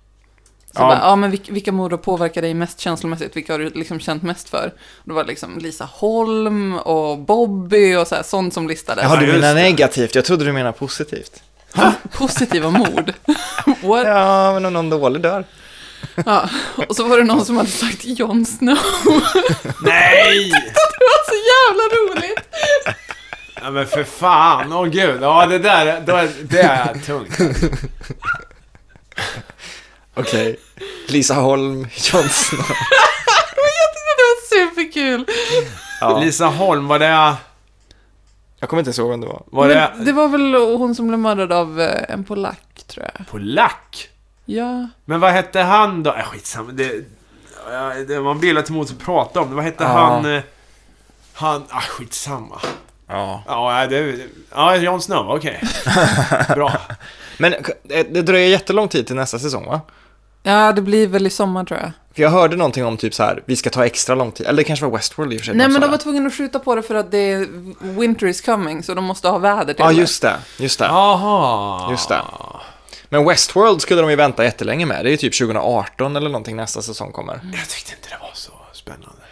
[SPEAKER 1] Så
[SPEAKER 2] Ja.
[SPEAKER 1] ja. Bara, ja, men vilka, vilka mord har påverkat dig mest känslomässigt? Vilka har du liksom känt mest för? Och det var liksom Lisa Holm och Bobby och så här, sånt som listades.
[SPEAKER 2] Jaha, du
[SPEAKER 3] just
[SPEAKER 2] menar
[SPEAKER 3] det.
[SPEAKER 2] negativt? Jag trodde du menade positivt.
[SPEAKER 1] Positiva mord. <laughs> What?
[SPEAKER 2] Ja, men om någon dålig dör.
[SPEAKER 1] Ja. Och så var det någon som hade sagt Jon Snow. <laughs>
[SPEAKER 3] Nej!
[SPEAKER 1] Det var så jävla roligt!
[SPEAKER 3] Ja, men för fan. Åh gud. Ja, det där då är, det är tungt.
[SPEAKER 2] Okej. Lisa Holm Johnson.
[SPEAKER 1] Det var superkul!
[SPEAKER 2] Ja.
[SPEAKER 3] Lisa Holm, var det...
[SPEAKER 2] Jag kommer inte ens ihåg vem det var.
[SPEAKER 3] Var det...
[SPEAKER 1] Men det var väl hon som blev mördad av eh, en polack, tror jag.
[SPEAKER 3] Polack?
[SPEAKER 1] Ja.
[SPEAKER 3] Men vad hette han då? Äh, skitsamma. Det, ja, det, man blir lite emot att prata om det. Vad hette
[SPEAKER 2] Ja.
[SPEAKER 3] han? eh, Han... Ah, skitsamma.
[SPEAKER 2] Ja.
[SPEAKER 3] Ja, äh, det... Ja, Jon Snow. Okej.
[SPEAKER 2] <laughs>
[SPEAKER 3] Bra.
[SPEAKER 2] Men eh, det dröjer jättelång tid till nästa säsong va?
[SPEAKER 1] Ja, det blir väl i sommar tror jag.
[SPEAKER 2] För jag hörde någonting om typ så här, vi ska ta extra lång tid. Eller det kanske var Westworld i och för sig.
[SPEAKER 1] Nej,
[SPEAKER 2] de
[SPEAKER 1] men
[SPEAKER 2] sa
[SPEAKER 1] de var
[SPEAKER 2] det.
[SPEAKER 1] tvungna att skjuta på det för att det är winter is coming, så de måste ha väder till
[SPEAKER 2] Ja,
[SPEAKER 1] det.
[SPEAKER 2] just det. Just det.
[SPEAKER 3] Jaha.
[SPEAKER 2] Just det. Men Westworld skulle de ju vänta jättelänge med. Det är ju typ 2018 eller någonting nästa säsong kommer.
[SPEAKER 3] Jag tyckte inte det var så spännande.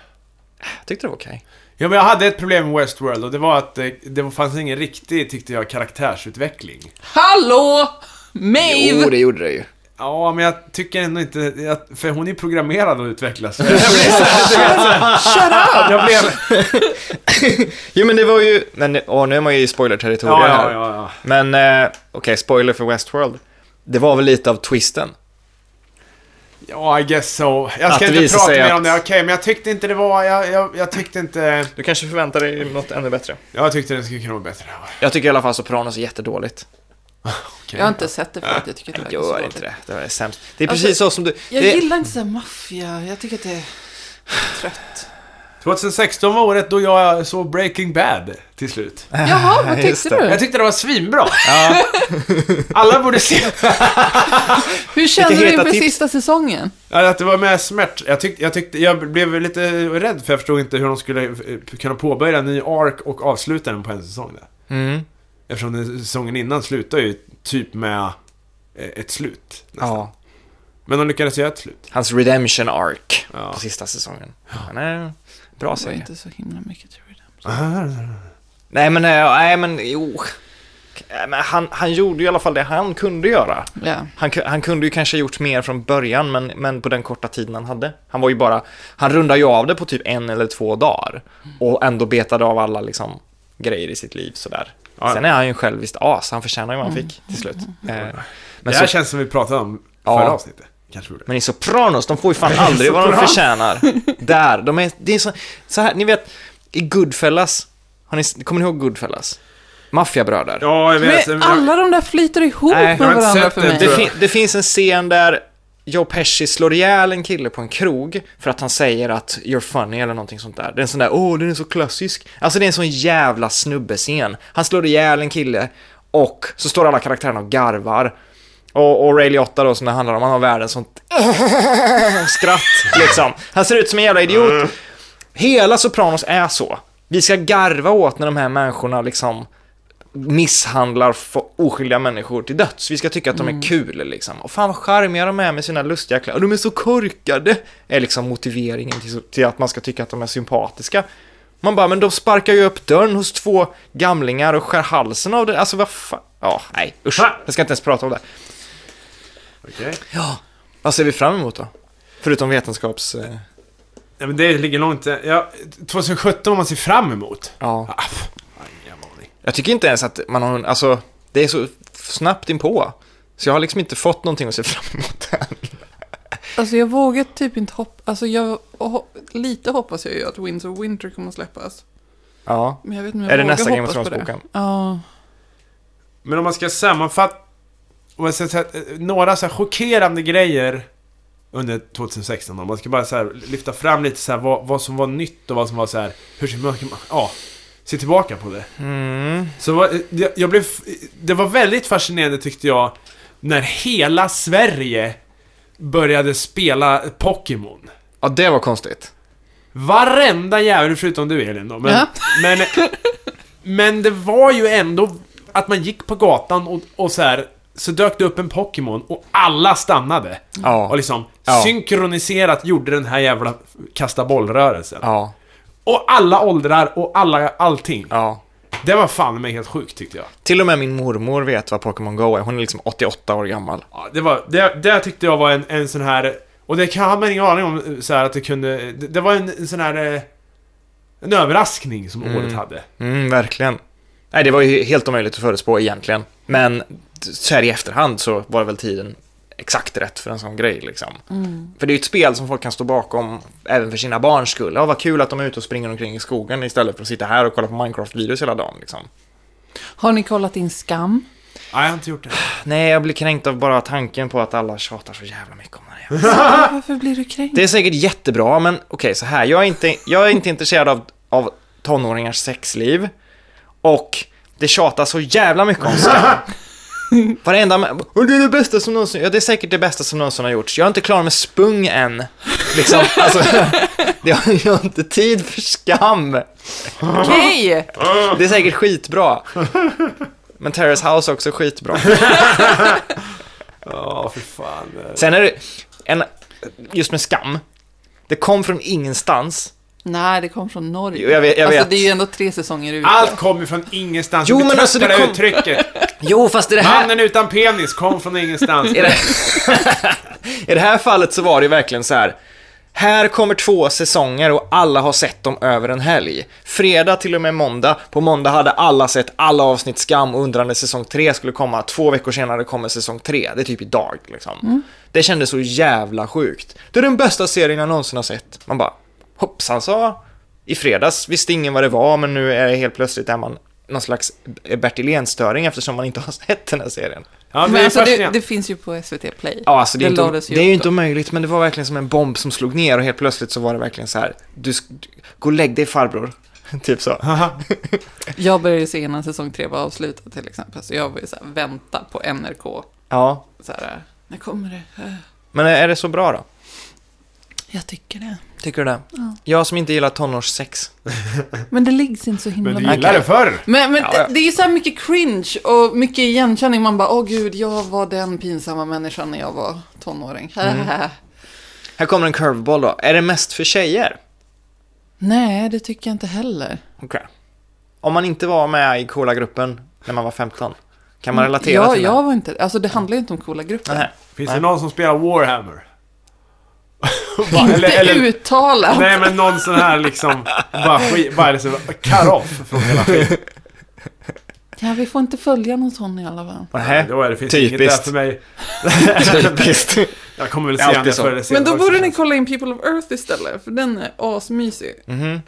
[SPEAKER 2] Jag tyckte det var okej.
[SPEAKER 3] Ja, men jag hade ett problem med Westworld och det var att eh, det fanns ingen riktig, tyckte jag, karaktärsutveckling.
[SPEAKER 1] Hallå! Maeve!
[SPEAKER 2] Jo, det gjorde det ju.
[SPEAKER 3] Ja, men jag tycker ändå inte... jag- För hon är ju programmerad
[SPEAKER 2] <laughs>
[SPEAKER 3] att utvecklas. Jag blev så här- du vet, så här- Jag blev...
[SPEAKER 2] <laughs> Jo, men det var ju... Men, åh, nu är man ju i spoilerterritorium
[SPEAKER 3] Ja,
[SPEAKER 2] här.
[SPEAKER 3] ja, ja. ja.
[SPEAKER 2] Men, eh, okej, spoiler för Westworld. Det var väl lite av twisten.
[SPEAKER 3] Ja, I guess so. Jag
[SPEAKER 2] Att
[SPEAKER 3] ska
[SPEAKER 2] det
[SPEAKER 3] inte
[SPEAKER 2] visar
[SPEAKER 3] prata
[SPEAKER 2] sig
[SPEAKER 3] mer
[SPEAKER 2] att-
[SPEAKER 3] om det, okej, men jag tyckte inte det var, jag, jag, jag tyckte inte...
[SPEAKER 2] Du kanske förväntar dig något ännu bättre.
[SPEAKER 3] Jag tyckte den skulle kunna vara bättre.
[SPEAKER 2] Jag tycker i alla fall Sopranos är jättedåligt.
[SPEAKER 3] Okej.
[SPEAKER 1] Jag har inte sett det för att jag tycker att det verkar så
[SPEAKER 2] Gör
[SPEAKER 1] dåligt.
[SPEAKER 2] inte det. Det är sämst. Det är
[SPEAKER 1] Alltså,
[SPEAKER 2] precis så som du...
[SPEAKER 1] Jag
[SPEAKER 2] det...
[SPEAKER 1] gillar inte såhär maffia, jag tycker att
[SPEAKER 2] <laughs>
[SPEAKER 1] det är trött.
[SPEAKER 3] 2016 var året då jag såg Breaking Bad till slut.
[SPEAKER 1] Jaha, vad
[SPEAKER 2] Just
[SPEAKER 1] tyckte
[SPEAKER 2] det.
[SPEAKER 1] du?
[SPEAKER 3] Jag tyckte det var svinbra.
[SPEAKER 2] Ja.
[SPEAKER 3] <laughs> Alla borde se
[SPEAKER 1] Hur kände
[SPEAKER 2] Vilka
[SPEAKER 1] du
[SPEAKER 2] heta
[SPEAKER 1] inför
[SPEAKER 2] tips.
[SPEAKER 1] sista säsongen?
[SPEAKER 3] Ja, Att det var med smärt. Jag, tyckte, jag, tyckte, jag blev lite rädd för jag förstod inte hur de skulle eh, kunna påbörja en ny ark och avsluta den på en säsong. Där.
[SPEAKER 2] Mm.
[SPEAKER 3] Eftersom den säsongen innan slutar ju typ med eh, ett slut.
[SPEAKER 2] ja.
[SPEAKER 3] Men de lyckades göra ett slut.
[SPEAKER 2] Hans redemption arc
[SPEAKER 3] Ja.
[SPEAKER 2] på sista säsongen. Han är bra
[SPEAKER 1] Det var
[SPEAKER 2] serie.
[SPEAKER 1] inte så himla mycket till det.
[SPEAKER 2] Nej men, eh, nej men, jo. Eh, Men han, han gjorde ju i alla fall det han kunde göra.
[SPEAKER 1] Ja.
[SPEAKER 2] Han, ku- han kunde ju kanske gjort mer från början, men, men på den korta tiden han hade. Han var ju bara, han rundade ju av det på typ en eller två dagar och ändå betade av alla liksom grejer i sitt liv sådär.
[SPEAKER 3] Ja, ja.
[SPEAKER 2] Sen är han ju en själviskt as, han förtjänar ju vad han fick till slut. Eh,
[SPEAKER 3] Men
[SPEAKER 2] Men,
[SPEAKER 3] Mm. det här
[SPEAKER 2] så,
[SPEAKER 3] känns som vi pratade om
[SPEAKER 2] Ja.
[SPEAKER 3] förra avsnittet. Kanske gjorde.
[SPEAKER 2] men i Sopranos, de får ju fan aldrig vad de
[SPEAKER 3] Sopranos.
[SPEAKER 2] förtjänar. Där, de är, det är så, så här, ni vet, i Goodfellas, har ni, kommer ni ihåg Goodfellas? Maffiabröder.
[SPEAKER 3] Ja, jag vet.
[SPEAKER 1] Men alla de där flyter ihop
[SPEAKER 2] Nej, jag har
[SPEAKER 1] med
[SPEAKER 2] inte
[SPEAKER 1] varandra
[SPEAKER 3] sett
[SPEAKER 1] för
[SPEAKER 3] den,
[SPEAKER 1] mig.
[SPEAKER 2] Det,
[SPEAKER 3] tror jag.
[SPEAKER 2] fin- det finns en scen där Joe Pesci slår ihjäl en kille på en krog för att han säger att “you're funny” eller någonting sånt där. Det är en sån där “åh, den är så klassisk”. Alltså det är en sån jävla snubbescen. Han slår ihjäl en kille och så står alla karaktärerna och garvar. Och, och Ray Liotta då som det handlar om, han har världens sånt <laughs> skratt liksom. Han ser ut som en jävla idiot. Hela Sopranos är så. Vi ska garva åt när de här människorna liksom misshandlar fo- oskyldiga människor till döds. Vi ska tycka att de är kul liksom. Och fan vad charmiga de är med sina lustiga kläder. De är så korkade. Är liksom motiveringen till, till att man ska tycka att de är sympatiska. Man bara, men de sparkar ju upp dörren hos två gamlingar och skär halsen av det. Alltså vad fan. Ja, nej usch. Jag ska inte ens prata om det.
[SPEAKER 3] Okej.
[SPEAKER 2] Ja. Vad ser vi fram emot då? Förutom vetenskaps... eh,
[SPEAKER 3] Ja, men det ligger långt... Ja, 2017 vad man ser fram emot.
[SPEAKER 2] Ja.
[SPEAKER 3] Aj, jävla aning.
[SPEAKER 2] Jag tycker inte ens att man har... Alltså, det är så snabbt inpå. Så jag har liksom inte fått någonting att se fram emot än.
[SPEAKER 1] Alltså jag vågar typ inte hoppa, alltså jag, och hop- lite hoppas jag ju att Winds of Winter kommer att släppas.
[SPEAKER 2] Ja.
[SPEAKER 1] Men jag vet inte om jag
[SPEAKER 2] Är det
[SPEAKER 1] vågar
[SPEAKER 2] nästa Game of
[SPEAKER 1] hoppas på det.
[SPEAKER 2] Thrones-boken?
[SPEAKER 1] Ja.
[SPEAKER 3] Men om man ska sammanfatta... om jag ska säga, eh, Några så här chockerande grejer under 2016 om man ska bara så här lyfta fram lite så här vad, vad som var nytt och vad som var så här Hur ser man... Ja, se tillbaka på det.
[SPEAKER 2] Mm.
[SPEAKER 3] Så vad, eh, jag, jag blev... Det var väldigt fascinerande tyckte jag när hela Sverige började spela Pokémon.
[SPEAKER 2] Ja, det var konstigt.
[SPEAKER 3] Varenda jävel förutom du Elin då. Men,
[SPEAKER 1] Ja.
[SPEAKER 3] men, men det var ju ändå att man gick på gatan och, och så här så dök det upp en Pokémon och alla stannade. Och
[SPEAKER 2] Ja.
[SPEAKER 3] liksom
[SPEAKER 2] Ja.
[SPEAKER 3] synkroniserat gjorde den här jävla kasta bollrörelsen.
[SPEAKER 2] Ja.
[SPEAKER 3] Och alla åldrar och alla allting.
[SPEAKER 2] Ja.
[SPEAKER 3] Det var fan mig helt sjukt tyckte jag.
[SPEAKER 2] Till och med min mormor vet vad Pokémon Go är. Hon är liksom 88 år gammal.
[SPEAKER 3] Ja, det, var, det, det tyckte jag var en, en sån här... Och det kan- hade man ingen aning om så här att det kunde... Det, det var en, en sån här... eh, En överraskning som året hade.
[SPEAKER 2] Mm, verkligen. Nej, det var ju helt omöjligt att förutspå egentligen. Men så här i efterhand så var väl tiden exakt rätt för en sån grej liksom. För det är ju ett spel som folk kan stå bakom även för sina barns skull. Ja, vad kul att de är ute och springer omkring i skogen istället för att sitta här och kolla på Minecraft-videos hela dagen liksom.
[SPEAKER 1] Har ni kollat in Skam?
[SPEAKER 3] Nej, jag har inte gjort det.
[SPEAKER 2] Nej, jag blir kränkt av bara tanken på att alla tjatar så jävla mycket om det här.
[SPEAKER 1] Varför blir du kränkt?
[SPEAKER 2] Det är säkert jättebra, men okej så här. Jag är inte, jag är inte intresserad av, av tonåringars sexliv. Och det tjatas så jävla mycket om <laughs> skam. Varenda ma- "Åh, det är det bästa som någonsin, ja det är säkert det bästa som någonsin har gjorts. Jag är inte klar med spung än. <laughs> Liksom, alltså, jag, har- jag har inte tid för skam.
[SPEAKER 1] Okej!
[SPEAKER 2] Det är säkert skitbra. Men Terrace House är också skitbra.
[SPEAKER 3] Ja, för fan.
[SPEAKER 2] Sen är det, en, just med skam, det kom från ingenstans.
[SPEAKER 1] Nej, det kom från Norge.
[SPEAKER 2] Jo, jag vet- jag
[SPEAKER 1] alltså
[SPEAKER 2] vet.
[SPEAKER 1] det är ju ändå tre säsonger ute.
[SPEAKER 3] Allt kom ju från ingenstans.
[SPEAKER 2] Jo,
[SPEAKER 3] Vi
[SPEAKER 2] men alltså, det
[SPEAKER 3] tröttnar
[SPEAKER 2] kom-
[SPEAKER 3] uttrycket.
[SPEAKER 2] Jo, fast i det här...
[SPEAKER 3] Mannen utan penis kom från ingenstans.
[SPEAKER 2] I det, <laughs> I det här fallet så var det verkligen så här. Här kommer två säsonger och alla har sett dem över en helg. Fredag till och med måndag. På måndag hade alla sett alla avsnitt Skam och undrade när säsong 3 skulle komma. Två veckor senare kommer säsong 3. Det är typ idag liksom. Det kändes så jävla sjukt. Det är den bästa serien jag någonsin har sett. Man bara, hoppsan sa. I fredags visste ingen vad det var, men nu är det helt plötsligt är man någon slags Bertil Ehn-störing eftersom man inte har <laughs> sett den här serien.
[SPEAKER 3] Ja,
[SPEAKER 1] Men
[SPEAKER 3] men det är
[SPEAKER 1] alltså det,
[SPEAKER 3] fascinerande.
[SPEAKER 1] det finns ju på SVT Play.
[SPEAKER 2] Ja, alltså det är,
[SPEAKER 1] Det
[SPEAKER 2] inte,
[SPEAKER 1] lades ju
[SPEAKER 2] det är ju
[SPEAKER 1] upp
[SPEAKER 2] inte
[SPEAKER 1] då.
[SPEAKER 2] omöjligt, men det var verkligen som en bomb som slog ner och helt plötsligt så var det verkligen så här. Du, sk- du gå och lägg dig farbror. <laughs> typ så.
[SPEAKER 1] Jag började ju se innan säsong tre var avslutad till exempel, så jag var ju så här, vänta på NRK.
[SPEAKER 2] Ja,
[SPEAKER 1] Så här, när kommer det? Eh,
[SPEAKER 2] men är det så bra då?
[SPEAKER 1] Jag tycker det.
[SPEAKER 2] Tycker du det?
[SPEAKER 1] Ja.
[SPEAKER 2] Jag som inte gillar tonårssex.
[SPEAKER 1] Men det ligger inte så himla
[SPEAKER 3] Men du
[SPEAKER 1] mycket.
[SPEAKER 3] gillade det förr.
[SPEAKER 1] Men, men
[SPEAKER 2] Ja, ja.
[SPEAKER 1] det är ju så här mycket cringe och mycket igenkänning. Man bara, åh gud, jag var den pinsamma människan när jag var tonåring.
[SPEAKER 2] Mm. Här kommer en curveball då. Är det mest för tjejer?
[SPEAKER 1] <laughs> Nej, det tycker jag inte heller.
[SPEAKER 2] Okej. Om man inte var med i Cola-gruppen när man var 15, kan man relatera
[SPEAKER 1] Mm, ja,
[SPEAKER 2] till
[SPEAKER 1] jag var inte, alltså det handlar ju inte om coola
[SPEAKER 2] det?
[SPEAKER 1] grupper. <laughs>
[SPEAKER 2] Nej.
[SPEAKER 3] Finns
[SPEAKER 2] Nej.
[SPEAKER 3] det någon som spelar Warhammer?
[SPEAKER 1] Inte uttalat.
[SPEAKER 3] Nej men någon sån här liksom, bara, skit, bara liksom, karoff från hela skiten.
[SPEAKER 1] Ja, vi får inte följa någon sån i alla fall.
[SPEAKER 2] Och det här,
[SPEAKER 3] Då är det, finns
[SPEAKER 2] Typiskt.
[SPEAKER 3] inget där för
[SPEAKER 2] <laughs>
[SPEAKER 3] mig.
[SPEAKER 2] typiskt.
[SPEAKER 3] Jag kommer väl
[SPEAKER 2] Det är
[SPEAKER 3] se
[SPEAKER 2] alltid
[SPEAKER 3] henne
[SPEAKER 2] så.
[SPEAKER 3] förr eller senare.
[SPEAKER 1] Men då
[SPEAKER 3] också,
[SPEAKER 1] borde ni
[SPEAKER 3] känns
[SPEAKER 1] kolla in People of Earth istället, för den är asmysig.
[SPEAKER 2] Mhm.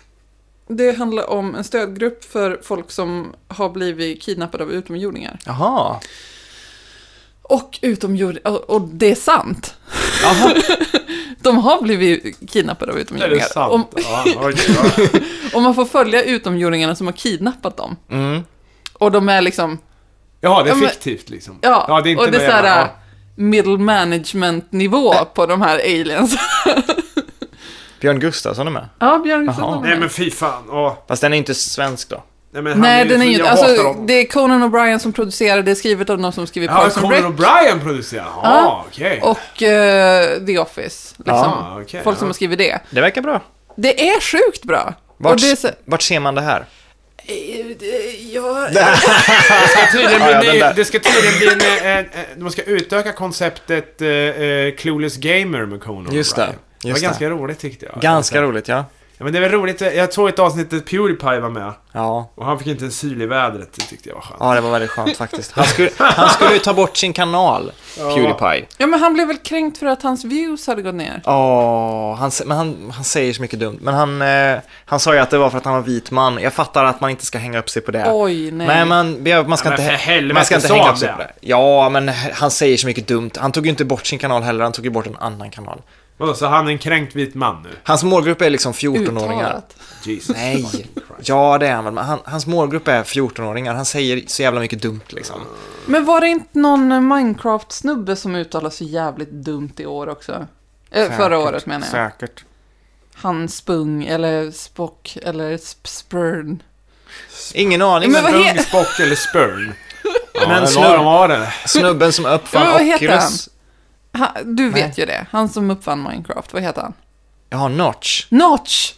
[SPEAKER 1] Det handlar om en stödgrupp för folk som har blivit kidnappade av utomjordingar.
[SPEAKER 2] Jaha.
[SPEAKER 1] Och utomjordingar, och, och det är sant.
[SPEAKER 2] Jaha.
[SPEAKER 1] <laughs> De har blivit kidnappade av
[SPEAKER 3] det. Är det
[SPEAKER 1] utomjordingar. Om,
[SPEAKER 3] sant? Ja, okej, ja.
[SPEAKER 1] och man får följa utomjordingarna som har kidnappat dem.
[SPEAKER 2] Mm.
[SPEAKER 1] Och de är liksom,
[SPEAKER 3] Jaha, det
[SPEAKER 1] Ja,
[SPEAKER 3] är
[SPEAKER 1] men-
[SPEAKER 3] fiktivt liksom.
[SPEAKER 1] ja,
[SPEAKER 3] det är inte
[SPEAKER 1] och det är
[SPEAKER 3] någon jävla-
[SPEAKER 1] såhär
[SPEAKER 3] ja.
[SPEAKER 1] middle management-nivå på de här aliens. <laughs>
[SPEAKER 2] Björn Gustafsson är med.
[SPEAKER 1] ja, Björn Gustafsson
[SPEAKER 2] Jaha.
[SPEAKER 1] var
[SPEAKER 3] Nej
[SPEAKER 1] med.
[SPEAKER 3] men fy fan. Åh.
[SPEAKER 2] Fast den är inte svensk då.
[SPEAKER 3] Nej, men han
[SPEAKER 1] Nej, den är ju
[SPEAKER 3] jag hatar
[SPEAKER 1] alltså,
[SPEAKER 3] honom.
[SPEAKER 1] det är Conan O'Brien som producerar, det är skrivet av någon som skrivit
[SPEAKER 3] Ja,
[SPEAKER 2] alltså
[SPEAKER 1] Parks and
[SPEAKER 3] Conan
[SPEAKER 1] Rec
[SPEAKER 3] O'Brien producerar? Ja,
[SPEAKER 1] Ja.
[SPEAKER 3] okej.
[SPEAKER 1] och eh, The Office. Liksom.
[SPEAKER 3] Ja, Ah, okej,
[SPEAKER 1] Folk som
[SPEAKER 3] ja.
[SPEAKER 1] har skrivit det.
[SPEAKER 2] Det verkar bra.
[SPEAKER 1] Det är sjukt bra.
[SPEAKER 2] Vart,
[SPEAKER 1] Och det är så...
[SPEAKER 2] vart ser man det här?
[SPEAKER 1] Eh, det- Jag...
[SPEAKER 3] Det ska
[SPEAKER 2] <laughs>
[SPEAKER 3] tydligen
[SPEAKER 2] Ja, ja,
[SPEAKER 3] bli,
[SPEAKER 2] den
[SPEAKER 3] ny-
[SPEAKER 2] där.
[SPEAKER 3] det ska
[SPEAKER 2] <laughs>
[SPEAKER 3] tydligen bli en, eh, en, en, man ska utöka konceptet eh, eh, Clueless Gamer med Conan
[SPEAKER 2] Just det,
[SPEAKER 3] O'Brien. Det var
[SPEAKER 2] just det.
[SPEAKER 3] ganska roligt tyckte jag.
[SPEAKER 2] Ganska roligt, ja.
[SPEAKER 3] Ja, men det var roligt. eh, Jag såg ett avsnitt där Pewdiepie var med.
[SPEAKER 2] Ja.
[SPEAKER 3] Och han fick inte en syl i vädret. Det tyckte jag var skönt.
[SPEAKER 2] Ja, det var väldigt skönt faktiskt. Han skulle, han skulle ju ta bort sin kanal, Pewdiepie.
[SPEAKER 1] Ja, men han blev väl kränkt för att hans views hade gått ner.
[SPEAKER 2] Åh, han, sä- men han, han säger så mycket dumt. Men han, eh, han sa ju att det var för att han var vit man. Jag fattar att man inte ska hänga upp sig på det.
[SPEAKER 1] Oj, nej.
[SPEAKER 2] Nej, man, ja, man ska
[SPEAKER 3] Ja, men
[SPEAKER 2] inte,
[SPEAKER 3] för helvete,
[SPEAKER 2] man ska inte
[SPEAKER 3] sa
[SPEAKER 2] hänga
[SPEAKER 3] han
[SPEAKER 2] upp sig på
[SPEAKER 3] det?
[SPEAKER 2] det. Ja, men he- han säger så mycket dumt. Han tog ju inte bort sin kanal heller, han tog ju bort en annan kanal.
[SPEAKER 3] Vadå, så han är en kränkt vit man nu?
[SPEAKER 2] Hans målgrupp är liksom 14-åringar.
[SPEAKER 1] Uttalat.
[SPEAKER 3] Jesus.
[SPEAKER 2] Nej, ja det är han väl, men han, hans målgrupp är 14-åringar. Han säger så jävla mycket dumt liksom.
[SPEAKER 1] Men var det inte någon eh, Minecraft-snubbe som uttalade sig jävligt dumt i år också? Eh, förra
[SPEAKER 2] Säkert,
[SPEAKER 1] året menar jag.
[SPEAKER 2] Säkert.
[SPEAKER 1] Han spung, eller spock, eller sp- spurn.
[SPEAKER 2] Ingen aning,
[SPEAKER 1] Men
[SPEAKER 2] men,
[SPEAKER 1] vad
[SPEAKER 3] Spung,
[SPEAKER 1] he-
[SPEAKER 3] spock eller spurn? Ja,
[SPEAKER 2] Men
[SPEAKER 3] men
[SPEAKER 2] snubb-
[SPEAKER 3] vad de har det.
[SPEAKER 2] snubben
[SPEAKER 1] <laughs>
[SPEAKER 2] som
[SPEAKER 1] Men vad
[SPEAKER 2] uppfann
[SPEAKER 1] heter han?
[SPEAKER 2] Oculus.
[SPEAKER 1] Ha, du vet
[SPEAKER 2] Nej.
[SPEAKER 1] ju det. Han som uppfann Minecraft, vad heter han?
[SPEAKER 2] Ja, Notch.
[SPEAKER 1] Notch!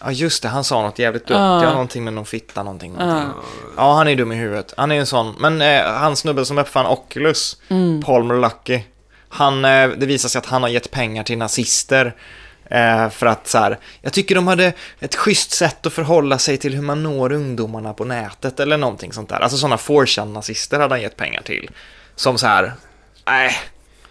[SPEAKER 2] Ja, just det, han sa något jävligt dumt.
[SPEAKER 1] Ah.
[SPEAKER 2] Ja, någonting med någon fitta, någonting. någonting.
[SPEAKER 1] Ja.
[SPEAKER 2] Ja, han är dum i huvudet. Han är en sån. Men eh, han snubben som uppfann Oculus,
[SPEAKER 1] Mm.
[SPEAKER 2] Palmer Lucky, han, eh, det visar sig att han har gett pengar till nazister. Eh, för att så här, jag tycker de hade ett schysst sätt att förhålla sig till hur man når ungdomarna på nätet eller någonting sånt där. Alltså sådana 4 nazister hade han gett pengar till. Som så här, nej,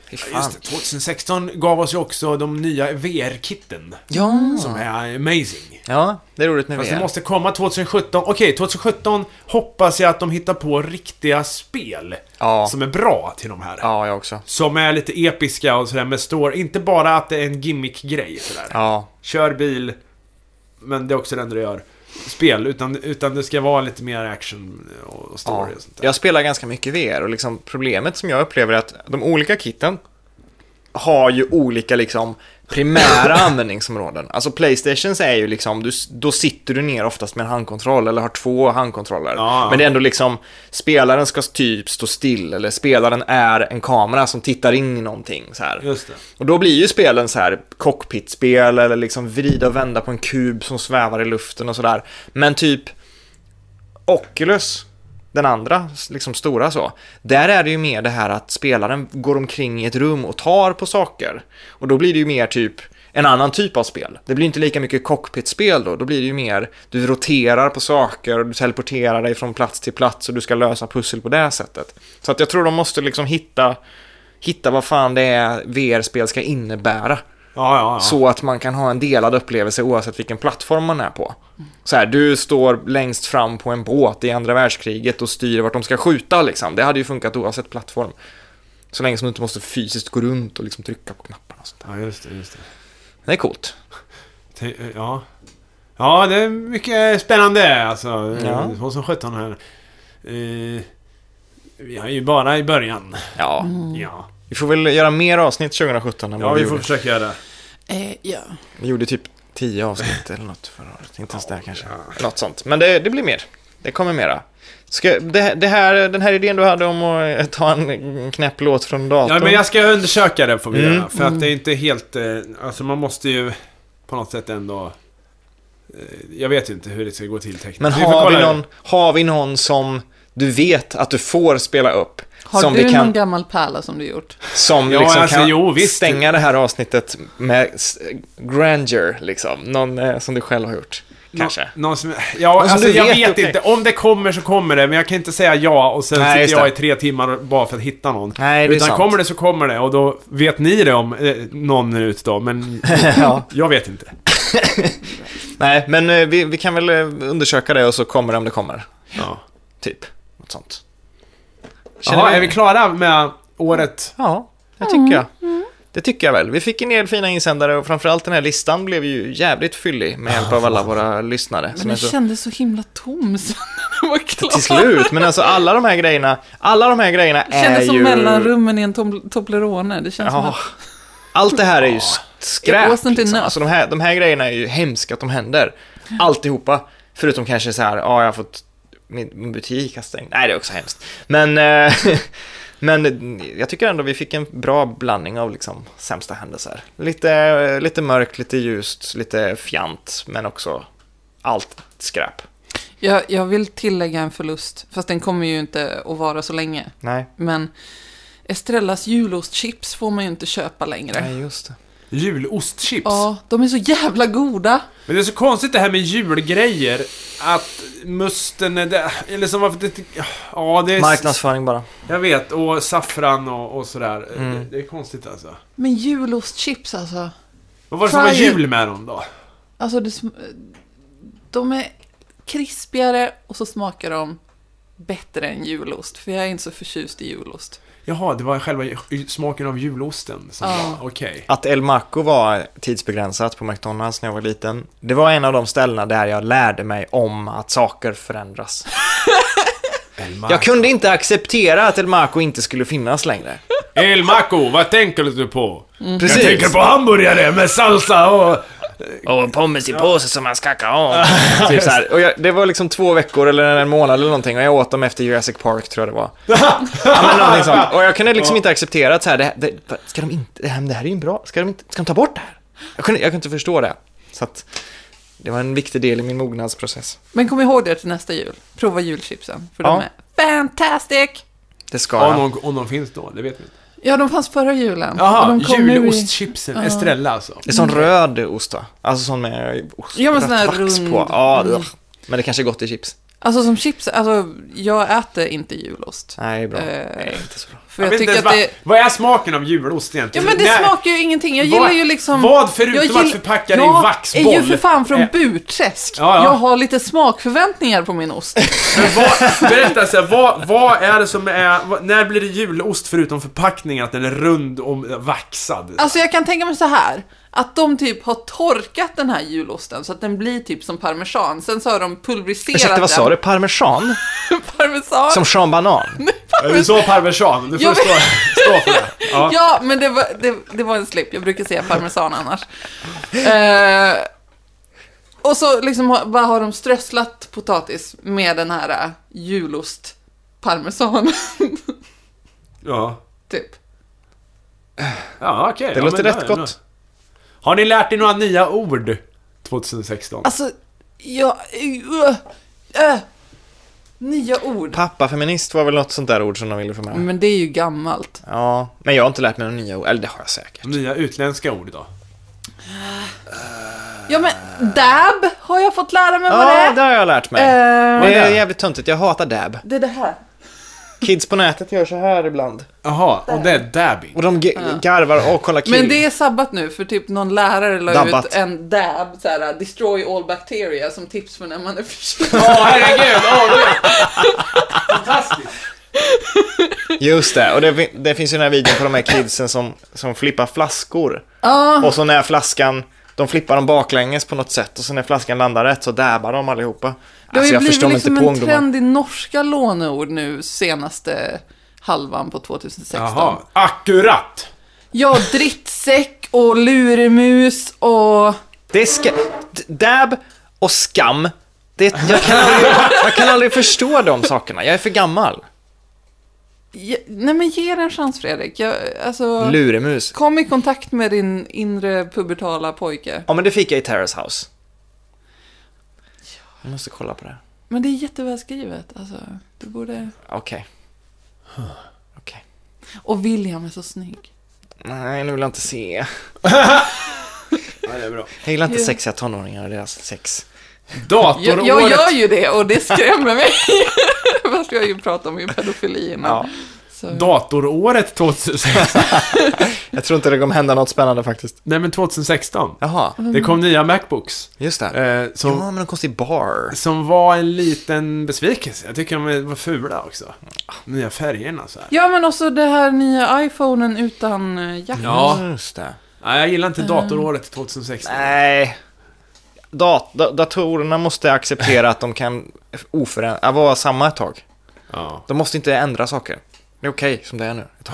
[SPEAKER 2] fy
[SPEAKER 3] Ja,
[SPEAKER 2] fan.
[SPEAKER 3] Just det, 2016 gav oss ju också de nya VR-kitten.
[SPEAKER 2] Ja,
[SPEAKER 3] Som är amazing.
[SPEAKER 2] ja, det är roligt med
[SPEAKER 3] Fast det
[SPEAKER 2] VR.
[SPEAKER 3] måste komma 2017. Okej, 2017 hoppas jag att de hittar på riktiga spel.
[SPEAKER 2] Ja.
[SPEAKER 3] Som är bra till de här.
[SPEAKER 2] Ja, jag också.
[SPEAKER 3] Som är lite episka och sådär med står Inte bara att det är en gimmick-grej sådär.
[SPEAKER 2] Ja,
[SPEAKER 3] Kör bil, men det är också det enda du gör. Spel, utan, utan det ska vara lite mer action och och story och sånt där.
[SPEAKER 2] Jag spelar ganska mycket VR och liksom problemet som jag upplever är att de olika kitten har ju olika liksom
[SPEAKER 3] <coughs>
[SPEAKER 2] primära användningsområden. Alltså Playstations är ju liksom, du, då sitter du ner oftast med en handkontroll eller har två handkontroller.
[SPEAKER 3] Ja.
[SPEAKER 2] Men det är ändå liksom, spelaren ska typ stå still eller spelaren är en kamera som tittar in i någonting så här.
[SPEAKER 3] Just det.
[SPEAKER 2] Och då blir ju spelen så här cockpitspel eller liksom vrida och vända på en kub som svävar i luften och sådär. Men typ Oculus, den andra liksom stora så, där är det ju mer det här att spelaren går omkring i ett rum och tar på saker. Och då blir det ju mer typ en annan typ av spel. Det blir inte lika mycket cockpitspel då, då blir det ju mer du roterar på saker och du teleporterar dig från plats till plats och du ska lösa pussel på det sättet. Så att jag tror de måste liksom hitta hitta vad fan det är VR-spel ska innebära.
[SPEAKER 3] Ja, ja, ja.
[SPEAKER 2] Så att man kan ha en delad upplevelse oavsett vilken plattform man är på. Så här, du står längst fram på en båt i andra världskriget och styr vart de ska skjuta liksom. Det hade ju funkat oavsett plattform. Så länge som du inte måste fysiskt gå runt och liksom trycka på knapparna och sånt där.
[SPEAKER 3] Ja, just det, just det.
[SPEAKER 2] Det är coolt.
[SPEAKER 3] Te- Ja. Ja, det är mycket spännande alltså.
[SPEAKER 2] Ja.
[SPEAKER 3] Ja. 2017 här. Eh, vi är ju bara i början.
[SPEAKER 2] Ja,
[SPEAKER 3] Ja,
[SPEAKER 2] vi får väl göra mer avsnitt 2017 än vad
[SPEAKER 3] ja
[SPEAKER 2] vi,
[SPEAKER 3] vi får
[SPEAKER 2] gjorde.
[SPEAKER 3] försöka göra det.
[SPEAKER 1] Eh, ja.
[SPEAKER 2] Vi gjorde typ 10 avsnitt eller något förra året. Inte ens det kanske. Något sånt. Men det, det blir mer. Det kommer mera. Ska, det, det här, den här idén du hade om att ta en knäpp låt från datorn.
[SPEAKER 3] Ja, men jag ska undersöka det får vi
[SPEAKER 2] Mm.
[SPEAKER 3] göra. För att det är inte helt... eh, Alltså man måste ju på något sätt ändå... eh, Jag vet ju inte hur det ska gå till tekniskt.
[SPEAKER 2] Men
[SPEAKER 3] får
[SPEAKER 2] har vi,
[SPEAKER 3] kolla det.
[SPEAKER 2] någon, har vi någon som du vet att du får spela upp?
[SPEAKER 1] Har
[SPEAKER 2] som
[SPEAKER 1] du
[SPEAKER 2] vi kan,
[SPEAKER 1] någon gammal pärla som du gjort?
[SPEAKER 2] som
[SPEAKER 3] Ja,
[SPEAKER 2] liksom
[SPEAKER 3] alltså,
[SPEAKER 2] kan
[SPEAKER 3] jo, visst.
[SPEAKER 2] stänga det här avsnittet med s- grandeur, liksom. Någon eh, som du själv har gjort, kanske.
[SPEAKER 3] Nå, någon som, ja,
[SPEAKER 2] som
[SPEAKER 3] alltså
[SPEAKER 2] du
[SPEAKER 3] jag
[SPEAKER 2] vet,
[SPEAKER 3] vet
[SPEAKER 2] okej.
[SPEAKER 3] inte. Om det kommer så kommer det, men jag kan inte säga ja och sen
[SPEAKER 2] Nej, just
[SPEAKER 3] sitter jag
[SPEAKER 2] det.
[SPEAKER 3] i tre timmar och- bara för att hitta någon.
[SPEAKER 2] Nej, det är
[SPEAKER 3] Utan
[SPEAKER 2] sant.
[SPEAKER 3] kommer det så kommer det och då vet ni det om eh, någon minut då, men
[SPEAKER 2] <laughs> ja.
[SPEAKER 3] jag vet inte.
[SPEAKER 2] Nej, men eh, vi, vi kan väl eh, undersöka det och så kommer det om det kommer,
[SPEAKER 3] Ja.
[SPEAKER 2] typ. Något sånt. Känner
[SPEAKER 3] Jaha, är vi klara med året?
[SPEAKER 2] Ja, det tycker jag. Det tycker jag väl. Vi fick en del fina insändare och framförallt den här listan blev ju jävligt fyllig med hjälp av alla våra lyssnare.
[SPEAKER 1] Men
[SPEAKER 2] som är
[SPEAKER 1] den
[SPEAKER 2] så-
[SPEAKER 1] kändes så himla tom sen den var klar.
[SPEAKER 2] till slut. Men alltså alla de här grejerna, alla de här grejerna
[SPEAKER 1] Det kändes
[SPEAKER 2] är
[SPEAKER 1] som
[SPEAKER 2] ju...
[SPEAKER 1] mellanrummen i en tom- Toblerone. Det känns som
[SPEAKER 2] Ja.
[SPEAKER 1] att...
[SPEAKER 2] Allt det här är ju
[SPEAKER 1] It
[SPEAKER 2] skräp.
[SPEAKER 1] wasn't
[SPEAKER 2] Liksom.
[SPEAKER 1] enough.
[SPEAKER 2] Alltså, de, här, de här grejerna är ju hemska att de händer. Alltihopa. Förutom kanske så här, ja, jag har fått min, min butik har stängt. Nej, det är också hemskt. Men, eh, <laughs> men jag tycker ändå vi fick en bra blandning av liksom sämsta händelser. Lite, lite mörkt, lite ljust, lite fjant, men också allt skräp.
[SPEAKER 1] jag, jag vill tillägga en förlust, fast den kommer ju inte att vara så länge.
[SPEAKER 2] Nej,
[SPEAKER 1] Men Estrellas julostchips får man ju inte köpa längre.
[SPEAKER 2] nej just det.
[SPEAKER 3] Julostchips?
[SPEAKER 1] Ja, de är så jävla goda.
[SPEAKER 3] Men det är så konstigt det här med julgrejer. Att musten är där. Eller som varför det... Ja, det är...
[SPEAKER 2] Marknadsföring bara.
[SPEAKER 3] Jag vet. Och saffran och, och sådär. Eh,
[SPEAKER 2] Mm.
[SPEAKER 3] Det, det är konstigt alltså.
[SPEAKER 1] Men julostchips alltså.
[SPEAKER 3] Vad var det som var
[SPEAKER 1] Try it.
[SPEAKER 3] jul med dem då?
[SPEAKER 1] Alltså, det, sm- de är krispigare och så smakar de bättre än julost. För jag är inte så förtjust i julost.
[SPEAKER 3] Jaha, det var själva ju- smaken av julosten som
[SPEAKER 1] Ja.
[SPEAKER 3] var... Okej.
[SPEAKER 2] att El Maco var tidsbegränsat på McDonalds när jag var liten, det var en av de ställena där jag lärde mig om att saker förändras. Alltså.
[SPEAKER 3] El
[SPEAKER 2] Jag
[SPEAKER 3] Maco.
[SPEAKER 2] kunde inte acceptera att El Maco inte skulle finnas längre.
[SPEAKER 3] El Maco, vad tänker du på?
[SPEAKER 2] Precis.
[SPEAKER 3] Mm. Jag tänker på hamburgare med salsa och...
[SPEAKER 2] Och pommes i påse som man skakar av. <laughs> typ så här. Och jag, det var liksom två veckor eller en månad eller någonting och jag åt dem efter Jurassic Park tror jag det var. <laughs> ja, men någonting sånt. Och jag kunde liksom inte acceptera att så här, det, det, ska de inte, det här, det här är ju bra, ska de inte, ska de ta bort det här? Jag kunde, jag kunde inte förstå det. Så att, det var en viktig del i min mognadsprocess.
[SPEAKER 1] Men kom ihåg det till nästa jul. Prova julchipsen, för de
[SPEAKER 2] Ja.
[SPEAKER 1] är fantastic!
[SPEAKER 2] Det ska
[SPEAKER 3] Om
[SPEAKER 2] jag.
[SPEAKER 3] någon, om någon finns då, det vet vi inte.
[SPEAKER 1] Ja, de fanns förra julen. och
[SPEAKER 3] Jaha,
[SPEAKER 1] de kom nu i-
[SPEAKER 3] julostchipsen. Estrella alltså.
[SPEAKER 2] Det är sån röd ost då? Alltså sån med ost,
[SPEAKER 1] Mm. Ja, men sån här
[SPEAKER 2] rött vax
[SPEAKER 1] rund.
[SPEAKER 2] på. Ja,
[SPEAKER 1] Mm.
[SPEAKER 2] ugh. Men det kanske är gott i chips.
[SPEAKER 1] Alltså som chips, alltså jag äter inte julost.
[SPEAKER 2] Nej, det är bra.
[SPEAKER 1] Eh.
[SPEAKER 2] Nej, inte så bra.
[SPEAKER 1] För jag,
[SPEAKER 3] vet inte
[SPEAKER 1] tycker
[SPEAKER 3] ens
[SPEAKER 1] att det...
[SPEAKER 3] vad, vad är smaken av julost
[SPEAKER 1] Ja
[SPEAKER 3] egentligen?
[SPEAKER 1] men det
[SPEAKER 3] Nej,
[SPEAKER 1] smakar ju ingenting, jag gillar
[SPEAKER 3] vad-
[SPEAKER 1] ju liksom...
[SPEAKER 3] Vad förutom
[SPEAKER 1] jag
[SPEAKER 3] att
[SPEAKER 1] gill-
[SPEAKER 3] förpacka det i
[SPEAKER 1] Jag
[SPEAKER 3] vaxboll?
[SPEAKER 1] är ju för fan från
[SPEAKER 3] Eh,
[SPEAKER 1] Burträsk.
[SPEAKER 3] Ja, ja.
[SPEAKER 1] Jag har lite smakförväntningar på min ost.
[SPEAKER 3] Men vad, berätta så här, vad, vad är det som är... Vad, när blir det julost förutom förpackningen att den är rund och vaxad?
[SPEAKER 1] Alltså jag kan tänka mig så här. Att de typ har torkat den här julosten så att den blir typ som parmesan. Sen så har de pulveriserat
[SPEAKER 2] Ursäkta, vad sa
[SPEAKER 1] den.
[SPEAKER 2] du? Parmesan?
[SPEAKER 1] <laughs> Parmesan.
[SPEAKER 2] Som Sean Banan?
[SPEAKER 3] du sa parmesan, du
[SPEAKER 1] Jag
[SPEAKER 3] får stå, stå för det. Ja.
[SPEAKER 1] Ja, men det var, det, det var en slip. Jag brukar säga parmesan
[SPEAKER 3] <laughs>
[SPEAKER 1] annars. Eh, och så liksom har- bara har de strösslat potatis med den här eh, julost parmesan <laughs>
[SPEAKER 3] Ja,
[SPEAKER 1] typ.
[SPEAKER 3] ja okej.
[SPEAKER 2] Det
[SPEAKER 3] ja,
[SPEAKER 2] låter
[SPEAKER 3] men
[SPEAKER 2] rätt
[SPEAKER 3] då-
[SPEAKER 2] gott.
[SPEAKER 3] Har ni lärt er några nya ord 2016?
[SPEAKER 1] Alltså, jag... Uh, uh, nya ord.
[SPEAKER 2] Pappafeminist var väl något sånt där ord som de ville få med?
[SPEAKER 1] Men det är ju gammalt.
[SPEAKER 2] Ja, men jag har inte lärt mig några nya ord. Eller det har jag säkert.
[SPEAKER 1] Alltså-
[SPEAKER 3] Nya utländska ord då?
[SPEAKER 1] Ja, men dab har jag fått lära mig vad det
[SPEAKER 2] Eh. Ja,
[SPEAKER 1] är.
[SPEAKER 2] det har jag lärt mig.
[SPEAKER 1] Eh,
[SPEAKER 2] Det är jävligt töntigt. Jag hatar dab.
[SPEAKER 1] det är det här.
[SPEAKER 2] Kids på nätet gör så här ibland.
[SPEAKER 3] Jaha, och det är dabbing.
[SPEAKER 2] Och de ge- garvar och kollar kill.
[SPEAKER 1] Men det är sabbat nu för typ någon lärare la ut
[SPEAKER 2] Dabbat.
[SPEAKER 1] en dab, så här, uh, destroy all bacteria som tips för när man är
[SPEAKER 2] <laughs>
[SPEAKER 1] förkyld.
[SPEAKER 3] Åh herregud, åh gud. Fantastiskt.
[SPEAKER 2] Just det, och det, fin- det finns ju den här videon på de här kidsen som, som flippar flaskor.
[SPEAKER 1] Ja,
[SPEAKER 2] Och så när flaskan, de flippar dem baklänges på något sätt och så när flaskan landar rätt så dabbar de allihopa.
[SPEAKER 1] det har
[SPEAKER 2] Alltså
[SPEAKER 1] ju
[SPEAKER 2] jag
[SPEAKER 1] blivit
[SPEAKER 2] förstår mig inte
[SPEAKER 1] liksom
[SPEAKER 2] på
[SPEAKER 1] en
[SPEAKER 2] ungdomar.
[SPEAKER 1] trend i norska låneord nu senaste halvan på 2016.
[SPEAKER 3] Jaha, akkurat.
[SPEAKER 1] Ja, drittsäck och luremus och...
[SPEAKER 2] Det är ska- d- dab och skam Det, jag, kan aldrig, jag kan aldrig förstå de sakerna, jag är för gammal.
[SPEAKER 1] Ja, nej men ge det en chans Fredrik. Jag, alltså,
[SPEAKER 2] Luremus.
[SPEAKER 1] kom i kontakt med din inre pubertala pojke.
[SPEAKER 2] Ja men det fick jag i Terrace House. Jag måste kolla på det.
[SPEAKER 1] Men det är jättevälskrivet. Alltså, du borde...
[SPEAKER 2] Okej. Okej.
[SPEAKER 1] Och William är så snygg.
[SPEAKER 2] Nej, nu vill jag inte se.
[SPEAKER 3] Ja, det är bra.
[SPEAKER 2] Jag gillar inte
[SPEAKER 1] Jo.
[SPEAKER 2] sexiga tonåringar och deras sex.
[SPEAKER 1] Jag,
[SPEAKER 3] Datoråret!
[SPEAKER 1] jag gör ju det och det skrämmer mig. <laughs> Fast jag har ju pratat om ju pedofili innan.
[SPEAKER 2] Ja.
[SPEAKER 1] Så.
[SPEAKER 3] Datoråret 2016.
[SPEAKER 2] Jag tror inte det kommer hända något spännande faktiskt.
[SPEAKER 3] <laughs> Nej men 2016.
[SPEAKER 2] Jaha,
[SPEAKER 3] Det kom nya Macbooks.
[SPEAKER 2] just det.
[SPEAKER 3] Eh,
[SPEAKER 2] Ja,
[SPEAKER 3] som,
[SPEAKER 2] men en konstig bar.
[SPEAKER 3] som var en liten besvikelse. Jag tycker de var fula också. Nya färgerna så här.
[SPEAKER 1] Ja, men också det här nya iPhonen utan eh, jack.
[SPEAKER 3] Ja.
[SPEAKER 2] Just det.
[SPEAKER 3] Nej, jag gillar inte datoråret 2016.
[SPEAKER 2] Liksom. Nej. Dat da- datorerna måste acceptera att de kan oförä- äh, vara samma ett tag.
[SPEAKER 3] Ja.
[SPEAKER 2] De måste inte ändra saker. Det är okej som det är nu. Ett tag.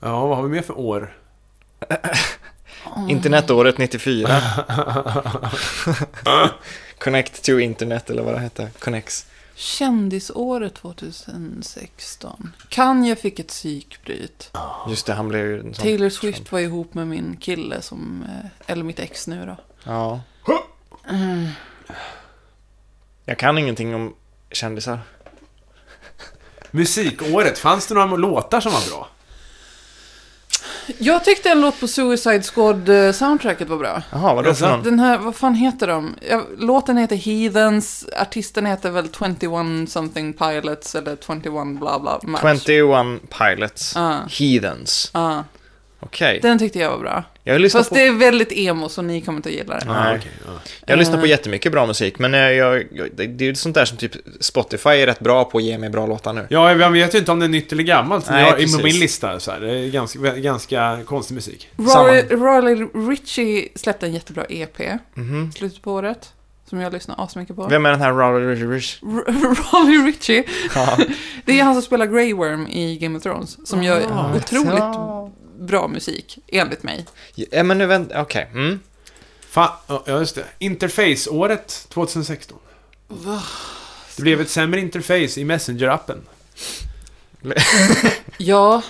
[SPEAKER 3] ja, vad har vi mer för år? <laughs>
[SPEAKER 1] Mm.
[SPEAKER 2] Internetåret 94. Connect to internet eller vad det heter. Connects.
[SPEAKER 1] Kändisåret 2016. Kanye fick ett psykbryt.
[SPEAKER 2] Just det, han blev ju en sån.
[SPEAKER 1] Taylor Swift var ihop med min kille som, eh, eller mitt ex nu då.
[SPEAKER 2] Ja. Jag kan ingenting om kändisar.
[SPEAKER 3] Musikåret, fanns det några låtar som var bra?
[SPEAKER 1] Jag tyckte en låt på Suicide Squad eh, soundtracket var bra.
[SPEAKER 2] Jaha, vadå för
[SPEAKER 3] Jaså?
[SPEAKER 2] någon?
[SPEAKER 1] Den här, vad fan heter de? Ja, Låten heter Heathens, artisten heter väl 21 something pilots eller 21 bla bla match.
[SPEAKER 2] 21 Pilots.
[SPEAKER 1] Ja.
[SPEAKER 2] Heathens.
[SPEAKER 1] Ja,
[SPEAKER 2] Okej.
[SPEAKER 1] den tyckte jag var bra.
[SPEAKER 2] Jag lyssnar
[SPEAKER 1] Fast
[SPEAKER 2] på... Mm.
[SPEAKER 1] det är väldigt emo så ni kommer inte att gilla det.
[SPEAKER 2] Nej.
[SPEAKER 3] Ja, Ah, okej, ja.
[SPEAKER 2] Jag lyssnar på jättemycket bra musik, men eh, jag, jag, det det är ju sånt där som typ Spotify är rätt bra på att ge mig bra låtar nu.
[SPEAKER 3] Ja, jag vet ju inte om det är nytt eller gammalt.
[SPEAKER 2] Nej,
[SPEAKER 3] jag,
[SPEAKER 2] precis.
[SPEAKER 3] I min lista så här. Det är ganska, ganska konstig musik.
[SPEAKER 1] Rory, Rory Ritchie släppte en jättebra EP i
[SPEAKER 2] Mhm.
[SPEAKER 1] slutet på året. Som jag lyssnar asmycket på.
[SPEAKER 2] Vem är den här Rowley
[SPEAKER 1] R- <laughs> Rory Ritchie.
[SPEAKER 2] Ja.
[SPEAKER 1] <laughs> Det är han som spelar Grey Worm i Game of Thrones. Som gör
[SPEAKER 2] Ah.
[SPEAKER 1] otroligt bra musik, enligt mig.
[SPEAKER 2] Ja, men nu vänta, okej. Mm.
[SPEAKER 3] Fan, ja just det. Interface-året 2016.
[SPEAKER 1] Va?
[SPEAKER 3] Det blev ett sämre interface i Messenger-appen.
[SPEAKER 1] Ja,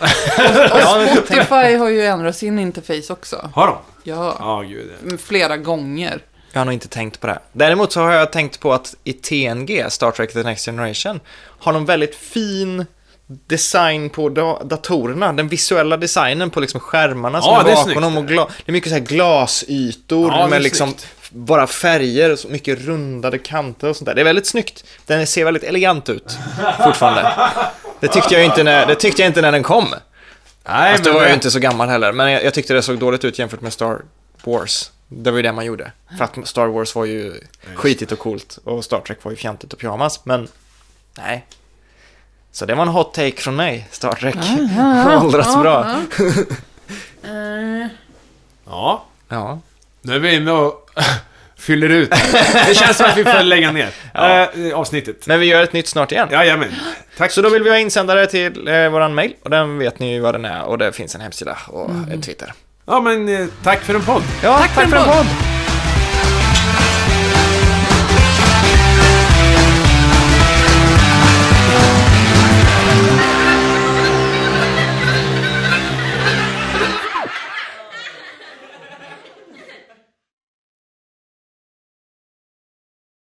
[SPEAKER 1] och, och Spotify har ju ändrat sin interface också.
[SPEAKER 3] Har de?
[SPEAKER 1] Ja,
[SPEAKER 3] Ja, gud. ja.
[SPEAKER 1] flera gånger.
[SPEAKER 2] Jag har nog inte tänkt på det. Däremot så har jag tänkt på att i TNG, Star Trek The Next Generation, har de väldigt fin design på da- datorerna. Den visuella designen på liksom skärmarna som
[SPEAKER 3] Ja,
[SPEAKER 2] är
[SPEAKER 3] det är
[SPEAKER 2] bakom
[SPEAKER 3] snyggt.
[SPEAKER 2] dem. Och gla- det är mycket så här glasytor
[SPEAKER 3] Ja, det är
[SPEAKER 2] med liksom
[SPEAKER 3] snyggt.
[SPEAKER 2] bara färger och så mycket rundade kanter och sånt där. Det är väldigt snyggt. Den ser väldigt elegant ut fortfarande. Det tyckte jag inte när, det tyckte jag inte när den kom.
[SPEAKER 3] Nej,
[SPEAKER 2] Fast då
[SPEAKER 3] men
[SPEAKER 2] var Alltså, jag
[SPEAKER 3] det-
[SPEAKER 2] ju inte så gammal heller, men jag, jag tyckte det såg dåligt ut jämfört med Star Wars. Det var ju det man gjorde. För att Star Wars var ju skitigt och coolt och Star Trek var ju fjantigt och pyjamas, men nej. Så det var en hot take från mig, Star Trek. <laughs> Åldras bra.
[SPEAKER 3] Ja,
[SPEAKER 2] Ja.
[SPEAKER 3] nu är vi inne och <laughs> fyller ut. Det känns som att vi får
[SPEAKER 2] <laughs>
[SPEAKER 3] lägga ner eh, avsnittet.
[SPEAKER 2] Men vi gör ett nytt snart igen.
[SPEAKER 3] Jajamän. Tack.
[SPEAKER 2] Så då vill vi ha insändare till eh, våran mail och den vet ni ju vad den är och det finns en hemsida och en Twitter.
[SPEAKER 3] Ja, men eh, tack för en podd.
[SPEAKER 2] Ja, tack,
[SPEAKER 1] för en
[SPEAKER 2] för en
[SPEAKER 1] podd.
[SPEAKER 2] podd!